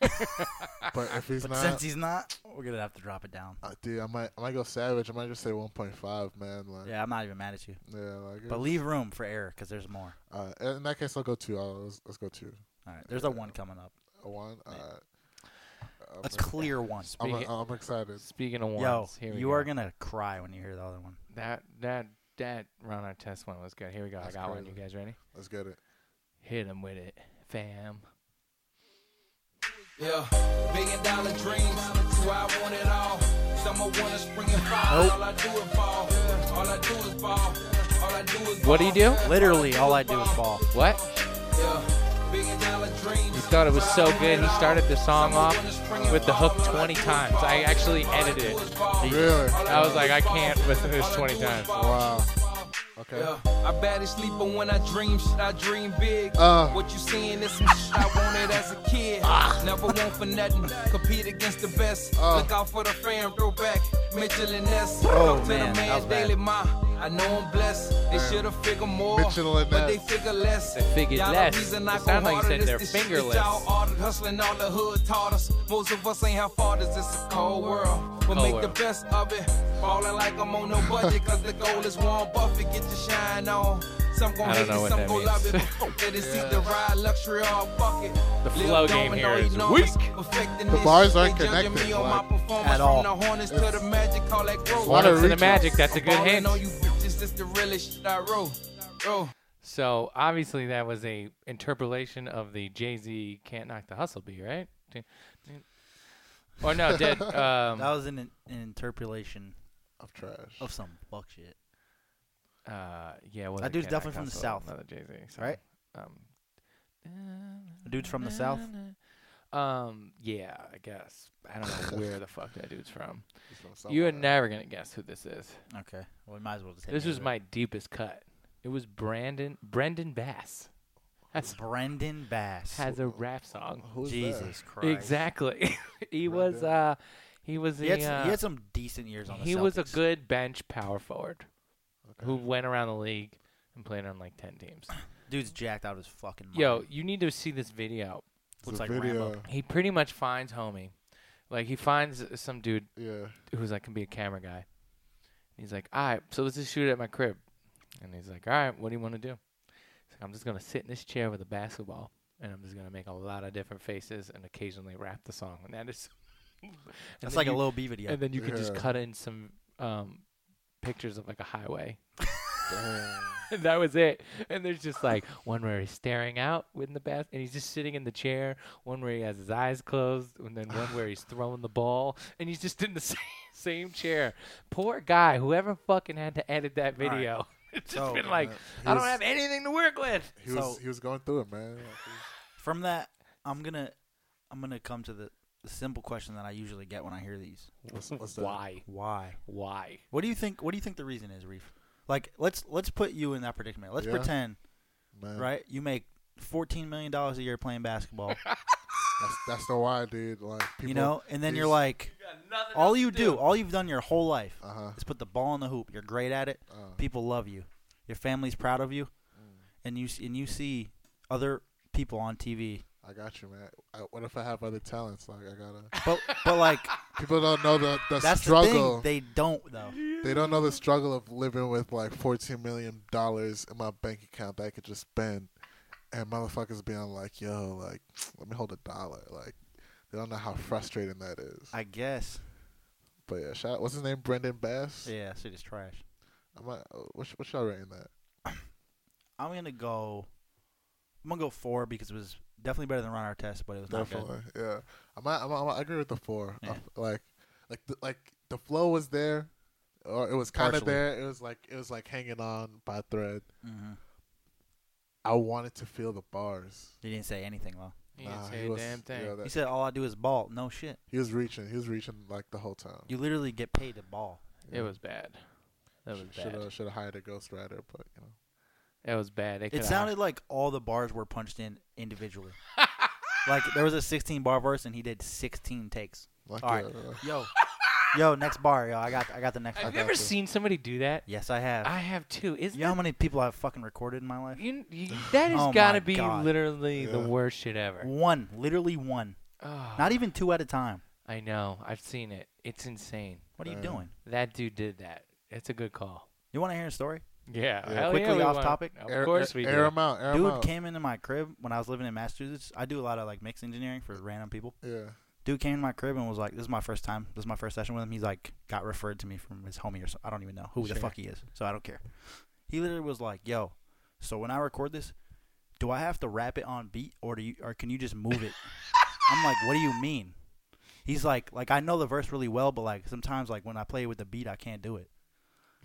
Speaker 4: but if he's
Speaker 2: But
Speaker 4: not,
Speaker 2: since he's not, we're gonna have to drop it down.
Speaker 4: uh, dude, I might I might go savage. I might just say one point five, man. Like, yeah,
Speaker 2: Yeah, I'm not even mad at you.
Speaker 4: like, it's-
Speaker 2: But leave room for error because there's more.
Speaker 4: Uh, in that case, I'll go two. I'll, let's, let's go two.
Speaker 2: All right, there's a one coming up.
Speaker 4: A one. Uh, I'm,
Speaker 2: Let's clear one.
Speaker 4: I'm,
Speaker 1: Speaking,
Speaker 4: I'm excited.
Speaker 1: speaking of ones,
Speaker 2: Yo,
Speaker 1: here we
Speaker 2: you
Speaker 1: go.
Speaker 2: are gonna cry when you hear the other one.
Speaker 1: that that that Ron Artest one was good. Here we go.
Speaker 4: That's
Speaker 1: I got one.
Speaker 4: crazy.
Speaker 1: You guys ready?
Speaker 4: Let's get it.
Speaker 1: Hit him with it, fam.
Speaker 6: Yeah, billion dollar dreams, where I want it all. Summer, winter, spring, and fall. All I do is fall. All I do is fall. All I do is
Speaker 1: What do you do?
Speaker 2: Literally, all I do is fall.
Speaker 1: What?
Speaker 6: Yeah, billion dollar dreams.
Speaker 1: He thought it was so good. He started the song off with the hook 20 times. I actually edited it.
Speaker 4: Really?
Speaker 1: I was like, I can't listen to this 20 times.
Speaker 4: Wow. Okay.
Speaker 6: Yeah, I badly sleep, but when I dream shit, I dream big.
Speaker 4: Uh.
Speaker 6: what you seeing is some shit I wanted as a kid. Never want for nothing. Compete against the best.
Speaker 4: Uh.
Speaker 6: Look out for the fan, throw back. Mitchell and Ness.
Speaker 2: Oh,
Speaker 6: Talk to
Speaker 2: man,
Speaker 6: the
Speaker 2: that was
Speaker 6: man
Speaker 2: bad.
Speaker 6: daily, ma. I know I'm blessed. They should have figured more.
Speaker 4: Mitchell and
Speaker 6: but they
Speaker 4: Ness.
Speaker 6: figure less. They
Speaker 1: figured
Speaker 6: y'all
Speaker 1: less.
Speaker 6: The reason
Speaker 1: It
Speaker 6: I
Speaker 1: sound
Speaker 6: go
Speaker 1: like you
Speaker 6: harder,
Speaker 1: said
Speaker 6: this-
Speaker 1: they're
Speaker 6: this shit
Speaker 1: fingerless.
Speaker 6: Y'all ordered, hustling all the hood taught us. Most of us ain't have fathers. It's a cold world. But
Speaker 1: Cold
Speaker 6: make
Speaker 1: world.
Speaker 6: the best of it. Falling like I'm on no budget, cause the goal is Warren Buffett, get your shine on. Some gon'
Speaker 1: I don't
Speaker 6: hate
Speaker 1: know
Speaker 6: it,
Speaker 1: what
Speaker 6: some
Speaker 1: that
Speaker 6: gon' love
Speaker 1: means.
Speaker 6: it. Let it see the ride, luxury or bucket.
Speaker 1: The flow game here is weak.
Speaker 4: The bars aren't connected,
Speaker 6: Me on my
Speaker 4: like,
Speaker 6: performance
Speaker 2: at all.
Speaker 6: From the hornets to the magic, call that growth.
Speaker 4: What
Speaker 1: Water
Speaker 4: a
Speaker 1: to the
Speaker 4: reach.
Speaker 1: magic. That's a good
Speaker 6: Ballin'
Speaker 1: hint.
Speaker 6: on you bitches, this the realest shit I roll. Roll.
Speaker 1: So obviously that was a interpolation of the Jay Z "Can't Knock the Hustle" beat, right? Or no, did um,
Speaker 2: That was an, an interpolation
Speaker 4: Of trash.
Speaker 2: of some fuck shit.
Speaker 1: uh, yeah, it was a
Speaker 2: That dude's
Speaker 1: Can't Knock
Speaker 2: definitely from the
Speaker 1: Hustle,
Speaker 2: South,
Speaker 1: another Jay Z, so,
Speaker 2: right?
Speaker 1: Um,
Speaker 2: The dude's from the South.
Speaker 1: Um, yeah, I guess I don't know where the fuck that dude's
Speaker 2: (laughs)
Speaker 1: from.
Speaker 4: He's from
Speaker 1: You
Speaker 4: somewhere.
Speaker 1: are never gonna guess who this is.
Speaker 2: Okay, well, we might as well just. hit
Speaker 1: This
Speaker 2: me
Speaker 1: was
Speaker 2: with it.
Speaker 1: my deepest cut. It was Brandon Brendan Bass. That's
Speaker 2: Brendan Bass. Oh,
Speaker 1: has a rap song.
Speaker 4: Who's that?
Speaker 2: Jesus Christ.
Speaker 1: Exactly. (laughs) he was
Speaker 4: Brendan.
Speaker 1: uh he was
Speaker 2: He
Speaker 1: the,
Speaker 2: had, some, he
Speaker 1: uh,
Speaker 2: had some decent years on the
Speaker 1: he was a
Speaker 2: Celtics.
Speaker 1: good bench power forward who went around the league and played on like 10
Speaker 2: (clears throat)
Speaker 1: teams.
Speaker 2: dude's jacked out of his fucking mind.
Speaker 1: Yo, you need to see this video.
Speaker 4: It's
Speaker 2: looks
Speaker 4: a
Speaker 2: like
Speaker 4: video.
Speaker 2: Rambo.
Speaker 1: He pretty much finds homie. Like he finds some dude
Speaker 4: Yeah.
Speaker 1: who's like can be a camera guy. He's like, all right, so let's just shoot it at my crib. And he's like, all right, what do you want to do? He's like, I'm just gonna sit in this chair with a basketball, and I'm just gonna make a lot of different faces and occasionally rap the song. And that is, and
Speaker 2: That's
Speaker 1: then
Speaker 2: like
Speaker 1: you,
Speaker 2: a little B video.
Speaker 1: And then you could just
Speaker 4: Yeah.
Speaker 1: cut in some um, pictures of like a highway. (laughs)
Speaker 4: Damn.
Speaker 1: And that was it. And there's just like one where he's staring out in the bath, and he's just sitting in the chair. One where he has his eyes closed, and then one where he's throwing the ball, and he's just in the (laughs) same, same chair. Poor guy, whoever fucking had to edit that
Speaker 2: right.
Speaker 1: video. (laughs) It's just
Speaker 2: So,
Speaker 1: been like,
Speaker 4: uh,
Speaker 1: I don't
Speaker 4: here's-
Speaker 1: have anything to work with.
Speaker 4: He was
Speaker 2: So-
Speaker 4: he was going through it, man. Like,
Speaker 2: From that, I'm gonna, I'm gonna come to the, the simple question that I usually get when I hear these.
Speaker 4: What's, what's that?
Speaker 1: Why?
Speaker 2: Why?
Speaker 1: Why?
Speaker 2: What do you think? What do you think the reason is, Reef? Like, let's let's put you in that predicament. Let's
Speaker 4: Yeah.
Speaker 2: pretend,
Speaker 4: Man,
Speaker 2: right? You make fourteen million dollars a year playing
Speaker 4: (laughs)
Speaker 2: basketball,
Speaker 4: That's that's the why, dude. Like people,
Speaker 2: you know, and then you're like, all you do, all you've done your whole life,
Speaker 4: Uh-huh.
Speaker 2: is put the ball in the hoop. You're great at it.
Speaker 4: Uh. Mm.
Speaker 2: People love you. Your family's proud of you, and you s- and you see other people on TV,
Speaker 4: I got you, man. I, what if I have other talents? Like I gotta.
Speaker 2: but but
Speaker 4: (laughs)
Speaker 2: like
Speaker 4: People don't know the, the
Speaker 2: that's
Speaker 4: struggle.
Speaker 2: the thing. They don't though.
Speaker 4: they, don't know the struggle of living with like fourteen million dollars in my bank account that I could just spend, and motherfuckers being like, "Yo, like, let me hold a dollar." Like, they don't know how frustrating that is.
Speaker 2: I guess.
Speaker 4: but yeah, shout. What's his name? Brendan Bass.
Speaker 2: Yeah, that shit is trash.
Speaker 4: I'm like, what what y'all rating that?
Speaker 2: I'm gonna go. I'm gonna go four because it was definitely better than Ron Artest, but it was not good.
Speaker 4: Definitely, yeah. I might, I might, I might agree with the four. I
Speaker 2: Yeah.
Speaker 4: f- like, like, the, like the flow was there, or it was kind of
Speaker 2: Partially.
Speaker 4: there. It was like it was like hanging on by a thread.
Speaker 2: Mm-hmm.
Speaker 4: I wanted to feel the bars.
Speaker 2: He didn't say anything, though.
Speaker 1: He didn't
Speaker 4: Nah,
Speaker 1: say a
Speaker 4: was-
Speaker 1: damn thing.
Speaker 4: yeah, that-
Speaker 2: He said, "All I do is ball." No shit.
Speaker 4: he was reaching. He was reaching like the whole time.
Speaker 2: You literally get paid to ball.
Speaker 1: It was bad. That was
Speaker 4: Should
Speaker 1: bad.
Speaker 4: have should have hired a ghostwriter, but you know.
Speaker 1: That was bad. They
Speaker 2: It
Speaker 1: coulda-
Speaker 2: sounded like all the bars were punched in individually. (laughs) like there was a 16 bar verse and he did 16 takes.
Speaker 4: Like,
Speaker 2: All right,
Speaker 4: uh,
Speaker 2: yo, yo, next bar, yo. I got, I got the next.
Speaker 1: I've
Speaker 2: one.
Speaker 1: never seen somebody do that.
Speaker 2: Yes, I have.
Speaker 1: I have too. Is
Speaker 2: you know how many people I've fucking recorded in my life?
Speaker 1: you, you, that has
Speaker 2: Oh my
Speaker 1: got to be
Speaker 2: God.
Speaker 1: literally the
Speaker 4: Yeah.
Speaker 1: worst shit ever.
Speaker 2: One, literally one.
Speaker 1: Oh,
Speaker 2: Not even two at a time.
Speaker 1: I know. I've seen it. It's insane.
Speaker 2: What are you
Speaker 4: Damn.
Speaker 2: doing?
Speaker 1: That dude did that. It's a good call.
Speaker 2: You want to hear a story?
Speaker 1: Yeah.
Speaker 4: Yeah.
Speaker 1: hell
Speaker 2: Quickly
Speaker 1: we
Speaker 2: off
Speaker 1: want-
Speaker 2: topic.
Speaker 1: Of
Speaker 4: air-
Speaker 1: course
Speaker 4: air,
Speaker 1: we
Speaker 4: air
Speaker 1: do.
Speaker 4: him out. Air 'em
Speaker 2: Dude
Speaker 4: out.
Speaker 2: came into my crib when I was living in Massachusetts. I do a lot of like mix engineering for random people.
Speaker 4: Yeah.
Speaker 2: Dude came to my crib and was like, "This is my first time. This is my first session with him." He's like, got referred to me from his homie or something. I don't even know who the
Speaker 1: Sure.
Speaker 2: fuck he is, so I don't care. He literally was like, "Yo, so when I record this, do I have to rap it on beat, or do you, or can you just move it?" I'm like, "What do you mean?" He's like, "Like I know the verse really well, but like sometimes like when I play with the beat, I can't do it."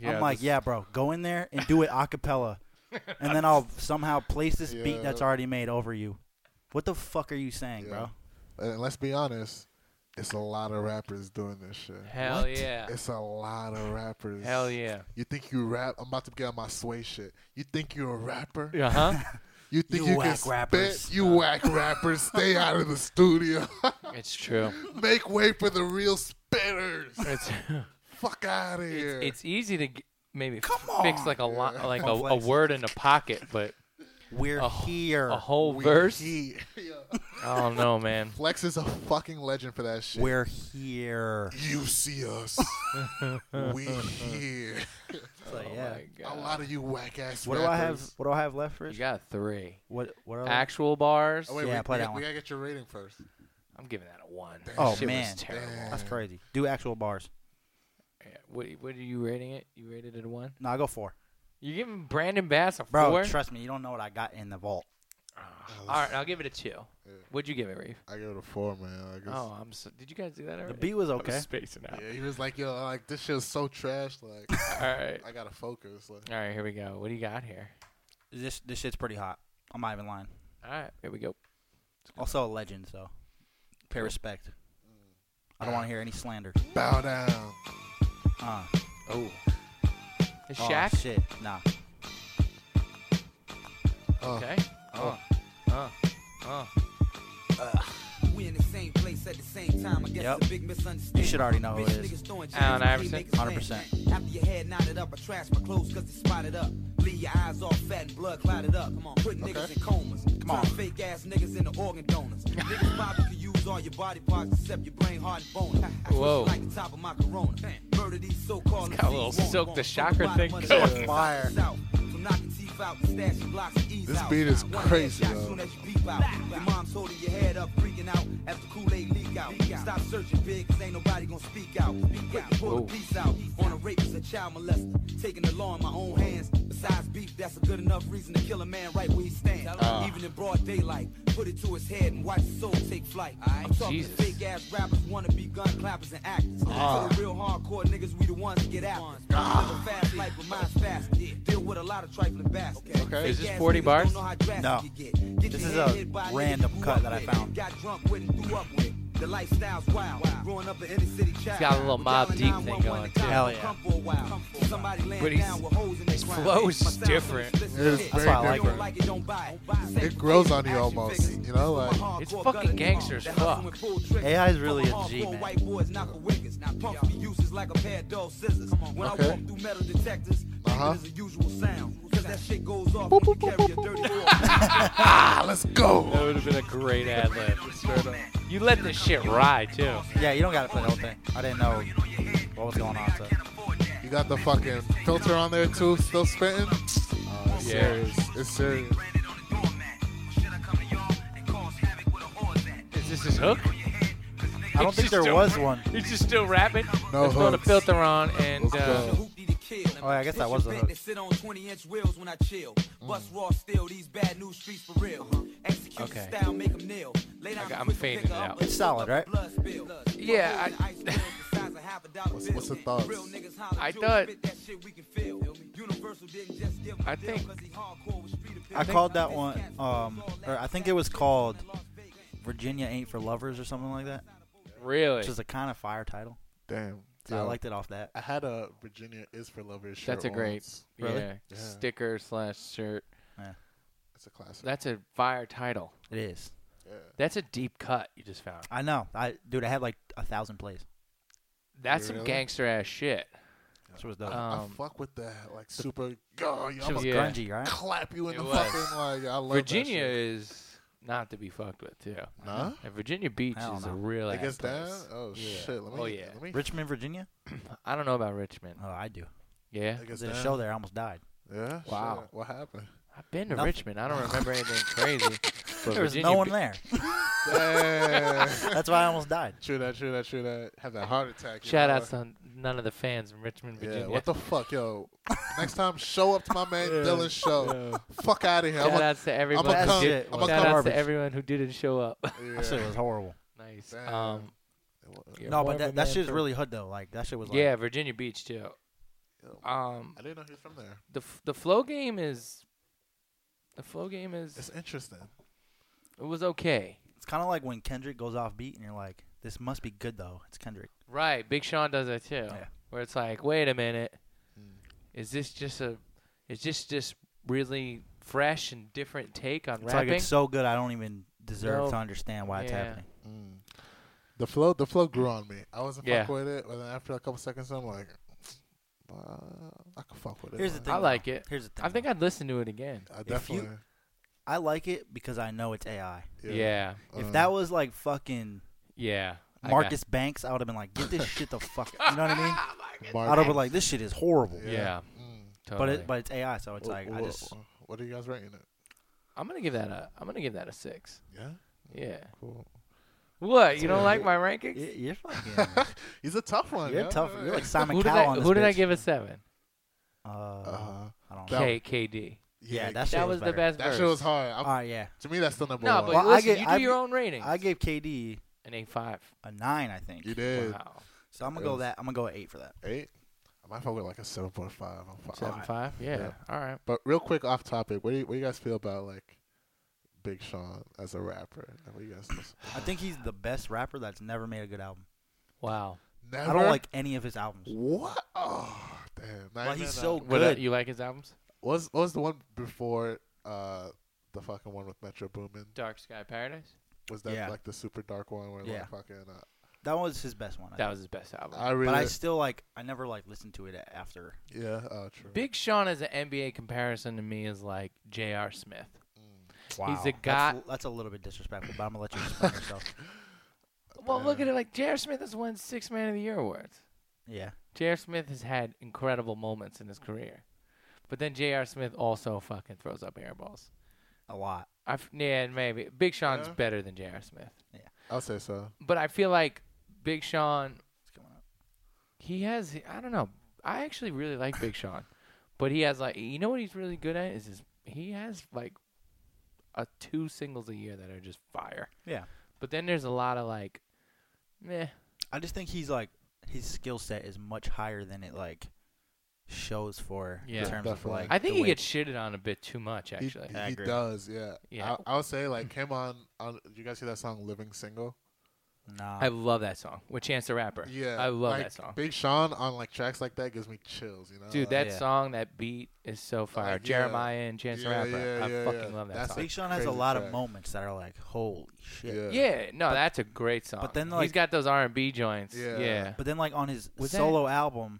Speaker 2: I'm like,
Speaker 4: just-
Speaker 2: yeah, bro, go in there and do it a cappella. and then I'll somehow place this beat
Speaker 4: Yeah.
Speaker 2: that's already made over you. What the fuck are you saying,
Speaker 4: Yeah.
Speaker 2: bro?
Speaker 4: And let's be honest, it's a lot of rappers doing this shit.
Speaker 1: Hell yeah.
Speaker 4: It's a lot of rappers.
Speaker 1: Hell
Speaker 2: (laughs)
Speaker 1: yeah.
Speaker 4: You think you rap? I'm about to get on my sway shit. You think you're a rapper?
Speaker 1: Uh huh.
Speaker 4: You think
Speaker 2: You
Speaker 4: you,
Speaker 2: whack
Speaker 4: can spit?
Speaker 2: rappers.
Speaker 4: You whack rappers. Stay out of the studio. (laughs)
Speaker 1: it's true.
Speaker 4: Make way for the real spitters.
Speaker 1: It's (laughs)
Speaker 4: Fuck out of here.
Speaker 1: it's easy to g- maybe
Speaker 2: Come
Speaker 1: fix
Speaker 2: on.
Speaker 1: like a lot like a, a
Speaker 2: Complex.
Speaker 1: word in a pocket, but
Speaker 2: We're
Speaker 1: a, wh-
Speaker 2: here.
Speaker 1: a whole
Speaker 4: We
Speaker 1: verse.
Speaker 4: here.
Speaker 1: I don't know,
Speaker 2: (laughs)
Speaker 1: man.
Speaker 4: Flex is a fucking legend for that shit.
Speaker 2: We're here.
Speaker 4: you see
Speaker 2: (laughs)
Speaker 4: us, we here.
Speaker 1: Oh my
Speaker 2: So, yeah.
Speaker 4: A
Speaker 1: God.
Speaker 4: lot of you whack ass.
Speaker 2: What do I have? What do I have left,
Speaker 1: You
Speaker 2: Rich?
Speaker 1: got three
Speaker 2: What? What? Are
Speaker 1: actual bars.
Speaker 4: Oh wait,
Speaker 2: Yeah,
Speaker 4: we,
Speaker 2: play
Speaker 4: we,
Speaker 2: that
Speaker 4: got-
Speaker 2: one.
Speaker 4: we gotta get your rating first.
Speaker 1: I'm giving that a one. That
Speaker 2: Oh,
Speaker 1: shit
Speaker 2: man.
Speaker 1: was terrible.
Speaker 4: Damn.
Speaker 2: That's crazy. Do actual bars.
Speaker 1: Yeah. What what are you rating it? You rated it a one.
Speaker 2: No, I go four.
Speaker 1: You giving Brandon Bass a
Speaker 2: Bro,
Speaker 1: four?
Speaker 2: trust me, you don't know what I got in the vault.
Speaker 1: All right, I'll give it a two. What'd you give it, Reeve?
Speaker 4: I give it a four, man. I guess.
Speaker 1: Oh, I'm. So, did you guys do that already?
Speaker 2: The beat was
Speaker 1: I was
Speaker 2: okay.
Speaker 1: spacing out.
Speaker 4: Yeah, he was like, yo, like this shit is so trash. Like,
Speaker 1: All right.
Speaker 4: I gotta focus. Like,
Speaker 1: All right. Here we go. What do you got here?
Speaker 2: This this shit's pretty hot. I'm not even lying.
Speaker 1: All right. Here we go.
Speaker 2: Also a legend, so pay respect. I don't want to hear any slander.
Speaker 4: bow down.
Speaker 2: Uh,
Speaker 4: Oh,
Speaker 1: Is
Speaker 2: oh,
Speaker 1: Shaq.
Speaker 2: shit. Nah.
Speaker 4: oh.
Speaker 1: Okay.
Speaker 4: Oh.
Speaker 1: Uh, uh.
Speaker 8: We in the same place at the same time. I guess
Speaker 2: Yep.
Speaker 8: it's a big misunderstanding.
Speaker 2: You should already know who it
Speaker 8: Bitch
Speaker 2: is.
Speaker 8: niggas throwing
Speaker 1: Allen
Speaker 8: jabs,
Speaker 1: Iverson.
Speaker 8: they make us
Speaker 2: 100%.
Speaker 8: mad. After your head knotted up, I trash my clothes cause they spotted up. Leave your eyes all fat and blood clotted up. Come on, put niggas
Speaker 4: Okay.
Speaker 8: in comas. Come
Speaker 2: on.
Speaker 8: fake ass niggas into organ
Speaker 2: (laughs)
Speaker 8: donors. niggas probably could use all your body parts except your brain, heart, and bone. I twist
Speaker 1: Whoa.
Speaker 8: you Like the top of my corona. Murder these so-called
Speaker 1: It's got a little
Speaker 8: MCs,
Speaker 1: Silk
Speaker 8: won't,
Speaker 1: the
Speaker 8: won't.
Speaker 1: Shocker
Speaker 8: Bottom
Speaker 1: thing
Speaker 8: of the
Speaker 1: going.
Speaker 8: south, south,
Speaker 2: Fire.
Speaker 8: south. From knocking teeth out, stashing blocks and ease
Speaker 4: This
Speaker 8: out.
Speaker 4: beat is
Speaker 8: One headshot
Speaker 4: crazy,
Speaker 8: soon
Speaker 4: though.
Speaker 8: as you peep out. Your mom's holding your head up, freaking out after Kool-Aid leak out. Stop searching, big, cause ain't nobody gonna speak out. Quick to pull
Speaker 1: Whoa.
Speaker 8: the piece out. On a rapist, a child molester. Taking the law in my own hands. Besides beef, that's a good enough reason to kill a man right where he stands. Even in broad daylight, put it to his head and watch his soul take flight. I'm talking
Speaker 1: Jesus.
Speaker 8: fake ass rappers, wanna be gun clappers and actors. For the real hardcore niggas, we the ones to get after. Live a fast life, but mine's fast. Deal with a lot of trifling bastards.
Speaker 4: Okay.
Speaker 1: Is
Speaker 8: Fake
Speaker 1: this
Speaker 8: ass
Speaker 1: 40
Speaker 8: niggas
Speaker 1: bars?
Speaker 8: don't know how drastic
Speaker 2: No.
Speaker 8: it get. Get
Speaker 2: This
Speaker 8: your
Speaker 2: is
Speaker 8: head
Speaker 2: a
Speaker 8: hit by nigga
Speaker 2: random
Speaker 8: you grew
Speaker 2: cut
Speaker 8: up
Speaker 2: that I
Speaker 8: with.
Speaker 2: found.
Speaker 8: Got drunk with and threw up with. The lifestyle's wild. Growing up an inner city child.
Speaker 1: got a little
Speaker 8: With
Speaker 1: Mobb
Speaker 8: dialing
Speaker 1: Deep
Speaker 8: 911
Speaker 1: thing going, too.
Speaker 2: Hell yeah.
Speaker 8: Come for a while. Somebody laying
Speaker 1: But he's-
Speaker 8: down with holes in their
Speaker 1: his
Speaker 8: ground.
Speaker 1: flow is
Speaker 8: My sound
Speaker 1: different.
Speaker 8: is listen
Speaker 4: It is
Speaker 8: shit.
Speaker 4: very
Speaker 2: That's why I like
Speaker 8: If you don't
Speaker 4: different.
Speaker 8: like it, don't buy it.
Speaker 4: It grows on you almost, you know, like-
Speaker 1: It's fucking gangster as fuck.
Speaker 2: AI is really a G, man.
Speaker 8: White boys knock the wiggers. Now pump me uses like a pair of dull scissors. When I
Speaker 4: Okay.
Speaker 8: walk through metal detectors,
Speaker 4: Uh-huh.
Speaker 8: uh is a usual sound. Cause that shit goes off when you carry a dirty
Speaker 4: (laughs)
Speaker 8: walk.
Speaker 4: Ah, let's go.
Speaker 1: That would have been a great ad lib. You let this shit ride too.
Speaker 2: Yeah, you don't gotta play the whole thing. I didn't know what was going on. So.
Speaker 4: You got the fucking filter on there too, still spitting. Oh, it's
Speaker 1: Yeah.
Speaker 4: serious. It's serious.
Speaker 1: Is this his hook?
Speaker 2: I don't think there was one.
Speaker 1: He's just still rapping.
Speaker 4: No
Speaker 1: Let's throw the
Speaker 4: hooks.
Speaker 1: filter on and
Speaker 4: Let's
Speaker 1: uh,
Speaker 4: go.
Speaker 8: Oh,
Speaker 2: Oh, yeah, I guess that was the hook.
Speaker 8: Sit on 20 inch wheels when I chill. Bust raw steel, these bad news streets for real. Execution
Speaker 1: Okay.
Speaker 8: style, make 'em kneel. Lay down
Speaker 1: got-
Speaker 8: the
Speaker 1: I'm
Speaker 8: quick to
Speaker 1: fading
Speaker 8: pick
Speaker 1: it
Speaker 8: up
Speaker 1: out.
Speaker 8: a
Speaker 2: It's solid,
Speaker 8: slip
Speaker 2: right?
Speaker 8: up a blood spill.
Speaker 1: Yeah,
Speaker 8: Buckle with
Speaker 1: I-
Speaker 8: an ice wheel the size of
Speaker 6: half a dollar
Speaker 4: What's-
Speaker 6: bill.
Speaker 4: what's the thoughts?
Speaker 6: Real niggas holler,
Speaker 1: I
Speaker 6: Joe
Speaker 1: thought-
Speaker 6: spit that shit we can feel. Universal didn't just give him a
Speaker 1: I
Speaker 6: deal
Speaker 1: think-
Speaker 6: 'cause he hardcore with street
Speaker 2: I
Speaker 6: appeal.
Speaker 2: called that one, um, or I think it was called Virginia Ain't for Lovers or something like that,
Speaker 1: Really?
Speaker 2: which is a kind of fire title.
Speaker 4: Damn.
Speaker 2: So I
Speaker 4: Yo,
Speaker 2: liked it off that.
Speaker 4: I had a Virginia is for lovers shirt.
Speaker 1: That's a great
Speaker 4: once.
Speaker 2: Really?
Speaker 1: yeah,
Speaker 4: Yeah.
Speaker 1: sticker slash shirt.
Speaker 4: It's a classic.
Speaker 1: That's a fire title.
Speaker 2: It is.
Speaker 4: yeah.
Speaker 1: That's a deep cut you just found.
Speaker 2: I know. I dude, I had like a thousand plays.
Speaker 1: That's some
Speaker 4: Really?
Speaker 1: gangster ass shit.
Speaker 2: This was dope.
Speaker 4: I
Speaker 1: Um,
Speaker 4: fuck with that. Like super. Oh, yo,
Speaker 1: She
Speaker 4: I'm
Speaker 1: was
Speaker 4: gonna
Speaker 1: yeah.
Speaker 2: grungy, right?
Speaker 4: clap you in
Speaker 1: It
Speaker 4: the
Speaker 1: was.
Speaker 4: fucking like. I love that
Speaker 1: Virginia
Speaker 4: shit.
Speaker 1: is not to be fucked with too.
Speaker 4: Nah?
Speaker 1: And Virginia Beach
Speaker 2: Hell
Speaker 1: is
Speaker 2: no.
Speaker 1: a real
Speaker 4: It
Speaker 1: ass
Speaker 4: gets
Speaker 1: place.
Speaker 4: down. Oh
Speaker 1: Yeah.
Speaker 4: shit. Let me.
Speaker 1: Oh, yeah.
Speaker 4: Let me.
Speaker 2: Richmond, Virginia.
Speaker 1: I don't know about Richmond.
Speaker 2: Oh, I do.
Speaker 1: Yeah,
Speaker 4: It
Speaker 2: I
Speaker 4: gets
Speaker 2: did a
Speaker 4: down.
Speaker 2: show there. I almost died.
Speaker 4: Yeah.
Speaker 1: Wow.
Speaker 4: shit. What happened?
Speaker 1: I've been to
Speaker 2: Nothing.
Speaker 1: Richmond. I don't remember anything crazy. But
Speaker 2: There was
Speaker 1: Virginia
Speaker 2: no one
Speaker 1: Be-
Speaker 2: there.
Speaker 4: Damn.
Speaker 2: That's why I almost died.
Speaker 4: (laughs) True that, true that, true that. Have that heart attack. you
Speaker 1: Shout
Speaker 4: know?
Speaker 1: out to none of the fans in Richmond, Virginia.
Speaker 4: Yeah, what the fuck, yo. Next time, show up to my man Dylan's show. Fuck out of here.
Speaker 1: Shout
Speaker 4: I'm a,
Speaker 1: outs to everyone.
Speaker 4: come-
Speaker 1: who did-
Speaker 2: That shit
Speaker 4: I'm
Speaker 2: was
Speaker 4: a
Speaker 1: shout outs
Speaker 2: garbage.
Speaker 1: to everyone who didn't show up. (laughs)
Speaker 4: yeah.
Speaker 2: That shit was horrible.
Speaker 1: nice.
Speaker 4: Damn.
Speaker 1: Um, your
Speaker 2: No,
Speaker 1: boy,
Speaker 2: but
Speaker 1: my
Speaker 2: that, that
Speaker 1: man
Speaker 2: shit is
Speaker 1: from-
Speaker 2: really hood though. Like that shit was like
Speaker 1: yeah, Virginia Beach too.
Speaker 4: Yo,
Speaker 1: Um,
Speaker 4: I didn't know he was from there.
Speaker 1: the f- the flow game is the flow game is
Speaker 4: It's interesting.
Speaker 1: it was okay.
Speaker 2: it's kind of like when Kendrick goes off beat and you're like, this must be good though. It's Kendrick.
Speaker 1: Right, Big Sean does that too.
Speaker 2: Yeah. Hmm.
Speaker 1: Where it's like, wait a minute,
Speaker 4: Mm.
Speaker 1: is this just a, is this just really fresh and different take on
Speaker 2: It's
Speaker 1: rapping?
Speaker 2: like it's so good I don't even deserve
Speaker 1: No.
Speaker 2: to understand why it's
Speaker 1: Yeah.
Speaker 2: happening.
Speaker 4: Mm. The flow, the flow grew on me. I wasn't
Speaker 1: Yeah.
Speaker 4: fuck with it, but then after a couple seconds, I'm like, uh, I can fuck with it.
Speaker 2: Here's the
Speaker 4: man.
Speaker 2: thing.
Speaker 1: I
Speaker 2: though.
Speaker 1: like it.
Speaker 2: Here's the thing.
Speaker 1: I think
Speaker 2: though.
Speaker 1: I'd listen to it again.
Speaker 4: I
Speaker 2: If you-
Speaker 4: definitely.
Speaker 2: I like it because I know it's AI.
Speaker 1: Yeah, yeah.
Speaker 4: uh,
Speaker 2: if that was like fucking
Speaker 1: I got-
Speaker 2: Marcus Banks, I would have been like, get this shit the fuck. You know what I mean?
Speaker 4: Mark-
Speaker 2: I'd have been like, this shit is horrible.
Speaker 1: yeah,
Speaker 4: Mm.
Speaker 1: totally.
Speaker 2: But it, but it's AI, so it's
Speaker 4: Wha-
Speaker 2: like
Speaker 4: wha-
Speaker 2: I just
Speaker 4: wha- What are you guys rating it?
Speaker 1: I'm gonna give that a, I'm gonna give that a six.
Speaker 4: Yeah,
Speaker 1: Yeah.
Speaker 4: cool.
Speaker 1: What? You don't
Speaker 4: Yeah.
Speaker 1: like my rankings?
Speaker 2: Y- you're fucking
Speaker 4: He's a tough one.
Speaker 2: you're
Speaker 4: yo.
Speaker 2: tough. You're like Simon
Speaker 1: who did,
Speaker 2: Cowell
Speaker 1: I,
Speaker 2: on this
Speaker 1: who did I
Speaker 2: bitch.
Speaker 1: give a seven?
Speaker 2: Uh,
Speaker 4: Uh-huh.
Speaker 2: I don't know.
Speaker 4: That-
Speaker 1: K K D.
Speaker 2: yeah,
Speaker 4: that,
Speaker 2: that shit
Speaker 1: That
Speaker 2: was,
Speaker 1: was the
Speaker 2: better.
Speaker 1: best.
Speaker 4: that
Speaker 1: verse.
Speaker 4: shit was hard. I'm-
Speaker 2: All right, yeah.
Speaker 4: to me, that's the number
Speaker 1: No,
Speaker 4: one.
Speaker 1: but
Speaker 2: Well, I
Speaker 1: listen,
Speaker 2: get-
Speaker 1: you do
Speaker 2: I-
Speaker 1: your own rating.
Speaker 2: I gave KD
Speaker 1: an A five.
Speaker 2: a nine, I think.
Speaker 4: you did.
Speaker 1: Wow.
Speaker 2: So I'm gonna go that. I'm gonna go an eight for that.
Speaker 4: eight. I might fuck with like a seven point five. I'm fine.
Speaker 1: Seven five. Yeah.
Speaker 4: Yeah.
Speaker 1: All right.
Speaker 4: But real quick, off topic. What do you, what do you guys feel about like Big Sean as a rapper? Like, What do you guys
Speaker 2: I think he's the best rapper that's never made a good album.
Speaker 1: Wow.
Speaker 2: (sighs)
Speaker 4: never
Speaker 2: I don't like any of his albums.
Speaker 4: what? Oh damn! Now
Speaker 2: Well,
Speaker 4: you
Speaker 2: he's
Speaker 4: know
Speaker 2: so
Speaker 4: that.
Speaker 1: What uh,
Speaker 2: good.
Speaker 1: you like his albums?
Speaker 4: What was what was the one before uh the fucking one with Metro Boomin?
Speaker 1: Dark Sky Paradise.
Speaker 4: Was that
Speaker 2: Yeah.
Speaker 4: like the super dark one where
Speaker 2: Yeah.
Speaker 4: like fucking? Uh,
Speaker 2: That was his best one. I
Speaker 1: That
Speaker 2: think.
Speaker 1: was his best album.
Speaker 4: I really
Speaker 2: but I still like. I never like listened to it a- after.
Speaker 4: yeah. Oh, true.
Speaker 1: Big Sean as an NBA comparison to me is like J.R. Smith.
Speaker 2: Wow,
Speaker 1: a guy-
Speaker 2: That's, that's a little bit disrespectful, but I'm gonna let you explain yourself. (laughs)
Speaker 1: Well, look at it like J.R. Smith has won six Man of the Year awards.
Speaker 2: Yeah,
Speaker 1: J.R. Smith has had incredible moments in his career, but then J.R. Smith also fucking throws up airballs.
Speaker 2: a lot.
Speaker 1: I f- yeah, maybe Big Seon's
Speaker 4: Yeah.
Speaker 1: better than J.R. Smith,
Speaker 4: I'll say so.
Speaker 1: but I feel like Big Sean
Speaker 2: It's coming up.
Speaker 1: He has. I don't know. I actually really like Big Sean, but he has like you know what he's really good at is his, he has like a two singles a year that are just fire.
Speaker 2: Yeah,
Speaker 1: But then there's a lot of like, meh.
Speaker 2: I just think he's like his skill set is much higher than it like shows for
Speaker 1: Yeah.
Speaker 2: in terms
Speaker 4: Definitely.
Speaker 2: of like.
Speaker 1: I think
Speaker 2: the
Speaker 1: he
Speaker 2: way-
Speaker 1: gets shitted on a bit too much
Speaker 4: He,
Speaker 1: actually.
Speaker 2: I
Speaker 4: he
Speaker 2: agree.
Speaker 4: does, yeah.
Speaker 1: Yeah.
Speaker 4: I, I would
Speaker 2: (clears throat)
Speaker 4: say like him on, on. You guys hear that song "Living Single"?
Speaker 2: Nah,
Speaker 1: I love that song with Chance the Rapper.
Speaker 4: Yeah,
Speaker 1: I love
Speaker 4: like,
Speaker 1: that song.
Speaker 4: Big Sean on like tracks like that gives me chills. You know,
Speaker 1: Dude,
Speaker 4: like,
Speaker 1: that
Speaker 2: yeah.
Speaker 1: song, that beat is so fire.
Speaker 4: yeah.
Speaker 1: Jeremiah and Chance
Speaker 4: Yeah,
Speaker 1: the Rapper.
Speaker 4: yeah,
Speaker 1: I
Speaker 4: yeah,
Speaker 1: fucking
Speaker 4: yeah.
Speaker 1: love that
Speaker 4: That's
Speaker 1: song.
Speaker 2: Big Sean has
Speaker 4: Crazy
Speaker 2: a lot
Speaker 4: track.
Speaker 2: of moments that are like, holy shit.
Speaker 4: yeah,
Speaker 1: Yeah, no, that's a great song.
Speaker 2: then,
Speaker 1: he's
Speaker 2: like-
Speaker 1: got those R and B joints.
Speaker 4: Yeah.
Speaker 1: yeah.
Speaker 2: But then, like on his
Speaker 1: Was that-
Speaker 2: solo album,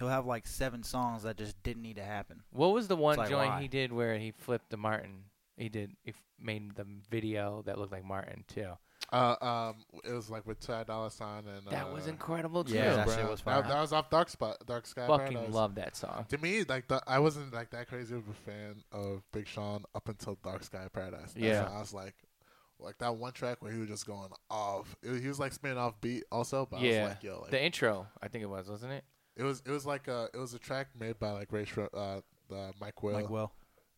Speaker 2: he'll have like seven songs that just didn't need to happen.
Speaker 1: What was the one
Speaker 2: like,
Speaker 1: joint
Speaker 2: why?
Speaker 1: he did where he flipped the Martin? He did. He f- made the video that looked like Martin too.
Speaker 4: Uh, um, it was like with Ty Dolla Sign and
Speaker 1: that
Speaker 4: uh,
Speaker 1: was incredible too.
Speaker 2: Yeah, that
Speaker 4: bro,
Speaker 2: shit was fire.
Speaker 4: That, that was off Dark Spot, Dark Sky.
Speaker 1: Fucking
Speaker 4: Paradise.
Speaker 1: love that song.
Speaker 4: To me, like the, I wasn't like that crazy of a fan of Big Sean up until Dark Sky Paradise. That's
Speaker 1: Yeah.
Speaker 4: when I was like, like that one track where he was just going off. It- he was like spinning off beat also, but I
Speaker 1: yeah,
Speaker 4: was like, yo, like,
Speaker 1: the intro. I think it was, wasn't it?
Speaker 4: it was it was like a it was a track made by like Ray Shro- uh, the Mike Will,
Speaker 2: Like, well,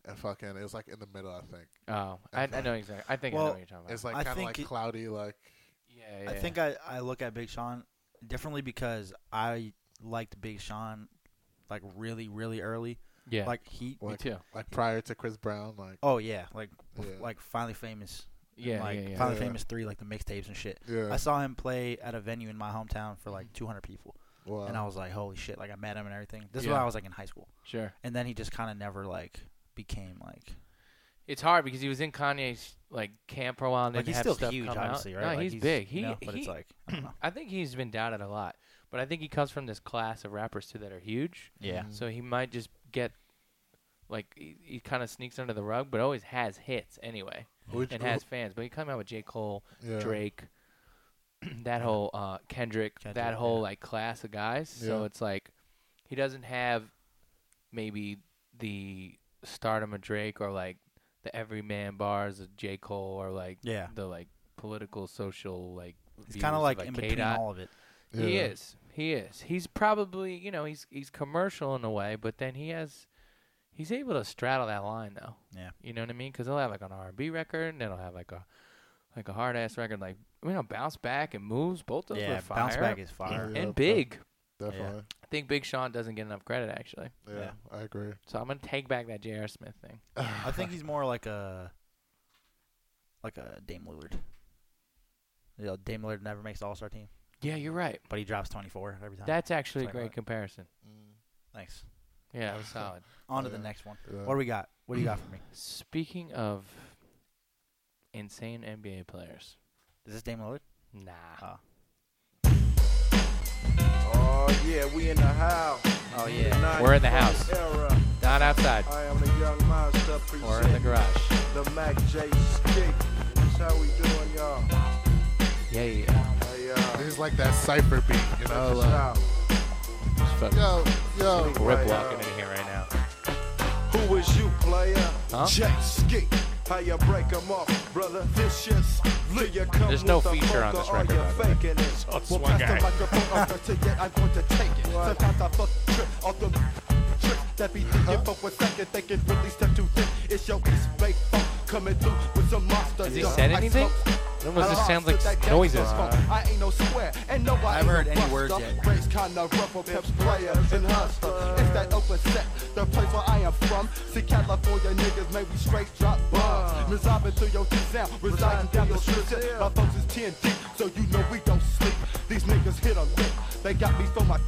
Speaker 4: and fucking it was like in the middle, I think.
Speaker 1: Oh, I, I know exactly. I think I know
Speaker 2: Well,
Speaker 1: what you're talking about.
Speaker 4: It's like
Speaker 2: I
Speaker 4: kind of
Speaker 2: think
Speaker 4: like
Speaker 2: it-
Speaker 4: cloudy, like
Speaker 1: yeah, yeah.
Speaker 2: I think I, I look at Big Sean differently because I liked Big Sean like really, really early.
Speaker 1: Yeah.
Speaker 2: Like he
Speaker 1: me
Speaker 4: like,
Speaker 1: too.
Speaker 4: like prior to Chris Brown, like
Speaker 2: Oh yeah, like
Speaker 4: Yeah.
Speaker 2: like finally famous.
Speaker 1: Yeah,
Speaker 2: like
Speaker 1: yeah, yeah.
Speaker 2: finally
Speaker 4: Yeah.
Speaker 2: famous three, like the mixtapes and shit.
Speaker 4: Yeah.
Speaker 2: I saw him play at a venue in my hometown for
Speaker 1: Mm-hmm.
Speaker 2: like 200 people,
Speaker 4: wow.
Speaker 2: Oh, and I was like, holy shit! Like I met him and everything. This is
Speaker 1: Yeah.
Speaker 2: when I was like in high school,
Speaker 1: Sure.
Speaker 2: and then he just kind of never like became like
Speaker 1: It's hard because he was in Kanye's like camp for a while and
Speaker 2: like
Speaker 1: didn't
Speaker 2: he's
Speaker 1: have
Speaker 2: still
Speaker 1: stuff
Speaker 2: huge,
Speaker 1: come
Speaker 2: obviously,
Speaker 1: out.
Speaker 2: right?
Speaker 1: No,
Speaker 2: Like,
Speaker 1: he's, big. He,
Speaker 2: you know, but
Speaker 1: he-
Speaker 2: it's like I don't know.
Speaker 1: I think he's been doubted a lot, but I think he comes from this class of rappers too that are huge.
Speaker 2: yeah.
Speaker 1: So he might just get like he, he kind of sneaks under the rug, but always has hits anyway
Speaker 4: Which-
Speaker 1: and has fans. But he come out with J Cole,
Speaker 4: yeah.
Speaker 1: Drake, (clears throat) that whole uh, Kendrick, that
Speaker 2: Kendrick,
Speaker 1: whole
Speaker 2: yeah.
Speaker 1: like class of guys. So
Speaker 4: Yeah.
Speaker 1: it's like he doesn't have maybe the stardom of Drake or like the everyman bars of J Cole or like
Speaker 2: Yeah.
Speaker 1: the like political social like.
Speaker 2: It's
Speaker 1: views
Speaker 2: kind of like, in
Speaker 1: K.
Speaker 2: between
Speaker 1: Dot.
Speaker 2: all of it.
Speaker 1: He
Speaker 4: Yeah.
Speaker 1: is. He is. He's probably you know he's he's commercial in a way, but then he has he's able to straddle that line though.
Speaker 2: Yeah.
Speaker 1: You know what I mean? Because he'll have like an R and B record, and then he'll have like a like a hard ass record. Like you know, bounce back and moves. Both those
Speaker 2: Yeah,
Speaker 1: were fire.
Speaker 2: bounce back is fire.
Speaker 4: Yeah,
Speaker 1: and big.
Speaker 4: Definitely.
Speaker 1: I think Big Sean doesn't get enough credit actually.
Speaker 4: Yeah,
Speaker 2: Yeah.
Speaker 4: I agree.
Speaker 1: So I'm gonna take back that J.R. Smith thing.
Speaker 2: I think he's more like a like a Dame Lillard. You know, Dame Lillard never makes the All Star team,
Speaker 1: Yeah, you're right.
Speaker 2: but he drops 24 every time.
Speaker 1: Uh, That's actually a
Speaker 2: Sorry about
Speaker 1: great
Speaker 2: that.
Speaker 1: comparison.
Speaker 4: Mm,
Speaker 2: Thanks.
Speaker 1: Yeah,
Speaker 2: (laughs)
Speaker 1: that was solid.
Speaker 2: On to
Speaker 4: Yeah.
Speaker 2: the next one.
Speaker 4: yeah.
Speaker 2: What do we got? What do you (clears throat) got for me?
Speaker 1: Speaking of insane NBA players,
Speaker 2: Is this Dame Lillard?
Speaker 1: nah.
Speaker 2: Oh.
Speaker 7: Oh yeah, we in the house.
Speaker 1: Oh yeah, we're in the house,
Speaker 7: Era.
Speaker 1: not outside.
Speaker 7: I am the young monster
Speaker 1: We're in the garage.
Speaker 7: the Mac J stick. That's how we doing, y'all.
Speaker 1: Yeah, yeah.
Speaker 7: Hey, uh,
Speaker 4: He's like that cipher beat, you know.
Speaker 2: Oh,
Speaker 4: Like, yo, yo.
Speaker 1: Rip walking in here right now.
Speaker 7: Who is you, player?
Speaker 1: Huh?
Speaker 7: J Ski. How you break 'em off, brother? Vicious. Lee, you come
Speaker 1: There's no
Speaker 7: with the
Speaker 1: feature on this
Speaker 7: bunker,
Speaker 1: record,
Speaker 7: or you
Speaker 1: by the way.
Speaker 7: faking it? Well,
Speaker 1: one
Speaker 7: pass the
Speaker 1: guy.
Speaker 7: microphone over to you, I'm going to take it. Sometimes I fuck trip off the tricks that be thinking for a second, thinking really step too thick. It's your East Bay funk coming through with some monster.
Speaker 1: Has he
Speaker 7: stuff.
Speaker 1: said
Speaker 7: I
Speaker 1: anything?
Speaker 7: smoke
Speaker 1: It almost just sounds like
Speaker 7: that
Speaker 1: noises.
Speaker 7: gangsta funk. I ain't no square, and no, I
Speaker 2: haven't
Speaker 7: ain't
Speaker 2: heard
Speaker 7: no
Speaker 2: any
Speaker 7: buster.
Speaker 2: words yet.
Speaker 7: Race kinda rough for pimps, players, and hustlers. It's that open set, the place where I am from. See, California niggas make me straight drop bombs. Resolving through your sound, residing down the street. My folks is 10 deep, so you know we don't sleep. These niggas hit a lick, they got me for my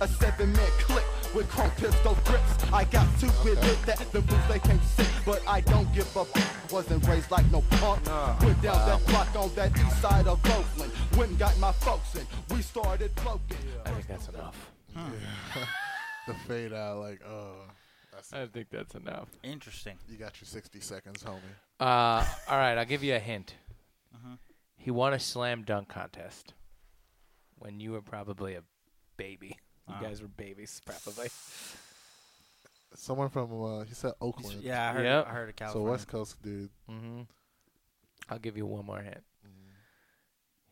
Speaker 7: a seven man click with chrome pistol grips. I got two with it that the boots they can't sit, but I don't give up. Wasn't raised like no punk. Went down that block on that east side of Oakland. Went and got my folks in. We started broken.
Speaker 1: I think that's enough.
Speaker 4: The fade out, like, oh, that's
Speaker 1: I think that's enough.
Speaker 2: Interesting.
Speaker 4: you got your 60 seconds, homie.
Speaker 1: Uh, all right, I'll give you a hint. He won a slam dunk contest when you were probably a baby. You
Speaker 2: Wow.
Speaker 1: guys were babies, probably.
Speaker 4: Someone from, uh, he said
Speaker 2: He's-
Speaker 4: Oakland.
Speaker 2: yeah, I heard.
Speaker 1: Yep.
Speaker 2: I heard of
Speaker 4: So
Speaker 2: California.
Speaker 4: West Coast dude.
Speaker 1: Mm-hmm. I'll give you one more hint.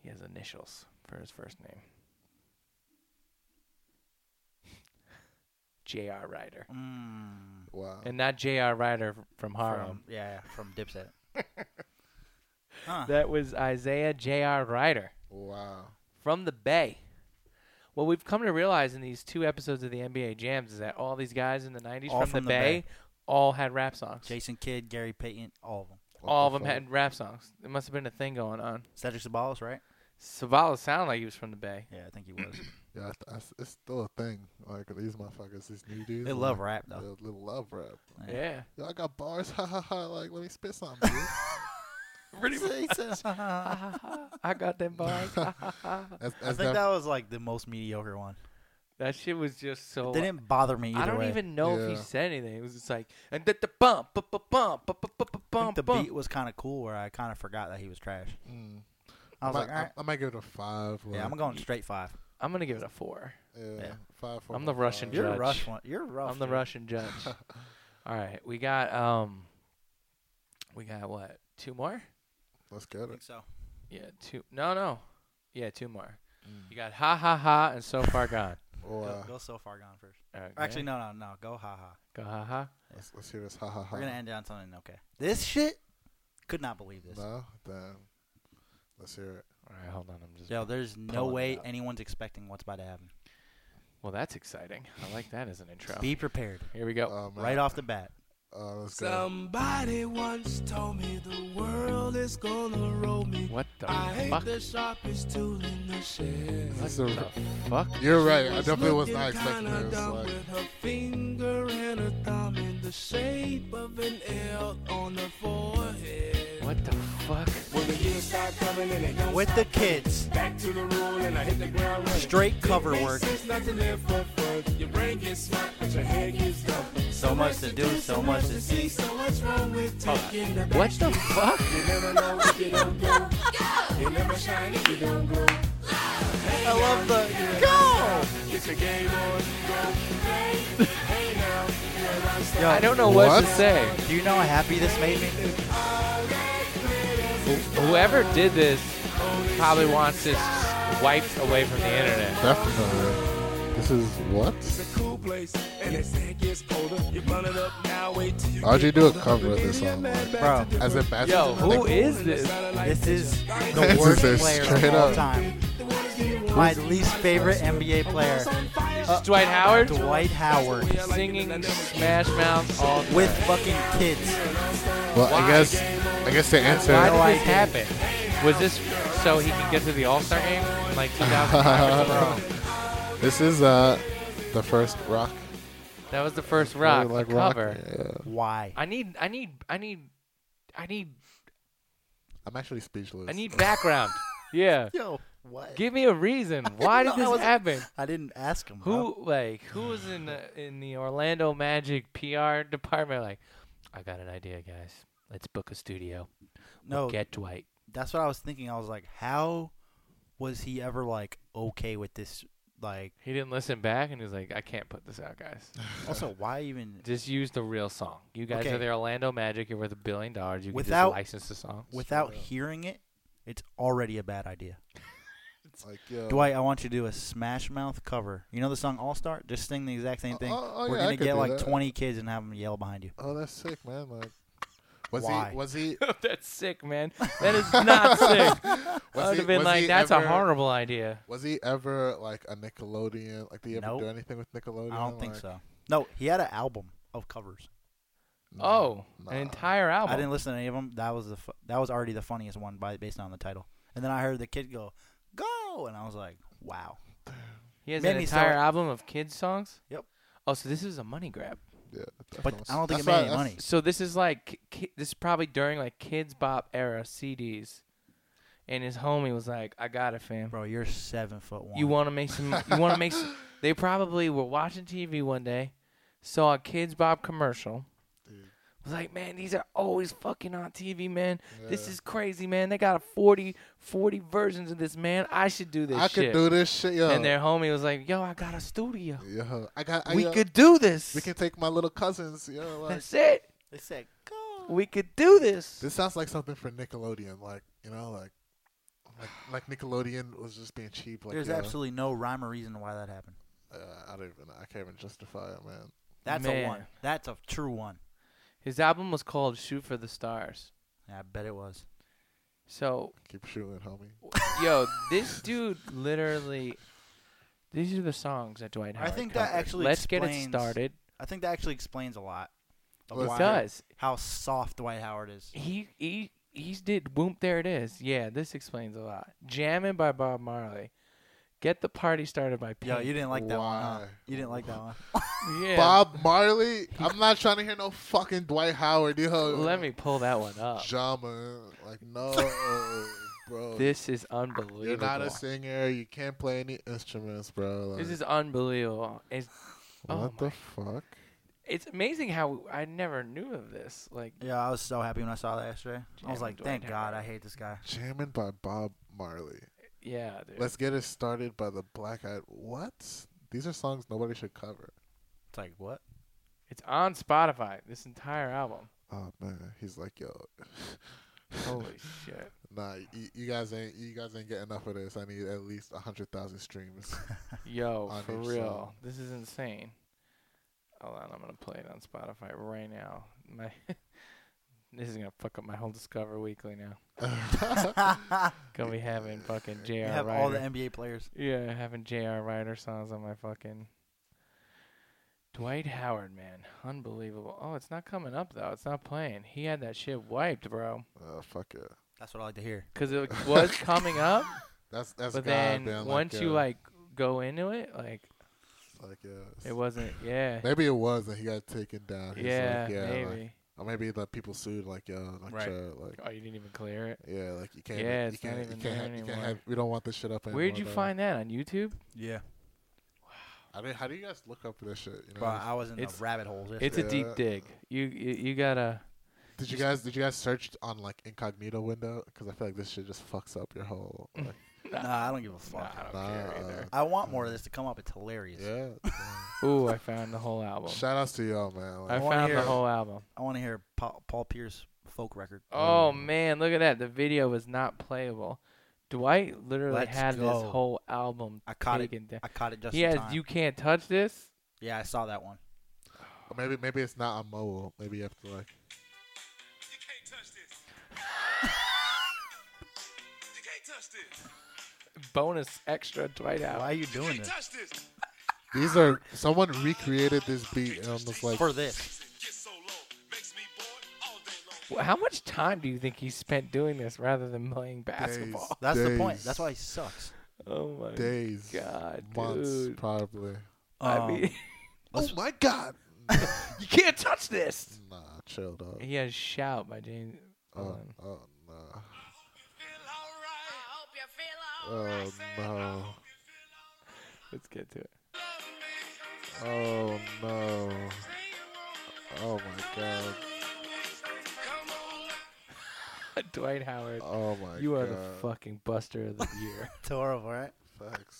Speaker 1: He has initials for his first name. (laughs) J.R. Ryder.
Speaker 2: Mm,
Speaker 4: Wow.
Speaker 1: And not J.R. Ryder from Harlem.
Speaker 2: from, yeah, from (laughs) Dipset. huh.
Speaker 1: That was Isaiah J.R. Ryder
Speaker 4: wow.
Speaker 1: from the Bay. What we've come to realize in these two episodes of the NBA Jams is that all these guys in the 90s
Speaker 2: All
Speaker 1: from, the, Bay, all had rap songs.
Speaker 2: Jason Kidd, Gary Payton, all of them.
Speaker 4: What
Speaker 1: all of
Speaker 4: the
Speaker 1: them
Speaker 4: fuck?
Speaker 1: had rap songs. It must have been a thing going on.
Speaker 2: Cedric Sabalas, right?
Speaker 1: Savala sounded like he was from the Bay.
Speaker 2: Yeah, I think he (laughs) was.
Speaker 4: Yeah, I- I s- it's still a thing. Like, these motherfuckers, these new dudes.
Speaker 2: they
Speaker 4: I'm
Speaker 2: love
Speaker 4: like,
Speaker 2: rap though.
Speaker 4: They, they love rap.
Speaker 1: Yeah.
Speaker 4: Yo, I got bars. (laughs) Ha ha ha. Like, let me spit something,
Speaker 2: (laughs)
Speaker 4: dude.
Speaker 1: Pretty much.
Speaker 2: I
Speaker 1: I got
Speaker 2: (laughs)
Speaker 1: them bars.
Speaker 4: That's, that's
Speaker 2: think that was like the most mediocre one.
Speaker 1: that shit was just so.
Speaker 2: They didn't bother me either
Speaker 1: I don't
Speaker 2: way.
Speaker 1: even know if he
Speaker 4: Yeah.
Speaker 1: said anything. It was just like and the bump, bump, bump, bump, bump, bump, bump,
Speaker 2: I think
Speaker 1: bump.
Speaker 2: the beat was kind of cool, where I kind of forgot that he was trash.
Speaker 4: Mm.
Speaker 2: I was
Speaker 4: might,
Speaker 2: like, all right,
Speaker 4: I, I might give it a five. Like,
Speaker 2: yeah, I'm going straight five.
Speaker 1: I'm gonna give it a four.
Speaker 4: Yeah,
Speaker 2: yeah.
Speaker 4: five. Four,
Speaker 1: I'm the
Speaker 4: one,
Speaker 1: Russian
Speaker 4: five.
Speaker 2: You're
Speaker 1: Judge.
Speaker 2: a rush one. You're rough.
Speaker 1: I'm the
Speaker 2: dude.
Speaker 1: Russian judge.
Speaker 2: (laughs)
Speaker 1: All right, we got um, we got what? Two more?
Speaker 4: Let's get
Speaker 2: I
Speaker 4: it.
Speaker 2: think so.
Speaker 1: Yeah, two. No, no. Yeah, two more.
Speaker 2: Mm.
Speaker 1: You got ha ha ha and so far
Speaker 2: (laughs)
Speaker 1: gone.
Speaker 4: Or,
Speaker 2: Go,
Speaker 4: uh,
Speaker 2: go so far gone first.
Speaker 1: Okay.
Speaker 2: Or Actually, no, no, no. Go ha ha.
Speaker 1: go ha ha.
Speaker 4: let's, let's hear this. Ha ha ha.
Speaker 2: We're gonna end on something okay. This shit. Could not believe this.
Speaker 4: No, then let's hear it.
Speaker 1: All right, hold on. I'm just.
Speaker 2: Yo, there's no
Speaker 1: Pulling it
Speaker 2: way
Speaker 1: up.
Speaker 2: anyone's expecting what's about to happen.
Speaker 1: Well, that's exciting. I like that as an intro.
Speaker 2: Be prepared
Speaker 1: Here we go.
Speaker 4: Oh, man.
Speaker 2: right off the bat.
Speaker 4: Oh, let's go.
Speaker 8: Somebody once told me the world is gonna roll me.
Speaker 1: what the
Speaker 8: I hate
Speaker 1: fuck?
Speaker 8: the sharpest tool in the shed.
Speaker 1: What
Speaker 4: So-
Speaker 1: the fuck?
Speaker 4: You're right. I
Speaker 8: Was
Speaker 4: definitely was
Speaker 8: looking
Speaker 4: not expecting
Speaker 8: kinda
Speaker 4: this.
Speaker 8: dumb
Speaker 4: Like,
Speaker 8: with her finger and her thumb in the shape of an L on her forehead.
Speaker 1: What the fuck?
Speaker 8: When the years start coming and it don't
Speaker 2: With the kids,
Speaker 8: back to the rule and I hit the ground running.
Speaker 2: straight cover work.
Speaker 8: There's nothing there for fun. Your brain gets smart, but your head gets dumb.
Speaker 2: So much to do, so much to see.
Speaker 8: So what's wrong with taking the
Speaker 1: What the fuck?
Speaker 8: You never know if you don't go. You never shine if you don't go.
Speaker 2: I love the go.
Speaker 8: Get your game on, go. Hey, hey now, you're a rock
Speaker 2: Yo,
Speaker 1: I don't know what, to
Speaker 4: What?
Speaker 1: say.
Speaker 2: Do you know how happy this made me?
Speaker 1: Whoever did this probably wants this wiped away from the internet.
Speaker 4: definitely. This is what?
Speaker 8: It's a cool place, and as it gets colder, you burn it up now. Wait till you
Speaker 4: How'd you
Speaker 8: get
Speaker 4: do a
Speaker 8: older.
Speaker 4: cover of
Speaker 8: Maybe
Speaker 4: this
Speaker 8: your
Speaker 4: song, like,
Speaker 8: man back
Speaker 2: bro?
Speaker 8: to
Speaker 4: As it matches.
Speaker 1: Yo,
Speaker 4: I think-
Speaker 1: who is this?
Speaker 2: This is the
Speaker 4: This
Speaker 2: worst
Speaker 4: is
Speaker 2: player
Speaker 4: straight
Speaker 2: of all
Speaker 4: up.
Speaker 2: time. My least favorite NBA player,
Speaker 1: It's Dwight Howard
Speaker 2: Dwight Howard,
Speaker 1: singing Smash Mouth all the
Speaker 2: with fucking kids.
Speaker 4: Well, I guess. I guess the answer.
Speaker 1: Why
Speaker 2: No
Speaker 1: did this happen? Was this so he can get to the All Star game in
Speaker 2: (laughs)
Speaker 1: like 2005 or something?
Speaker 4: This is uh, the first rock.
Speaker 1: That was the first rock
Speaker 4: like
Speaker 1: the
Speaker 4: rock.
Speaker 1: cover.
Speaker 4: Yeah.
Speaker 2: Why?
Speaker 1: I need, I need, I need, I need,
Speaker 4: I'm actually speechless.
Speaker 1: I
Speaker 2: (laughs)
Speaker 1: need background. yeah,
Speaker 2: Yo, what?
Speaker 1: give me a reason. Why did
Speaker 2: No, (laughs) I
Speaker 1: this
Speaker 2: was- (laughs)
Speaker 1: happen?
Speaker 2: I didn't ask him. bro.
Speaker 1: Who like who was in the, in the Orlando Magic PR department? Like, I got an idea, guys. Let's book a studio. We'll
Speaker 2: No,
Speaker 1: get Dwight.
Speaker 2: that's what I was thinking. I was like, how was he ever like okay with this? Like,
Speaker 1: He didn't listen back, and he was like, "I can't put this out,
Speaker 2: (laughs)
Speaker 1: guys.
Speaker 2: also, why
Speaker 4: (laughs)
Speaker 2: even
Speaker 1: Just use the real song. You guys
Speaker 2: Okay.
Speaker 1: are the Orlando Magic. You're worth a billion dollars. You can
Speaker 2: Without-
Speaker 1: just license the song.
Speaker 2: without hearing it? It's already a bad idea.
Speaker 4: Like, yo.
Speaker 2: Dwight, I want you to do a Smash Mouth cover. You know the song All Star? Just sing the exact same thing.
Speaker 4: Oh, oh,
Speaker 2: We're
Speaker 4: yeah, I
Speaker 2: gonna
Speaker 4: could
Speaker 2: get
Speaker 4: do
Speaker 2: like
Speaker 4: that.
Speaker 2: 20 kids and have them yell behind you.
Speaker 4: Oh, that's sick, man. Like, was
Speaker 2: Why?
Speaker 4: he? Was he?
Speaker 1: (laughs) That's sick,
Speaker 2: (laughs)
Speaker 1: man. That is not sick. I
Speaker 4: Was
Speaker 1: would
Speaker 4: he,
Speaker 1: have been
Speaker 4: was
Speaker 1: like,
Speaker 4: he
Speaker 1: "That's
Speaker 4: ever,
Speaker 1: a horrible idea."
Speaker 4: Was he ever like a Nickelodeon? Like, did he ever
Speaker 2: Nope.
Speaker 4: do anything with Nickelodeon?
Speaker 2: I don't think
Speaker 4: Like,
Speaker 2: so. No, he had an album of covers.
Speaker 4: nah,
Speaker 1: Oh,
Speaker 4: nah.
Speaker 1: an entire album.
Speaker 2: I didn't listen to any of them. That was the fu- that was already the funniest one by based on the title. And then I heard the kid go, "Go!" and I was like, "Wow."
Speaker 1: He has
Speaker 2: Made
Speaker 1: an
Speaker 2: me
Speaker 1: entire
Speaker 2: so-
Speaker 1: album of kids songs.
Speaker 2: Yep.
Speaker 1: Oh, so this is a money grab.
Speaker 4: Yeah, that
Speaker 2: But
Speaker 4: sounds-
Speaker 2: I don't think it
Speaker 4: that's
Speaker 2: made
Speaker 4: why-
Speaker 2: any
Speaker 4: that's-
Speaker 2: money.
Speaker 1: So this is like ki- ki- this is probably during like Kids Bop era CDs, and his homie was like, "I got it, fam.
Speaker 2: Bro, you're seven foot one.
Speaker 1: You want to make some? You want to make
Speaker 4: (laughs)
Speaker 1: some?" They probably were watching TV one day, saw a Kids Bop commercial. Was like, man, these are always fucking on TV, man. This
Speaker 4: Yeah.
Speaker 1: is crazy, man. They got 40, 40 versions of this, man. I should do this
Speaker 4: I
Speaker 1: shit.
Speaker 4: could do this shit, yo.
Speaker 1: And their homie was like, yo, I got a studio.
Speaker 4: Yo, I got. I,
Speaker 1: We
Speaker 4: yo,
Speaker 1: could do this.
Speaker 4: We can take my little cousins.
Speaker 2: (laughs)
Speaker 4: Yo, like,
Speaker 1: That's it.
Speaker 2: They said, "Go."
Speaker 1: We could do this.
Speaker 4: this sounds like something for Nickelodeon. Like, you know, like, like, like Nickelodeon was just being cheap. Like,
Speaker 2: There's
Speaker 4: yo,
Speaker 2: absolutely no rhyme or reason why that happened.
Speaker 4: Uh, I don't even. I can't even justify it, man.
Speaker 2: That's a
Speaker 1: Man.
Speaker 2: one. That's a true one.
Speaker 1: His album was called Shoot for the Stars.
Speaker 2: Yeah, I bet it was.
Speaker 1: So,
Speaker 4: Keep shooting, homie.
Speaker 1: yo, this dude literally. These are the songs that Dwight
Speaker 2: I
Speaker 1: Howard
Speaker 2: think that
Speaker 1: covered.
Speaker 2: actually
Speaker 1: Let's get it
Speaker 2: explains-
Speaker 1: started.
Speaker 2: I think that actually explains a lot. of
Speaker 4: Well,
Speaker 1: It
Speaker 4: Wow.
Speaker 1: does.
Speaker 2: How soft Dwight Howard is.
Speaker 1: He he he's did whoop there it is. Yeah, this explains a lot. Jammin' by Bob Marley. Get the party started by Pink.
Speaker 2: Yo, you didn't like that one. huh?
Speaker 4: Why?
Speaker 2: You didn't like that one.
Speaker 1: yeah.
Speaker 4: Bob
Speaker 1: (laughs)
Speaker 4: Marley. I'm not trying to hear no fucking Dwight Howard. Yo,
Speaker 1: Let me pull that one up.
Speaker 4: Jama. Like, no,
Speaker 1: (laughs)
Speaker 4: bro.
Speaker 1: This is unbelievable.
Speaker 4: You're not a singer. You can't play any instruments, bro. Like,
Speaker 1: This is unbelievable. It's
Speaker 4: what
Speaker 1: oh
Speaker 4: the
Speaker 1: my-
Speaker 4: fuck?
Speaker 1: it's amazing how I never knew of this. Like
Speaker 2: Yeah, I was so happy when I saw that yesterday. I was
Speaker 1: Jamming
Speaker 2: like,
Speaker 1: Dwight
Speaker 2: thank
Speaker 1: Howard.
Speaker 2: God, I hate this guy.
Speaker 4: Jamming by Bob Marley.
Speaker 1: yeah, dude.
Speaker 4: Let's get it started by the Black Eyed. What? These are songs nobody should cover.
Speaker 2: It's like, what?
Speaker 1: it's on Spotify. This entire album.
Speaker 4: Oh man, he's like, yo,
Speaker 1: Holy (laughs) shit.
Speaker 4: nah, you, you guys ain't, you guys ain't getting enough of this. I need at least a hundred
Speaker 1: (laughs)
Speaker 4: thousand streams. (laughs)
Speaker 1: Yo,
Speaker 4: On
Speaker 1: for
Speaker 4: each
Speaker 1: real.
Speaker 4: song.
Speaker 1: This is insane. Hold on, I'm gonna play it on Spotify right now. My (laughs) This is gonna fuck up my whole Discover Weekly now.
Speaker 4: Oh,
Speaker 1: Gonna be having fucking Jr.
Speaker 2: You have
Speaker 1: Ryder.
Speaker 2: all the NBA players.
Speaker 1: yeah, having Jr. Ryder songs on my fucking. Dwight Howard, man, unbelievable. Oh, it's not coming up though. It's not playing. He had that shit wiped, bro.
Speaker 4: Oh, fuck it.
Speaker 2: That's what I like to hear.
Speaker 1: Cause
Speaker 2: (laughs)
Speaker 1: it was coming up,
Speaker 4: That's that's.
Speaker 1: but
Speaker 4: God
Speaker 1: then
Speaker 4: being
Speaker 1: once
Speaker 4: like,
Speaker 1: you
Speaker 4: uh,
Speaker 1: like go into it, like
Speaker 4: like yeah,
Speaker 1: it wasn't. Yeah,
Speaker 4: maybe it was and he got taken down. He's
Speaker 1: yeah,
Speaker 4: like, yeah, like-
Speaker 1: maybe.
Speaker 4: or maybe the people sued like yo, like
Speaker 2: Right.
Speaker 4: uh, like
Speaker 1: oh, you didn't even clear it.
Speaker 4: yeah, like you can't,
Speaker 1: Yeah,
Speaker 4: you
Speaker 1: it's not
Speaker 4: can't,
Speaker 1: even
Speaker 4: you can't,
Speaker 1: there
Speaker 4: have, you can't
Speaker 1: anymore.
Speaker 4: have, we don't want this shit up anymore.
Speaker 1: Where'd you
Speaker 4: though.
Speaker 1: find that on YouTube?
Speaker 2: Yeah.
Speaker 4: I mean, how do you guys look up this shit? You know,
Speaker 2: But I was in
Speaker 1: It's-
Speaker 2: a rabbit hole. yesterday.
Speaker 1: It's a deep
Speaker 4: Yeah.
Speaker 1: dig. You you, you gotta.
Speaker 4: Did you guys did you guys search on like incognito window? Because I feel like this shit just fucks up your
Speaker 1: (laughs)
Speaker 4: whole. Like,
Speaker 2: Nah, I don't give a fuck.
Speaker 1: I don't
Speaker 4: nah,
Speaker 1: care either.
Speaker 2: I want more of this to come up. It's hilarious.
Speaker 4: yeah.
Speaker 1: Ooh, I found the whole album.
Speaker 4: Shout outs to y'all, man.
Speaker 1: I
Speaker 4: Like,
Speaker 2: I wanna
Speaker 1: found the
Speaker 2: hear it.
Speaker 1: whole album.
Speaker 2: I want to hear Paul, Paul Pierce folk record.
Speaker 1: Oh man, look at that. The video was not playable. Dwight literally
Speaker 2: Let's
Speaker 1: had this
Speaker 2: go.
Speaker 1: whole album
Speaker 2: I caught it.
Speaker 1: taken down.
Speaker 2: I caught it just
Speaker 1: He
Speaker 2: in
Speaker 1: has
Speaker 2: time.
Speaker 1: "You Can't Touch This."
Speaker 2: Yeah, I saw that one.
Speaker 4: or maybe maybe it's not on mobile. Maybe you have to like.
Speaker 5: You can't touch this. you can't touch this.
Speaker 1: Bonus extra Dwight
Speaker 2: Why
Speaker 1: out.
Speaker 2: are you doing
Speaker 5: Can't
Speaker 2: this?
Speaker 5: touch this.
Speaker 4: These are someone recreated this beat and almost like
Speaker 2: (laughs) For this.
Speaker 5: Get so low, makes me bored all day long.
Speaker 1: How much time do you think he spent doing this rather than playing basketball? (laughs)
Speaker 2: That's the
Speaker 4: Days.
Speaker 2: point. That's why he sucks.
Speaker 1: Oh my
Speaker 4: days,
Speaker 1: god,
Speaker 4: months,
Speaker 1: dude.
Speaker 4: probably.
Speaker 1: I
Speaker 2: Um,
Speaker 1: mean,
Speaker 4: Oh my god!
Speaker 1: (laughs) you can't touch this.
Speaker 4: Nah, chill dog.
Speaker 1: He has "Shout" by James.
Speaker 2: Uh.
Speaker 4: Oh,
Speaker 1: Blunt.
Speaker 4: oh no.
Speaker 5: Feel alright. I hope you feel
Speaker 4: Oh no.
Speaker 1: Let's get to it.
Speaker 4: Oh no. Oh my god.
Speaker 1: (laughs) Dwight Howard,
Speaker 4: Oh my
Speaker 1: you
Speaker 4: god.
Speaker 1: are the fucking buster of the year.
Speaker 2: (laughs) It's horrible, right?
Speaker 4: Facts.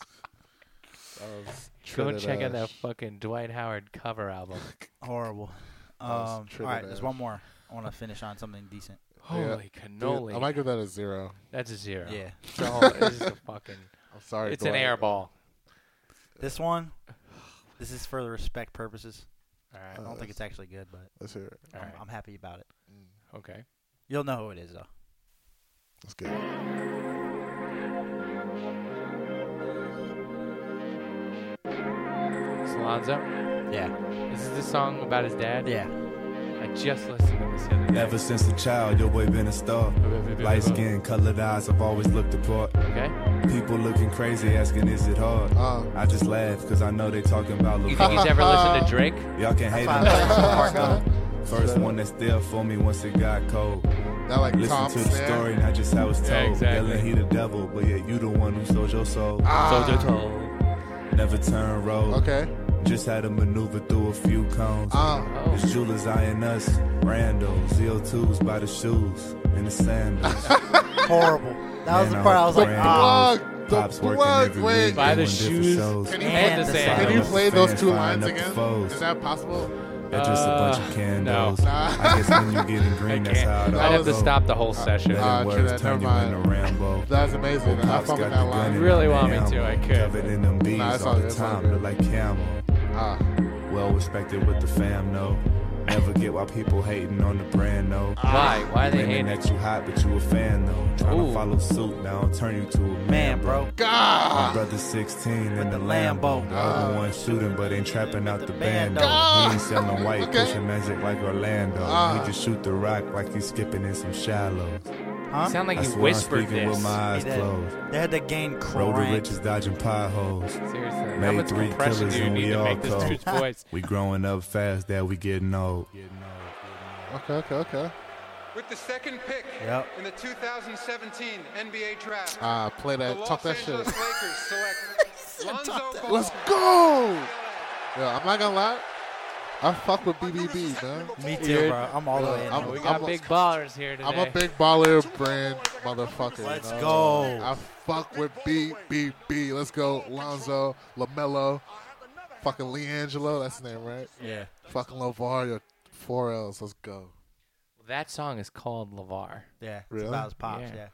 Speaker 4: Um,
Speaker 1: (laughs)
Speaker 4: That was
Speaker 1: Go
Speaker 4: Trinidad.
Speaker 1: check out that fucking Dwight Howard cover album.
Speaker 2: Horrible. Um,
Speaker 4: was
Speaker 2: all right,
Speaker 4: Trinidad.
Speaker 2: there's one more. I want to finish on something decent.
Speaker 1: Holy
Speaker 4: Dude,
Speaker 1: cannoli!
Speaker 4: I might give that a zero.
Speaker 1: That's a zero. (laughs)
Speaker 2: Yeah.
Speaker 1: No, this is a fucking.
Speaker 4: I'm sorry.
Speaker 1: it's an
Speaker 4: Dwight.
Speaker 1: air ball.
Speaker 2: This one, this is for the respect purposes.
Speaker 1: All
Speaker 2: I
Speaker 1: right.
Speaker 2: don't think it's actually good, but
Speaker 4: Let's hear it.
Speaker 1: All
Speaker 2: I'm,
Speaker 1: right.
Speaker 2: I'm happy about it.
Speaker 1: Okay.
Speaker 2: You'll know who it is, though.
Speaker 4: Let's get it.
Speaker 1: It's Lonzo.
Speaker 2: Yeah.
Speaker 1: This is the song about his dad.
Speaker 2: Yeah.
Speaker 1: I just listened to this the other day.
Speaker 10: Ever since a child, your boy been a star. Light skin, colored eyes, I've always looked apart.
Speaker 1: Okay.
Speaker 10: People looking crazy, asking, is it hard?
Speaker 4: Uh,
Speaker 10: I just laugh, cause I know they talking about
Speaker 1: You think
Speaker 10: LeBron.
Speaker 1: he's ever listened to Drake? (laughs)
Speaker 10: Y'all can hate
Speaker 2: fine.
Speaker 10: him.
Speaker 2: Mark
Speaker 10: First one that's there for me once it got cold.
Speaker 4: that like
Speaker 10: Listen
Speaker 4: Tom
Speaker 10: to the
Speaker 4: Snare.
Speaker 10: story, not just how it's told.
Speaker 1: Yeah, exactly.
Speaker 10: Yelling, he the devil, but yet you the one who sold your soul.
Speaker 1: Ah.
Speaker 10: Never turn rogue.
Speaker 4: Okay.
Speaker 10: Just had to maneuver through a few cones.
Speaker 4: Um.
Speaker 1: Oh.
Speaker 10: It's jewelers eyeing us. Randall, ZO2s by the shoes and the sandals.
Speaker 2: Horrible. That
Speaker 10: Man,
Speaker 2: was the
Speaker 10: I
Speaker 2: part I
Speaker 10: hope
Speaker 2: was like,
Speaker 10: Brandon
Speaker 2: ah.
Speaker 4: Plug. The
Speaker 10: Pops working
Speaker 4: plug.
Speaker 10: every
Speaker 4: Wait.
Speaker 10: week,
Speaker 1: By the
Speaker 10: doing different
Speaker 1: shoes
Speaker 10: shows.
Speaker 4: Can you,
Speaker 1: and the
Speaker 2: the
Speaker 4: can
Speaker 1: sandals.
Speaker 4: you
Speaker 10: Fans
Speaker 4: play those two
Speaker 10: firing
Speaker 4: lines
Speaker 10: up the
Speaker 4: again?
Speaker 10: foes.
Speaker 4: Is that possible?
Speaker 10: They're just a bunch of
Speaker 1: Uh,
Speaker 10: candles.
Speaker 1: no.
Speaker 10: I guess when you get in
Speaker 1: I
Speaker 10: green, that's
Speaker 1: can't.
Speaker 10: how it all Ah.
Speaker 1: I'd have to
Speaker 10: goes.
Speaker 1: stop the whole session.
Speaker 4: Uh,
Speaker 10: Better
Speaker 4: true
Speaker 10: words
Speaker 4: that,
Speaker 10: turn
Speaker 4: never
Speaker 10: you into
Speaker 4: mind.
Speaker 10: Rambo.
Speaker 4: That's amazing. I
Speaker 10: Pops
Speaker 4: fuck with
Speaker 10: got
Speaker 4: that
Speaker 10: the gun
Speaker 4: line.
Speaker 10: in
Speaker 1: Really
Speaker 10: the
Speaker 1: want me
Speaker 10: ammo,
Speaker 1: to, I could.
Speaker 10: Covered in them bees
Speaker 4: it's all
Speaker 10: all
Speaker 4: good,
Speaker 10: the
Speaker 4: it's all
Speaker 10: time,
Speaker 4: good.
Speaker 10: look like camel.
Speaker 4: Ah.
Speaker 10: Well respected with the fam, no. Never get why people hating on the brand, no.
Speaker 1: Why? Why are Ah, they
Speaker 10: Women
Speaker 1: hating?
Speaker 10: that you hot, but you a fan though. Tryna
Speaker 1: Ooh.
Speaker 10: follow suit now, turn you to a man,
Speaker 2: Man, bro.
Speaker 10: My
Speaker 4: God.
Speaker 10: brother 16 in
Speaker 2: the
Speaker 10: the
Speaker 2: Lambo.
Speaker 10: Lambo. The
Speaker 4: Ah.
Speaker 10: other one shooting, but ain't trapping out the band.
Speaker 2: Ah.
Speaker 10: He ain't selling white,
Speaker 4: Okay.
Speaker 10: pushing magic like Orlando.
Speaker 4: Ah.
Speaker 10: He just shoot the rock like he's skipping in some shallows.
Speaker 1: You
Speaker 2: Huh?
Speaker 1: sound like
Speaker 10: I
Speaker 1: you
Speaker 10: swear I'm
Speaker 1: whispered
Speaker 10: speaking
Speaker 1: this.
Speaker 10: with my eyes
Speaker 2: He did.
Speaker 10: closed.
Speaker 2: They had to gain
Speaker 10: Road to
Speaker 2: cranked.
Speaker 10: riches, dodging potholes.
Speaker 1: Seriously, how
Speaker 10: Made
Speaker 1: much
Speaker 10: three
Speaker 1: compression
Speaker 10: killers
Speaker 1: do you
Speaker 10: and
Speaker 1: need
Speaker 10: we
Speaker 1: to
Speaker 10: all
Speaker 1: make this
Speaker 10: cold.
Speaker 1: dude's voice?
Speaker 10: We growing up fast, that we getting old.
Speaker 4: Okay. Okay. Okay.
Speaker 11: With the second pick
Speaker 2: Yep.
Speaker 11: in the 2017 NBA draft,
Speaker 4: Ah, play
Speaker 11: the
Speaker 4: that.
Speaker 11: Los
Speaker 4: Talk that
Speaker 11: Angeles
Speaker 4: shit.
Speaker 11: Lakers select Lonzo Ball.
Speaker 4: Let's go. Yo, I'm not gonna lie. I fuck with BBB, man.
Speaker 2: Me too,
Speaker 1: Dude.
Speaker 2: bro. Uh, I'm all the way in.
Speaker 4: I'm-
Speaker 1: We
Speaker 2: there.
Speaker 1: got
Speaker 4: I'm a-
Speaker 1: big ballers here today.
Speaker 4: I'm a big baller brand motherfucker. you
Speaker 2: Let's
Speaker 4: know?
Speaker 2: go.
Speaker 4: I fuck with BBB. Let's go. Lonzo, LaMelo, fucking LeAngelo. That's the name, right?
Speaker 2: (laughs) Yeah.
Speaker 4: Fucking LeVar, your four L's. Let's go.
Speaker 1: That song is called Lavar.
Speaker 2: Yeah. It's
Speaker 4: Really?
Speaker 2: about his pops,
Speaker 1: Yeah.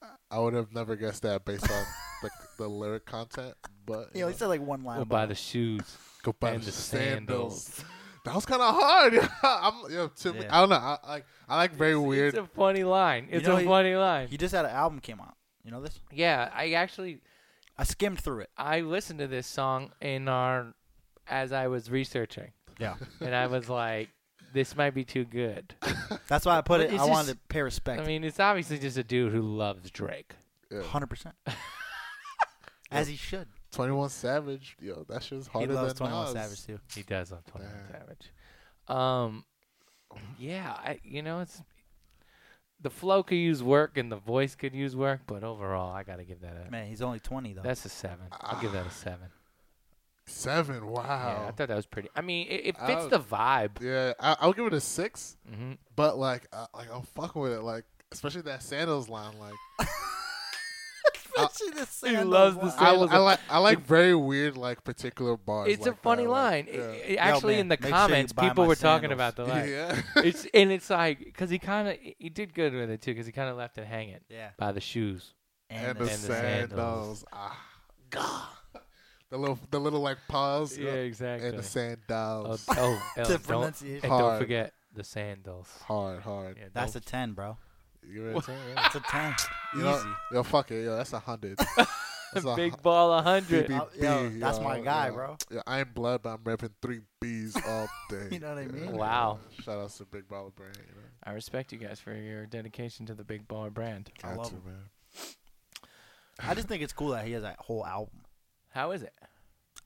Speaker 2: yeah.
Speaker 4: I would have never guessed that based on the, the lyric content, but
Speaker 2: You know, he said like one line.
Speaker 1: Well, by the shoes.
Speaker 4: go buy
Speaker 1: and
Speaker 4: the
Speaker 1: the sandals.
Speaker 4: sandals. (laughs) that was kind of hard. (laughs) I'm, yo, to me, I don't know. I, I, I like very weird.
Speaker 1: It's a funny line. It's a funny line.
Speaker 2: He just had an album came out. You know this?
Speaker 1: Yeah, I actually
Speaker 2: I skimmed through it.
Speaker 1: I listened to this song in our as I was researching.
Speaker 2: Yeah.
Speaker 1: And I was like, this might be too good.
Speaker 2: That's why I put
Speaker 1: But
Speaker 2: it. I
Speaker 1: it's
Speaker 2: wanted to
Speaker 1: just-
Speaker 2: pay respect.
Speaker 1: I mean, it's obviously just a dude who loves Drake.
Speaker 2: hundred (laughs) percent. As he should.
Speaker 4: Twenty One Savage, yo, that shit's
Speaker 2: He
Speaker 4: harder
Speaker 2: loves
Speaker 4: than
Speaker 2: Twenty One
Speaker 4: Nas.
Speaker 2: Savage too.
Speaker 1: He does love 21 Savage. Um, yeah, I, you know, it's the flow could use work and the voice could use work, but overall, I got to give that a
Speaker 2: Man, he's only twenty though.
Speaker 1: That's a seven. I'll give that
Speaker 4: Ah.
Speaker 1: a seven.
Speaker 4: Seven, wow.
Speaker 1: Yeah, I thought that was pretty. I mean, it, it
Speaker 4: I
Speaker 1: fits
Speaker 4: would-
Speaker 1: the vibe.
Speaker 4: Yeah, I, I'll give it a 6
Speaker 1: Mhm.
Speaker 4: but like, uh, like I'm fucking with it, like especially that sandals line, like.
Speaker 2: (laughs) Especially the sandals.
Speaker 1: loves the
Speaker 2: one.
Speaker 4: I,
Speaker 1: Sandals
Speaker 4: I
Speaker 1: line.
Speaker 4: like I like very weird like particular bars.
Speaker 1: It's a
Speaker 4: like
Speaker 1: funny
Speaker 4: that,
Speaker 1: line.
Speaker 4: like,
Speaker 1: It-
Speaker 4: yeah.
Speaker 1: it- actually,
Speaker 2: man,
Speaker 1: in the
Speaker 2: make sure you
Speaker 1: comments,
Speaker 2: buy
Speaker 1: people
Speaker 2: my
Speaker 1: were talking
Speaker 2: sandals.
Speaker 1: about the line.
Speaker 4: (laughs) Yeah.
Speaker 1: it's and it's like because he kind of he did good with it too because he kind of left it hanging.
Speaker 2: Yeah.
Speaker 1: By the shoes.
Speaker 4: and,
Speaker 2: the
Speaker 1: (laughs)
Speaker 4: the,
Speaker 1: and the
Speaker 4: sandals.
Speaker 1: sandals.
Speaker 4: Ah, God. (laughs) The little, the little like pause. you
Speaker 1: Yeah,
Speaker 4: know,
Speaker 1: exactly.
Speaker 4: And the
Speaker 1: Oh,
Speaker 4: (laughs) sandals.
Speaker 1: oh (laughs) and
Speaker 2: The
Speaker 1: don't,
Speaker 2: pronunciation.
Speaker 1: and don't
Speaker 4: Hard.
Speaker 1: forget the sandals.
Speaker 4: Hard, hard.
Speaker 1: Yeah,
Speaker 2: That's a
Speaker 1: don't-
Speaker 2: ten, bro. (laughs)
Speaker 4: You know what I'm saying?
Speaker 2: That's a ten.
Speaker 4: You
Speaker 2: Easy.
Speaker 4: know- Yo, fuck it. Yo, that's
Speaker 1: (laughs)
Speaker 4: a hundred. That's a
Speaker 1: big ball a hundred.
Speaker 4: BB,
Speaker 2: Oh, yo, that's my guy,
Speaker 4: yo.
Speaker 2: bro.
Speaker 4: Yo, I ain't blood, but I'm repping three B's
Speaker 2: (laughs)
Speaker 4: all day.
Speaker 2: You know what I
Speaker 4: Yeah,
Speaker 2: mean?
Speaker 1: Wow.
Speaker 4: yeah. Shout outs to Big Baller Brand. You know?
Speaker 1: I respect you guys for your dedication to the big baller brand.
Speaker 2: I
Speaker 4: Got
Speaker 2: love
Speaker 4: to,
Speaker 2: him.
Speaker 4: man.
Speaker 2: I just think it's cool that he has that whole album.
Speaker 1: How is it?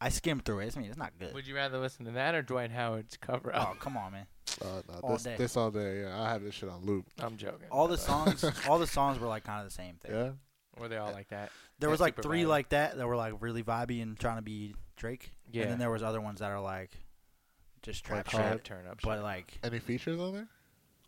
Speaker 2: I skimmed through it. I mean, it's not good.
Speaker 1: Would you rather listen to that or Dwight Howard's cover
Speaker 2: Oh
Speaker 1: up?
Speaker 2: come on, man!
Speaker 4: Uh, no,
Speaker 2: All
Speaker 4: this,
Speaker 2: day.
Speaker 4: this all day. Yeah, I have this shit on loop.
Speaker 1: I'm joking.
Speaker 2: All
Speaker 1: by
Speaker 2: the
Speaker 1: way.
Speaker 2: songs, all the songs were like kind of the same thing.
Speaker 4: Yeah.
Speaker 1: Were they all like that?
Speaker 2: There
Speaker 1: Yeah,
Speaker 2: was like
Speaker 1: super
Speaker 2: three
Speaker 1: vibey.
Speaker 2: like that that were like really vibey and trying to be Drake.
Speaker 1: Yeah.
Speaker 2: And then there was other ones that are like just trap
Speaker 4: Like
Speaker 2: shit.
Speaker 4: hard.
Speaker 1: Trap turn up.
Speaker 2: But
Speaker 1: shit.
Speaker 2: like,
Speaker 4: Any features on there?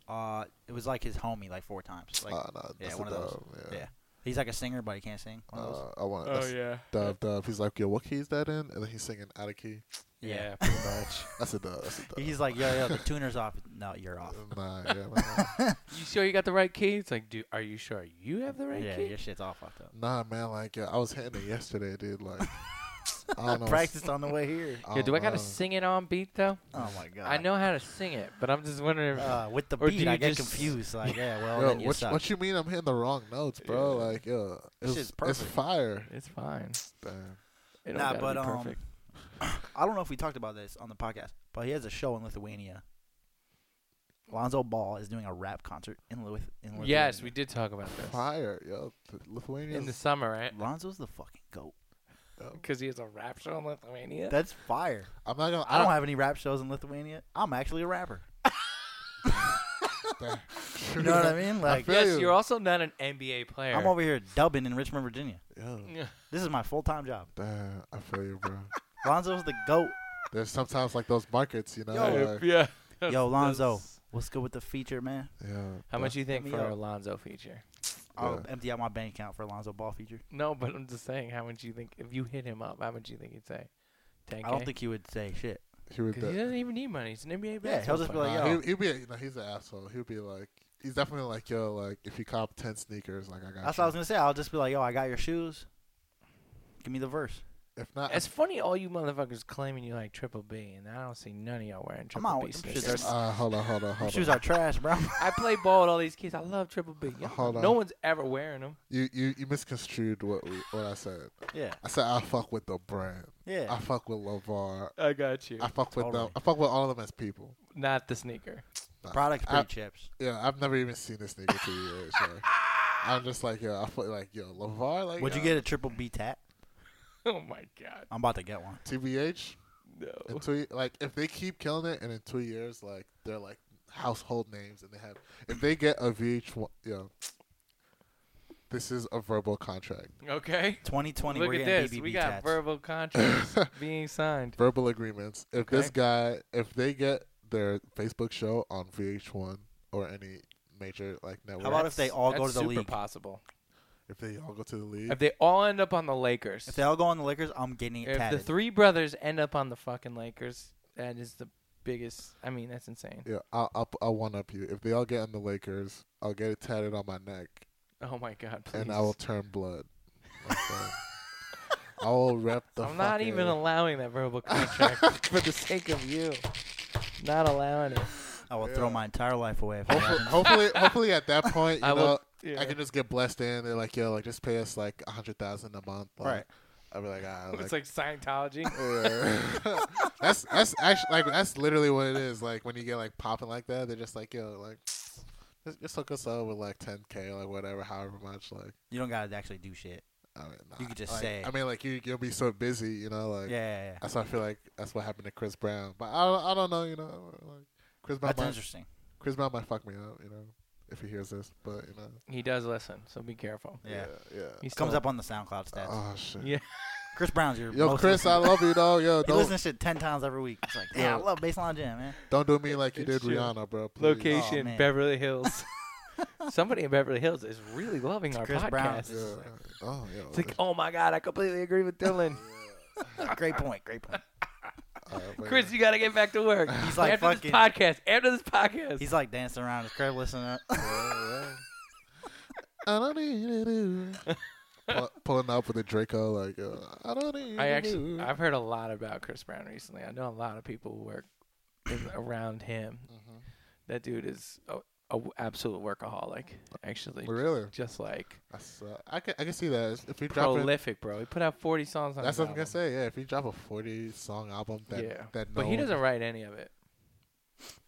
Speaker 2: uh, it was like his homie like four times. Like
Speaker 4: oh, no,
Speaker 2: yeah,
Speaker 4: that's
Speaker 2: one
Speaker 4: a
Speaker 2: of those.
Speaker 4: dub,
Speaker 2: Yeah. He's like a singer, but he can't sing. One of those.
Speaker 4: Uh, I want.
Speaker 1: oh
Speaker 4: That's
Speaker 1: yeah.
Speaker 4: Dub, dub. He's like, yo, what key is that in? And then he's singing out of key.
Speaker 1: yeah,
Speaker 2: Yeah.
Speaker 1: pretty
Speaker 2: (laughs)
Speaker 1: much.
Speaker 4: That's a dub. That's a dub.
Speaker 2: He's like, yo, yo, the tuner's off. No, you're off.
Speaker 4: Nah, yeah,
Speaker 2: (laughs)
Speaker 4: nah,
Speaker 1: You sure you got the right key? It's like, dude, are you sure you have the right
Speaker 2: Yeah,
Speaker 1: key?
Speaker 2: your shit's all fucked up.
Speaker 4: nah, man. Like, yo, I was hitting it yesterday, dude.
Speaker 2: (laughs)
Speaker 4: Like, I
Speaker 2: I
Speaker 4: don't know.
Speaker 2: practiced on the way here.
Speaker 1: Yeah, do I
Speaker 4: don't
Speaker 1: gotta
Speaker 4: know.
Speaker 1: sing it on beat though?
Speaker 2: Oh my god.
Speaker 1: I know how to sing it, but I'm just wondering. If,
Speaker 2: Uh, with the
Speaker 1: Or do
Speaker 2: beat,
Speaker 1: you
Speaker 2: I get
Speaker 1: just-
Speaker 2: confused. Like, yeah, well,
Speaker 4: Yo,
Speaker 2: then you
Speaker 4: what,
Speaker 2: suck.
Speaker 4: what you mean I'm hitting the wrong notes, bro? Like, yo,
Speaker 2: This
Speaker 4: it's,
Speaker 2: shit's
Speaker 4: it's
Speaker 2: perfect.
Speaker 4: fire.
Speaker 1: it's fine.
Speaker 4: Damn.
Speaker 1: It don't
Speaker 2: Nah,
Speaker 1: gotta be
Speaker 2: but, um,
Speaker 1: perfect.
Speaker 2: I don't know if we talked about this on the podcast, but he has a show in Lithuania. Lonzo Ball is doing a rap concert in Lith- in Lithuania.
Speaker 1: yes, we did talk about this
Speaker 4: Fire, yo. Th- Lithuania.
Speaker 1: in the summer, right?
Speaker 2: Lonzo's the fucking goat.
Speaker 1: Because he has a rap show in Lithuania.
Speaker 2: That's fire.
Speaker 4: I'm not gonna.
Speaker 2: I don't have any rap shows in Lithuania. I'm actually a rapper. You know what I mean? Like,
Speaker 4: feel-
Speaker 1: yes,
Speaker 4: you.
Speaker 1: you're also not an NBA player. (laughs)
Speaker 2: I'm over here dubbing in Richmond, Virginia.
Speaker 4: Yo,
Speaker 1: Yeah.
Speaker 2: This is my full time job.
Speaker 4: damn, I feel you, bro.
Speaker 2: Lonzo's the goat.
Speaker 4: There's sometimes like those markets, you know. like,
Speaker 1: yeah.
Speaker 2: Yo, Lonzo, what's good with the feature, man?
Speaker 4: yeah,
Speaker 1: How much you think
Speaker 2: me
Speaker 1: for
Speaker 2: up.
Speaker 1: a Lonzo feature?
Speaker 2: I'll
Speaker 4: Yeah.
Speaker 2: empty out my bank account for Lonzo Ball feature.
Speaker 1: No, but I'm just saying, how much you think if you hit him up, how much you think he'd say? 10K?
Speaker 2: I don't think he would say shit.
Speaker 4: He would.
Speaker 1: because he
Speaker 4: de-
Speaker 1: doesn't even need money. He's an NBA
Speaker 2: Yeah, he'll just be like,
Speaker 4: Nah,
Speaker 2: yo,
Speaker 4: he, he'd be. a- No, he's an asshole. He'd be like, he's definitely like, yo, like if you cop ten sneakers, like I got.
Speaker 2: that's
Speaker 4: you.
Speaker 2: what I was gonna say. I'll just be like, yo, I got your shoes. Give me the verse.
Speaker 4: If not,
Speaker 1: It's funny, all you motherfuckers claiming you like Triple B, and I don't see none of y'all wearing
Speaker 2: I'm
Speaker 1: Triple
Speaker 2: out
Speaker 1: B
Speaker 2: with them
Speaker 1: sneakers.
Speaker 2: shits.
Speaker 4: uh, hold on, hold on, hold
Speaker 2: Shoes
Speaker 4: on.
Speaker 2: are trash, bro. (laughs)
Speaker 1: I play ball with all these kids. I love Triple B. Y'all-
Speaker 4: Hold
Speaker 1: no
Speaker 4: on.
Speaker 1: one's ever wearing them.
Speaker 4: You, you you misconstrued what we, what I said.
Speaker 2: yeah,
Speaker 4: I said I fuck with the brand.
Speaker 2: yeah.
Speaker 4: I fuck with Levar.
Speaker 1: I got you.
Speaker 4: I fuck with them.
Speaker 2: Totally.
Speaker 4: I fuck with all of them as people.
Speaker 1: Not the sneaker.
Speaker 4: Nah,
Speaker 2: Product's
Speaker 4: I-
Speaker 2: pretty chips.
Speaker 4: Yeah, I've never even seen this nigga to years.
Speaker 2: (laughs)
Speaker 4: Like, I'm just like, yo, I feel like, yo, Levar, like,
Speaker 2: Would you
Speaker 4: uh,
Speaker 2: get a triple B tat?
Speaker 1: (laughs) Oh my god,
Speaker 2: I'm about to get one.
Speaker 4: TBH? In
Speaker 1: no.
Speaker 4: two, ye- like, if they keep killing it, and in two years, like, they're like household names, and they have, if they get a VH1, yo, this is a verbal contract,
Speaker 1: Okay.
Speaker 2: 2020,
Speaker 1: Look
Speaker 2: we're
Speaker 1: at
Speaker 2: getting
Speaker 1: this.
Speaker 2: BBB
Speaker 1: We got
Speaker 2: tats.
Speaker 1: verbal
Speaker 2: (laughs)
Speaker 1: contracts being signed.
Speaker 4: verbal agreements. If this
Speaker 1: Okay.
Speaker 4: guy, if they get their Facebook show on VH1 or any major like network,
Speaker 2: How about if they all
Speaker 1: That's
Speaker 2: go to the
Speaker 1: super
Speaker 2: league?
Speaker 1: possible.
Speaker 4: if they all go to the league?
Speaker 1: If they all end up on the Lakers,
Speaker 2: If they all go on the Lakers, I'm getting it
Speaker 1: if the
Speaker 2: tatted.
Speaker 1: three brothers end up on the fucking Lakers, that is the biggest. I mean, that's insane.
Speaker 4: yeah, I'll, I'll I'll one up you. If they all get on the Lakers, I'll get it tatted on my neck.
Speaker 1: Oh my god, please.
Speaker 4: and I will turn blood. Like
Speaker 1: (laughs)
Speaker 4: that. I will rep the.
Speaker 1: I'm not even
Speaker 2: (laughs)
Speaker 4: fucking-
Speaker 1: allowing that verbal contract for the sake of you. Not allowing it.
Speaker 2: I will throw my entire life away. If
Speaker 4: Hopefully,
Speaker 2: I
Speaker 4: (laughs) hopefully, hopefully at
Speaker 1: (laughs)
Speaker 4: that point, you
Speaker 1: I
Speaker 4: I know,
Speaker 1: will-
Speaker 4: I can just get blessed in. They're like, yo, like just pay us like a hundred thousand a month. Like,
Speaker 1: Right.
Speaker 4: I'll be like, ah,
Speaker 1: (laughs) it's like Scientology.
Speaker 4: (laughs) that's that's actually like that's literally what it is. Like when you get like popping like that, they're just like, yo, like just, just hook us up with like 10k, like whatever, however much. Like
Speaker 2: you don't gotta actually do shit.
Speaker 4: I mean, nah.
Speaker 2: You could just
Speaker 4: Like,
Speaker 2: say.
Speaker 4: I mean, like you you'll be so busy, you know, like
Speaker 2: Yeah, yeah, yeah.
Speaker 4: That's why I feel like that's what happened to Chris Brown. But I don't, I don't know, you know, like Chris Brown.
Speaker 2: That's
Speaker 4: might-
Speaker 2: interesting.
Speaker 4: Chris Brown might fuck me up, you know, if he hears this. But you know,
Speaker 1: he does listen, so be careful.
Speaker 2: yeah,
Speaker 4: yeah.
Speaker 1: He's
Speaker 2: Comes
Speaker 1: still-
Speaker 2: up on the SoundCloud stats.
Speaker 4: Oh shit.
Speaker 1: Yeah.
Speaker 2: Chris Brown's your
Speaker 4: Yo,
Speaker 2: most
Speaker 4: Chris, I
Speaker 2: listened-
Speaker 4: love you, though. Yo,
Speaker 2: (laughs) he
Speaker 4: don't-
Speaker 2: listens to shit ten times every week. It's like, yeah, I
Speaker 4: Yo.
Speaker 2: love Baseline Jam, man.
Speaker 4: Don't
Speaker 2: (laughs)
Speaker 4: do me like you
Speaker 1: It's
Speaker 4: did
Speaker 1: true.
Speaker 4: Rihanna, bro. please.
Speaker 2: Oh,
Speaker 1: Location
Speaker 2: man.
Speaker 1: Beverly
Speaker 4: (laughs)
Speaker 1: Hills. Somebody in Beverly Hills is really loving our
Speaker 2: Chris
Speaker 1: podcast.
Speaker 2: Brown.
Speaker 4: Yeah. Oh, yeah.
Speaker 1: It's like, oh my god, I completely agree with Dylan.
Speaker 2: great point. Great point.
Speaker 4: Uh, but-
Speaker 1: Chris, you gotta get back to
Speaker 4: (laughs)
Speaker 1: work.
Speaker 2: He's like
Speaker 1: after this
Speaker 2: fucking-
Speaker 1: podcast. After this podcast.
Speaker 2: He's like dancing around his crib listening. To
Speaker 4: Yeah, yeah. I don't need to do. Pull- Pulling up with a Draco, like uh, I don't need.
Speaker 1: I
Speaker 4: to
Speaker 1: actually
Speaker 4: do.
Speaker 1: I've heard a lot about Chris Brown recently. I know a lot of people who work in- around him.
Speaker 4: Mm-hmm.
Speaker 1: That dude is a, a w- absolute workaholic. Actually,
Speaker 4: Really?
Speaker 1: just like
Speaker 4: I, suck. I can I can see that if you drop it,
Speaker 1: prolific, bro. He put out forty songs on.
Speaker 4: that's
Speaker 1: his
Speaker 4: what I'm gonna
Speaker 1: album.
Speaker 4: say. Yeah, if you drop a 40 song album, that
Speaker 1: yeah,
Speaker 4: that
Speaker 1: but
Speaker 4: no
Speaker 1: he
Speaker 4: one-
Speaker 1: doesn't write any of it.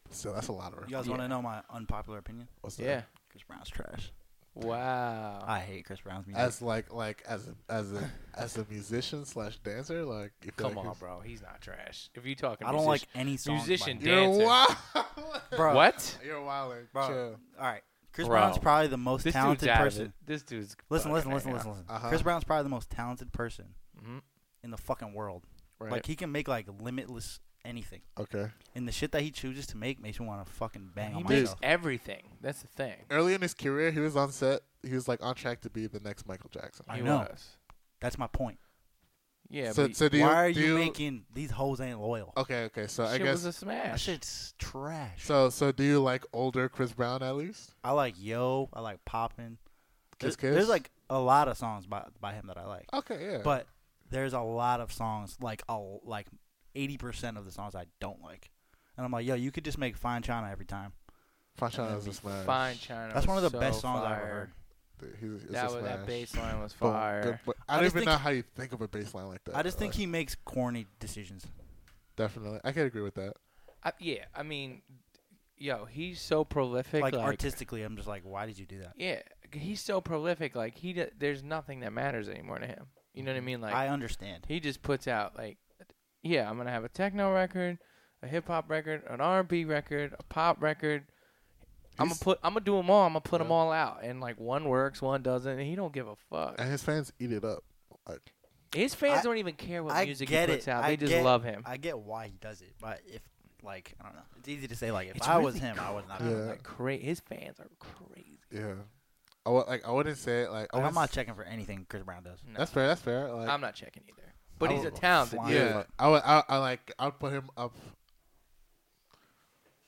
Speaker 4: So that's a lot of.
Speaker 2: you guys
Speaker 1: Yeah.
Speaker 2: want to know my unpopular opinion?
Speaker 4: What's that?
Speaker 1: Yeah.
Speaker 2: Chris Brown's trash.
Speaker 1: Wow.
Speaker 2: I hate Chris Brown's music.
Speaker 4: As like like as a, as a as a musician slash dancer, like you feel
Speaker 1: Come on,
Speaker 4: like he's-
Speaker 1: bro. He's not trash. If you talking,
Speaker 2: I don't like
Speaker 1: musician-
Speaker 2: any songs by
Speaker 1: musician
Speaker 2: him.
Speaker 1: dancer.
Speaker 4: You're wild. (laughs)
Speaker 2: Bro,
Speaker 1: What?
Speaker 4: You're wild.
Speaker 2: Bro,
Speaker 4: Chill.
Speaker 2: all right. Chris
Speaker 1: Bro.
Speaker 2: Brown's probably the most
Speaker 1: This
Speaker 2: talented
Speaker 1: dude's out
Speaker 2: person.
Speaker 1: Of it. This dude's.
Speaker 2: Listen, listen,
Speaker 1: fucking
Speaker 2: listen,
Speaker 1: out.
Speaker 2: listen, listen.
Speaker 4: Uh-huh.
Speaker 2: Chris Brown's probably the most talented person
Speaker 1: Mhm.
Speaker 2: in the fucking world.
Speaker 1: Right.
Speaker 2: Like he can make like limitless anything,
Speaker 4: Okay.
Speaker 2: and the shit that he chooses to make makes me want to fucking bang
Speaker 1: he
Speaker 2: on
Speaker 1: makes
Speaker 2: myself.
Speaker 1: everything. That's the thing.
Speaker 4: Early in his career, he was on set. He was like on track to be the next Michael Jackson.
Speaker 2: I
Speaker 1: He
Speaker 2: know.
Speaker 1: was.
Speaker 2: That's my point.
Speaker 1: Yeah.
Speaker 4: so,
Speaker 1: but
Speaker 4: so do you,
Speaker 2: Why are
Speaker 4: do
Speaker 2: you, making these hoes ain't loyal?
Speaker 4: Okay, okay. So I
Speaker 1: shit
Speaker 4: guess
Speaker 1: was a
Speaker 2: That
Speaker 1: smash.
Speaker 2: shit's trash.
Speaker 4: Uh, so. So do you like older Chris Brown at least?
Speaker 2: I like Yo. I like Poppin.
Speaker 4: Kiss
Speaker 2: There-
Speaker 4: Kiss?
Speaker 2: There's like a lot of songs by by him that I like,
Speaker 4: Okay, yeah.
Speaker 2: but there's a lot of songs like a like eighty percent of the songs I don't like, and I'm like, yo, you could just make Fine China every time.
Speaker 4: Fashion
Speaker 2: that'd
Speaker 4: is
Speaker 2: be
Speaker 4: a smash.
Speaker 1: Fine China.
Speaker 2: That's one of
Speaker 1: was
Speaker 2: the
Speaker 1: so
Speaker 2: best songs I've ever
Speaker 1: fire.
Speaker 2: heard.
Speaker 4: Dude, he's- it's
Speaker 1: That
Speaker 4: a
Speaker 1: was that
Speaker 4: smash.
Speaker 1: bass line was
Speaker 4: Boom,
Speaker 1: fire.
Speaker 4: good- but I, don't
Speaker 2: just
Speaker 4: even
Speaker 2: think-
Speaker 4: know how you think of a bass line like that.
Speaker 2: I just think
Speaker 4: Like,
Speaker 2: he makes corny decisions.
Speaker 4: definitely. I can agree with that.
Speaker 1: I, yeah, I mean, yo, he's so prolific.
Speaker 2: Like,
Speaker 1: Like,
Speaker 2: artistically, I'm just like, why did you do that?
Speaker 1: Yeah, he's so prolific. Like he, d- there's nothing that matters anymore to him. You know what I mean? Like
Speaker 2: I understand.
Speaker 1: he just puts out like, yeah, I'm gonna have a techno record, a hip hop record, an R&B record, a pop record. I'm gonna
Speaker 4: He's-
Speaker 1: put, I'm gonna do them all. I'm gonna put them
Speaker 4: Yeah.
Speaker 1: all out, and like one works, one doesn't, and he don't give a fuck.
Speaker 4: And his fans eat it up. Like,
Speaker 1: His fans
Speaker 2: I-
Speaker 1: don't even care what
Speaker 2: I
Speaker 1: music he
Speaker 2: get
Speaker 1: puts
Speaker 2: it.
Speaker 1: out.
Speaker 2: I
Speaker 1: They just
Speaker 2: get-
Speaker 1: love him.
Speaker 2: I get why he does it, but if like I don't know, it's easy to say like if
Speaker 1: It's
Speaker 2: I was
Speaker 1: really
Speaker 2: him, I would not.
Speaker 1: I
Speaker 2: do
Speaker 1: was
Speaker 2: that.
Speaker 4: Yeah.
Speaker 1: Like cra- his fans are crazy.
Speaker 4: yeah. I w- like I wouldn't say it, like I
Speaker 2: Like, I'm
Speaker 4: wouldn't
Speaker 2: not
Speaker 4: s-
Speaker 2: checking for anything Chris Brown does.
Speaker 1: No,
Speaker 4: That's fair. That's fair. Like
Speaker 1: I'm not checking either. But
Speaker 2: I
Speaker 1: he's a
Speaker 2: would
Speaker 1: talented
Speaker 2: fly
Speaker 1: dude.
Speaker 4: yeah. I would. I, I like. I'd put him up.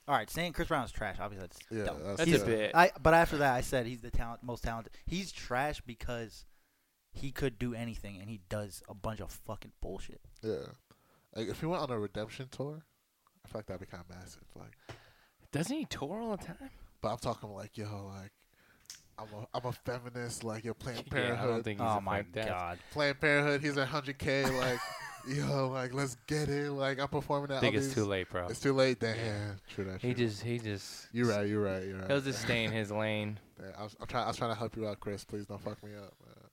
Speaker 2: All right, saying Chris Brown is trash, obviously that's
Speaker 4: Yeah,
Speaker 2: dumb.
Speaker 4: that's
Speaker 1: That's
Speaker 2: He's-
Speaker 1: a
Speaker 4: Yeah.
Speaker 1: bit.
Speaker 2: I but after that, I said he's the talent most talented. He's trash because he could do anything and he does a bunch of fucking bullshit.
Speaker 4: Yeah. Like if he went on a redemption tour, I feel like that'd be kind of massive. Like.
Speaker 1: Doesn't he tour all the time?
Speaker 4: But I'm talking like, yo, like, I'm a, I'm a feminist, like, yo, Planned
Speaker 1: (laughs) Yeah, I
Speaker 4: Parenthood.
Speaker 1: don't think he's
Speaker 2: Oh
Speaker 1: a fuck that.
Speaker 4: Planned Parenthood, he's at 100K, like, (laughs) yo, like, let's get it. Like, I'm performing at
Speaker 1: I think
Speaker 4: all
Speaker 1: it's
Speaker 4: these-
Speaker 1: too late, bro.
Speaker 4: It's too late, damn. True that,
Speaker 1: He
Speaker 4: true.
Speaker 1: just, he just,
Speaker 4: You're right, you're right, you're right.
Speaker 1: he'll just stay in his lane.
Speaker 4: Yeah, I was, I'm, trying, I was trying to help you out, Chris. Please don't fuck me up, man. (laughs)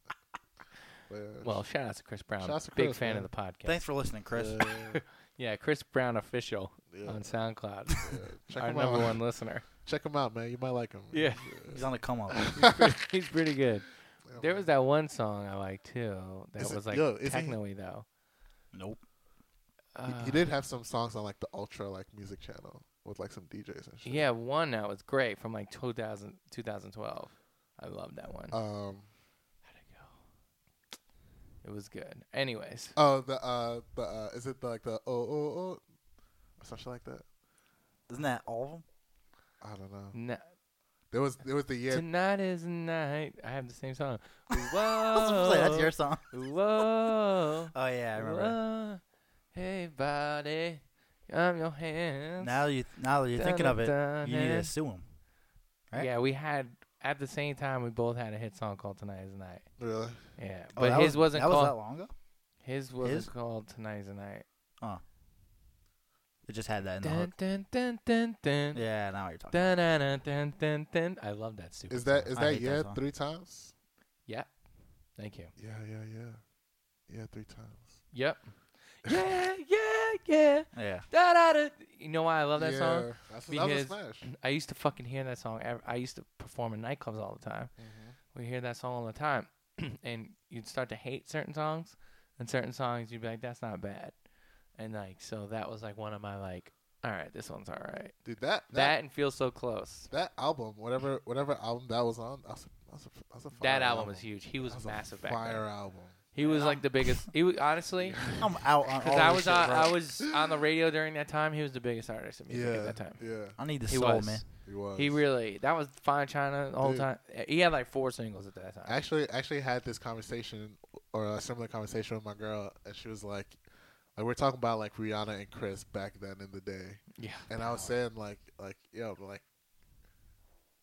Speaker 4: But, yeah,
Speaker 1: Well, shout out to Chris Brown.
Speaker 4: Shouts to
Speaker 1: Big
Speaker 4: Chris,
Speaker 1: fan
Speaker 4: man.
Speaker 1: of the podcast.
Speaker 2: Thanks for listening, Chris.
Speaker 1: Uh,
Speaker 4: yeah,
Speaker 1: Yeah, Chris Brown official (laughs)
Speaker 4: Yeah.
Speaker 1: on SoundCloud.
Speaker 4: yeah. (laughs) Check
Speaker 1: Our
Speaker 4: him
Speaker 1: number
Speaker 4: out.
Speaker 1: one listener.
Speaker 4: (laughs)
Speaker 1: (laughs)
Speaker 4: Check him out, man. You might like him.
Speaker 1: Yeah.
Speaker 2: he's on the
Speaker 1: (laughs)
Speaker 2: come up.
Speaker 1: He's pretty good.
Speaker 4: Yeah,
Speaker 1: There
Speaker 4: man.
Speaker 1: was that one song I liked too. That
Speaker 4: Is it-
Speaker 1: was like
Speaker 4: yo, is he-
Speaker 1: techno-y though.
Speaker 2: nope.
Speaker 4: He,
Speaker 1: Uh,
Speaker 4: he did have some songs on, like, the Ultra, like, music channel with, like, some DJs and shit.
Speaker 1: Yeah, one that was great from like 2000, 2012. I love that one.
Speaker 4: Um,
Speaker 1: it was good. Anyways,
Speaker 4: Oh, the uh, the uh, is it the, like the oh oh oh, or something like that?
Speaker 2: Isn't that all of them?
Speaker 4: I don't know.
Speaker 1: n-
Speaker 4: There was there was the year.
Speaker 1: tonight is the night. I have the same
Speaker 4: (laughs)
Speaker 1: song.
Speaker 2: I was gonna
Speaker 1: Whoa,
Speaker 2: say, that's your song.
Speaker 1: Whoa,
Speaker 4: (laughs)
Speaker 2: Oh yeah, I remember.
Speaker 1: whoa, hey buddy, I'm your hands.
Speaker 2: Now you now that you're thinking of it, you need to
Speaker 1: Dun-dun-dun.
Speaker 2: sue him. right?
Speaker 1: Yeah, we had at the same time we both had a hit song called Tonight Is the Night.
Speaker 4: Really?
Speaker 1: Yeah,
Speaker 2: Oh,
Speaker 1: but
Speaker 2: that
Speaker 1: his
Speaker 2: was-
Speaker 1: wasn't
Speaker 2: that was
Speaker 1: called
Speaker 2: that long ago?
Speaker 1: His wasn't
Speaker 2: His?
Speaker 1: called Tonight Is the Night.
Speaker 2: Oh. It just had that in the
Speaker 1: Dun,
Speaker 2: hook.
Speaker 1: dun, dun, dun, dun.
Speaker 2: Yeah, now you're talking.
Speaker 1: Dun, dun, dun, dun, dun, dun. I love that stupid.
Speaker 4: Is that
Speaker 1: song.
Speaker 4: is
Speaker 2: I
Speaker 4: that
Speaker 2: hate that
Speaker 4: yeah
Speaker 2: song.
Speaker 4: three times?
Speaker 1: Yeah. Thank you.
Speaker 4: Yeah, yeah, yeah, yeah, three times.
Speaker 2: (laughs)
Speaker 1: Yep. yeah, yeah, yeah.
Speaker 2: Yeah.
Speaker 1: Da, da, da. You know why I love that
Speaker 4: Yeah,
Speaker 1: song?
Speaker 4: that's- that was
Speaker 1: (clears throat)
Speaker 4: a smash.
Speaker 1: I used to fucking hear that song. ev- I used to perform in nightclubs all the time.
Speaker 4: Mm-hmm.
Speaker 1: We hear that song all the time, (clears throat) and you'd start to hate certain songs, and certain songs you'd be like, "That's not bad," and like so that was like one of my like, "All right, this one's all right."
Speaker 4: Dude, that
Speaker 1: that, and feel so close.
Speaker 4: That album, whatever whatever album that was on, that's a, that's a, that's a fire
Speaker 1: That album, was huge. He was,
Speaker 4: That was a
Speaker 1: massive back
Speaker 4: fire
Speaker 1: then.
Speaker 4: album.
Speaker 1: He was like the biggest. He was, honestly.
Speaker 2: I'm out
Speaker 1: (laughs)
Speaker 2: on
Speaker 1: 'cause
Speaker 2: all
Speaker 1: I
Speaker 2: this
Speaker 1: was
Speaker 2: shit,
Speaker 1: on,
Speaker 2: bro.
Speaker 1: I was on the radio during that time. He was the biggest artist in music
Speaker 4: Yeah,
Speaker 1: at that time.
Speaker 4: yeah.
Speaker 2: I need the
Speaker 1: he
Speaker 2: soul,
Speaker 1: was.
Speaker 2: man.
Speaker 4: He was.
Speaker 1: He really. That was Fine China the whole
Speaker 4: Dude.
Speaker 1: time. He had like four singles at that time.
Speaker 4: I actually actually had this conversation or a similar conversation with my girl, and she was like, like we are talking about like Rihanna and Chris back then in the day.
Speaker 1: Yeah.
Speaker 4: And I was saying like like yo like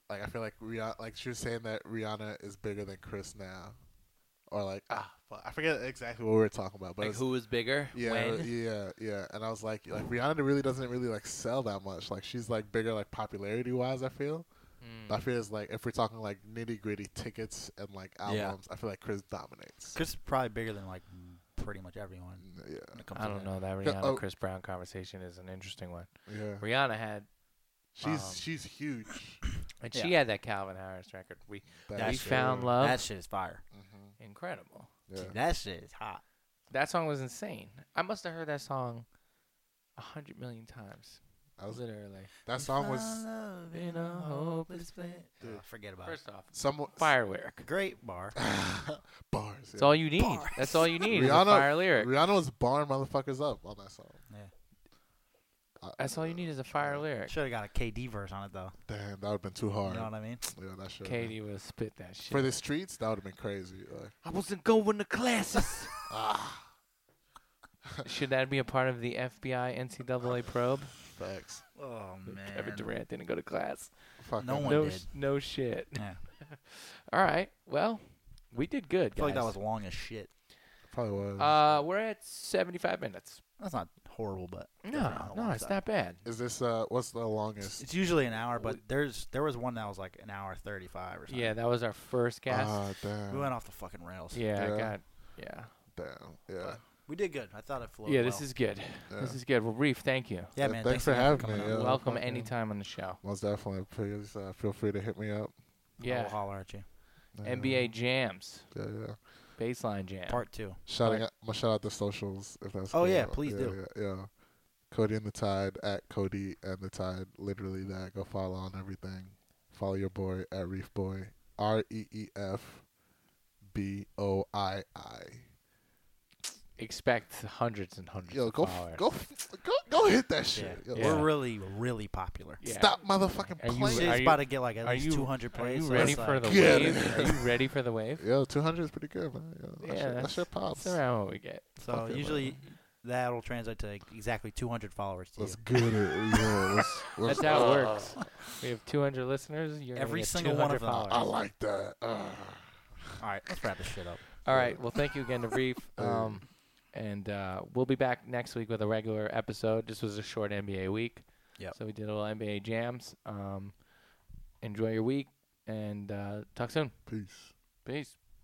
Speaker 4: like I feel like Rihanna like she was saying that Rihanna is bigger than Chris now, or like ah fuck, I forget exactly what we were talking about, but
Speaker 1: Like
Speaker 4: it's-
Speaker 1: who was bigger?
Speaker 4: Yeah,
Speaker 1: when?
Speaker 4: yeah, yeah. And I was like, like Rihanna really doesn't really like sell that much. Like she's like bigger like popularity wise. I feel.
Speaker 1: Mm.
Speaker 4: I feel it's like if we're talking like nitty gritty tickets and like albums,
Speaker 2: Yeah.
Speaker 4: I feel like Chris dominates.
Speaker 2: Chris is probably bigger than like pretty much everyone.
Speaker 4: Yeah.
Speaker 2: when it comes
Speaker 1: I
Speaker 2: to
Speaker 1: don't
Speaker 2: that.
Speaker 1: know. That
Speaker 4: Yeah,
Speaker 1: Rihanna
Speaker 4: oh.
Speaker 1: Chris Brown conversation is an interesting one.
Speaker 4: Yeah.
Speaker 1: Rihanna had,
Speaker 4: She's
Speaker 1: Um,
Speaker 4: she's huge.
Speaker 1: and
Speaker 2: Yeah.
Speaker 1: she had that Calvin Harris record. We
Speaker 4: That
Speaker 1: we
Speaker 4: shit-
Speaker 1: found love.
Speaker 2: That shit is fire.
Speaker 1: incredible.
Speaker 4: Yeah.
Speaker 2: That shit is hot.
Speaker 1: That song was insane. I must have heard that song a hundred million times.
Speaker 4: I was-
Speaker 1: literally.
Speaker 4: That song was
Speaker 1: in a hopeless place.
Speaker 2: Dude, Oh, forget about
Speaker 1: First off,
Speaker 4: somewhat
Speaker 1: firework.
Speaker 2: it. Great bar.
Speaker 4: bars.
Speaker 1: That's
Speaker 4: yeah.
Speaker 1: all you need. That's all you need. is a fire lyric.
Speaker 4: Rihanna was barring motherfuckers up on that song.
Speaker 2: Yeah.
Speaker 1: That's all you need is a fire lyric.
Speaker 2: Should have got a KD verse on it though.
Speaker 4: Damn, that would have been too hard.
Speaker 2: You know what I mean?
Speaker 4: Yeah, that should.
Speaker 1: Katie would spit that shit.
Speaker 4: For the streets, that would have been crazy. Like,
Speaker 1: I wasn't going to classes.
Speaker 4: ah,
Speaker 1: (laughs) Should that be a part of the FBI NCAA probe?
Speaker 4: facts.
Speaker 2: Oh man.
Speaker 1: Kevin Durant didn't go to class.
Speaker 4: Fuck
Speaker 2: No
Speaker 4: it.
Speaker 2: one
Speaker 1: No,
Speaker 2: did.
Speaker 1: sh- no shit.
Speaker 2: Yeah.
Speaker 1: (laughs) All right. Well, we did good.
Speaker 2: I feel like that
Speaker 1: guys.
Speaker 2: was long as shit.
Speaker 4: Probably was.
Speaker 1: Uh, we're at 75 minutes.
Speaker 2: That's not horrible, but
Speaker 1: No, no, it's not bad.
Speaker 4: Is this uh? What's the longest?
Speaker 2: It's usually an hour, but there's there was one that was like an hour thirty five or something.
Speaker 1: Yeah, that was our
Speaker 2: Uh,
Speaker 1: first guess.
Speaker 4: Ah,
Speaker 2: We
Speaker 4: damn.
Speaker 2: went off the fucking rails.
Speaker 1: yeah,
Speaker 4: yeah.
Speaker 1: I got. Yeah.
Speaker 4: Damn. Yeah.
Speaker 2: We did good. I thought it flowed.
Speaker 1: Yeah, this
Speaker 2: well.
Speaker 1: is good. This
Speaker 4: Yeah.
Speaker 1: is good. Well, Reef, thank you.
Speaker 2: Yeah,
Speaker 4: Uh,
Speaker 2: man.
Speaker 4: thanks for
Speaker 2: again
Speaker 4: having
Speaker 2: coming
Speaker 4: me,
Speaker 2: on.
Speaker 4: yeah.
Speaker 1: Welcome
Speaker 4: fuck yeah.
Speaker 1: anytime on the show.
Speaker 4: Most definitely. Please uh, feel free to hit me up.
Speaker 2: I will
Speaker 1: Yeah.
Speaker 2: holler at you.
Speaker 4: Yeah,
Speaker 1: NBA jams,
Speaker 4: Yeah, yeah.
Speaker 1: baseline jam.
Speaker 2: Part two.
Speaker 4: Shouting out, I'm gonna shout out the socials if that's.
Speaker 2: Oh, yeah,
Speaker 4: cool.
Speaker 2: please
Speaker 4: yeah,
Speaker 2: do.
Speaker 4: Yeah, yeah. Cody and the Tide at Cody and the Tide. Literally that. Go follow on everything. Follow your boy at Reef Boy. R E E F B O I I.
Speaker 1: Expect hundreds and hundreds.
Speaker 4: Yo,
Speaker 1: of
Speaker 4: go,
Speaker 1: followers.
Speaker 4: f- go, f- go, go hit that shit. Yo,
Speaker 1: Yeah.
Speaker 2: We're really, really popular.
Speaker 1: Yeah.
Speaker 4: Stop motherfucking
Speaker 1: Are you
Speaker 4: playing.
Speaker 1: re-
Speaker 2: Shit's about to get like at
Speaker 1: are
Speaker 2: least
Speaker 1: you-
Speaker 2: two hundred
Speaker 1: Are
Speaker 2: plays.
Speaker 1: you
Speaker 2: so
Speaker 1: ready
Speaker 2: it's
Speaker 1: for
Speaker 2: like-
Speaker 1: the
Speaker 4: Get
Speaker 1: wave? Are you ready for the
Speaker 2: (laughs)
Speaker 1: wave?
Speaker 4: Yo, 200 is pretty good, man. Yo, that,
Speaker 1: Yeah,
Speaker 4: shit, that
Speaker 1: that's-
Speaker 4: shit pops.
Speaker 1: That's around what we get.
Speaker 2: So
Speaker 4: Fuck it,
Speaker 2: usually that'll translate to exactly 200 followers to
Speaker 4: Let's
Speaker 2: you.
Speaker 4: get it. Yo, let's, let's,
Speaker 1: (laughs) That's how it works. (laughs) We have 200 listeners. You're gonna
Speaker 2: Every
Speaker 1: get
Speaker 2: single one
Speaker 1: 200
Speaker 2: of them.
Speaker 1: followers.
Speaker 4: I like that. Uh,
Speaker 2: All right, let's wrap this shit up.
Speaker 1: All right. Well, thank you again to
Speaker 2: (laughs)
Speaker 1: Reef. Um, and uh, we'll be back next week with a regular episode. This was a short NBA week.
Speaker 2: Yep.
Speaker 1: So we did a little NBA jams. Um, enjoy your week and uh, talk soon.
Speaker 4: peace.
Speaker 1: Peace.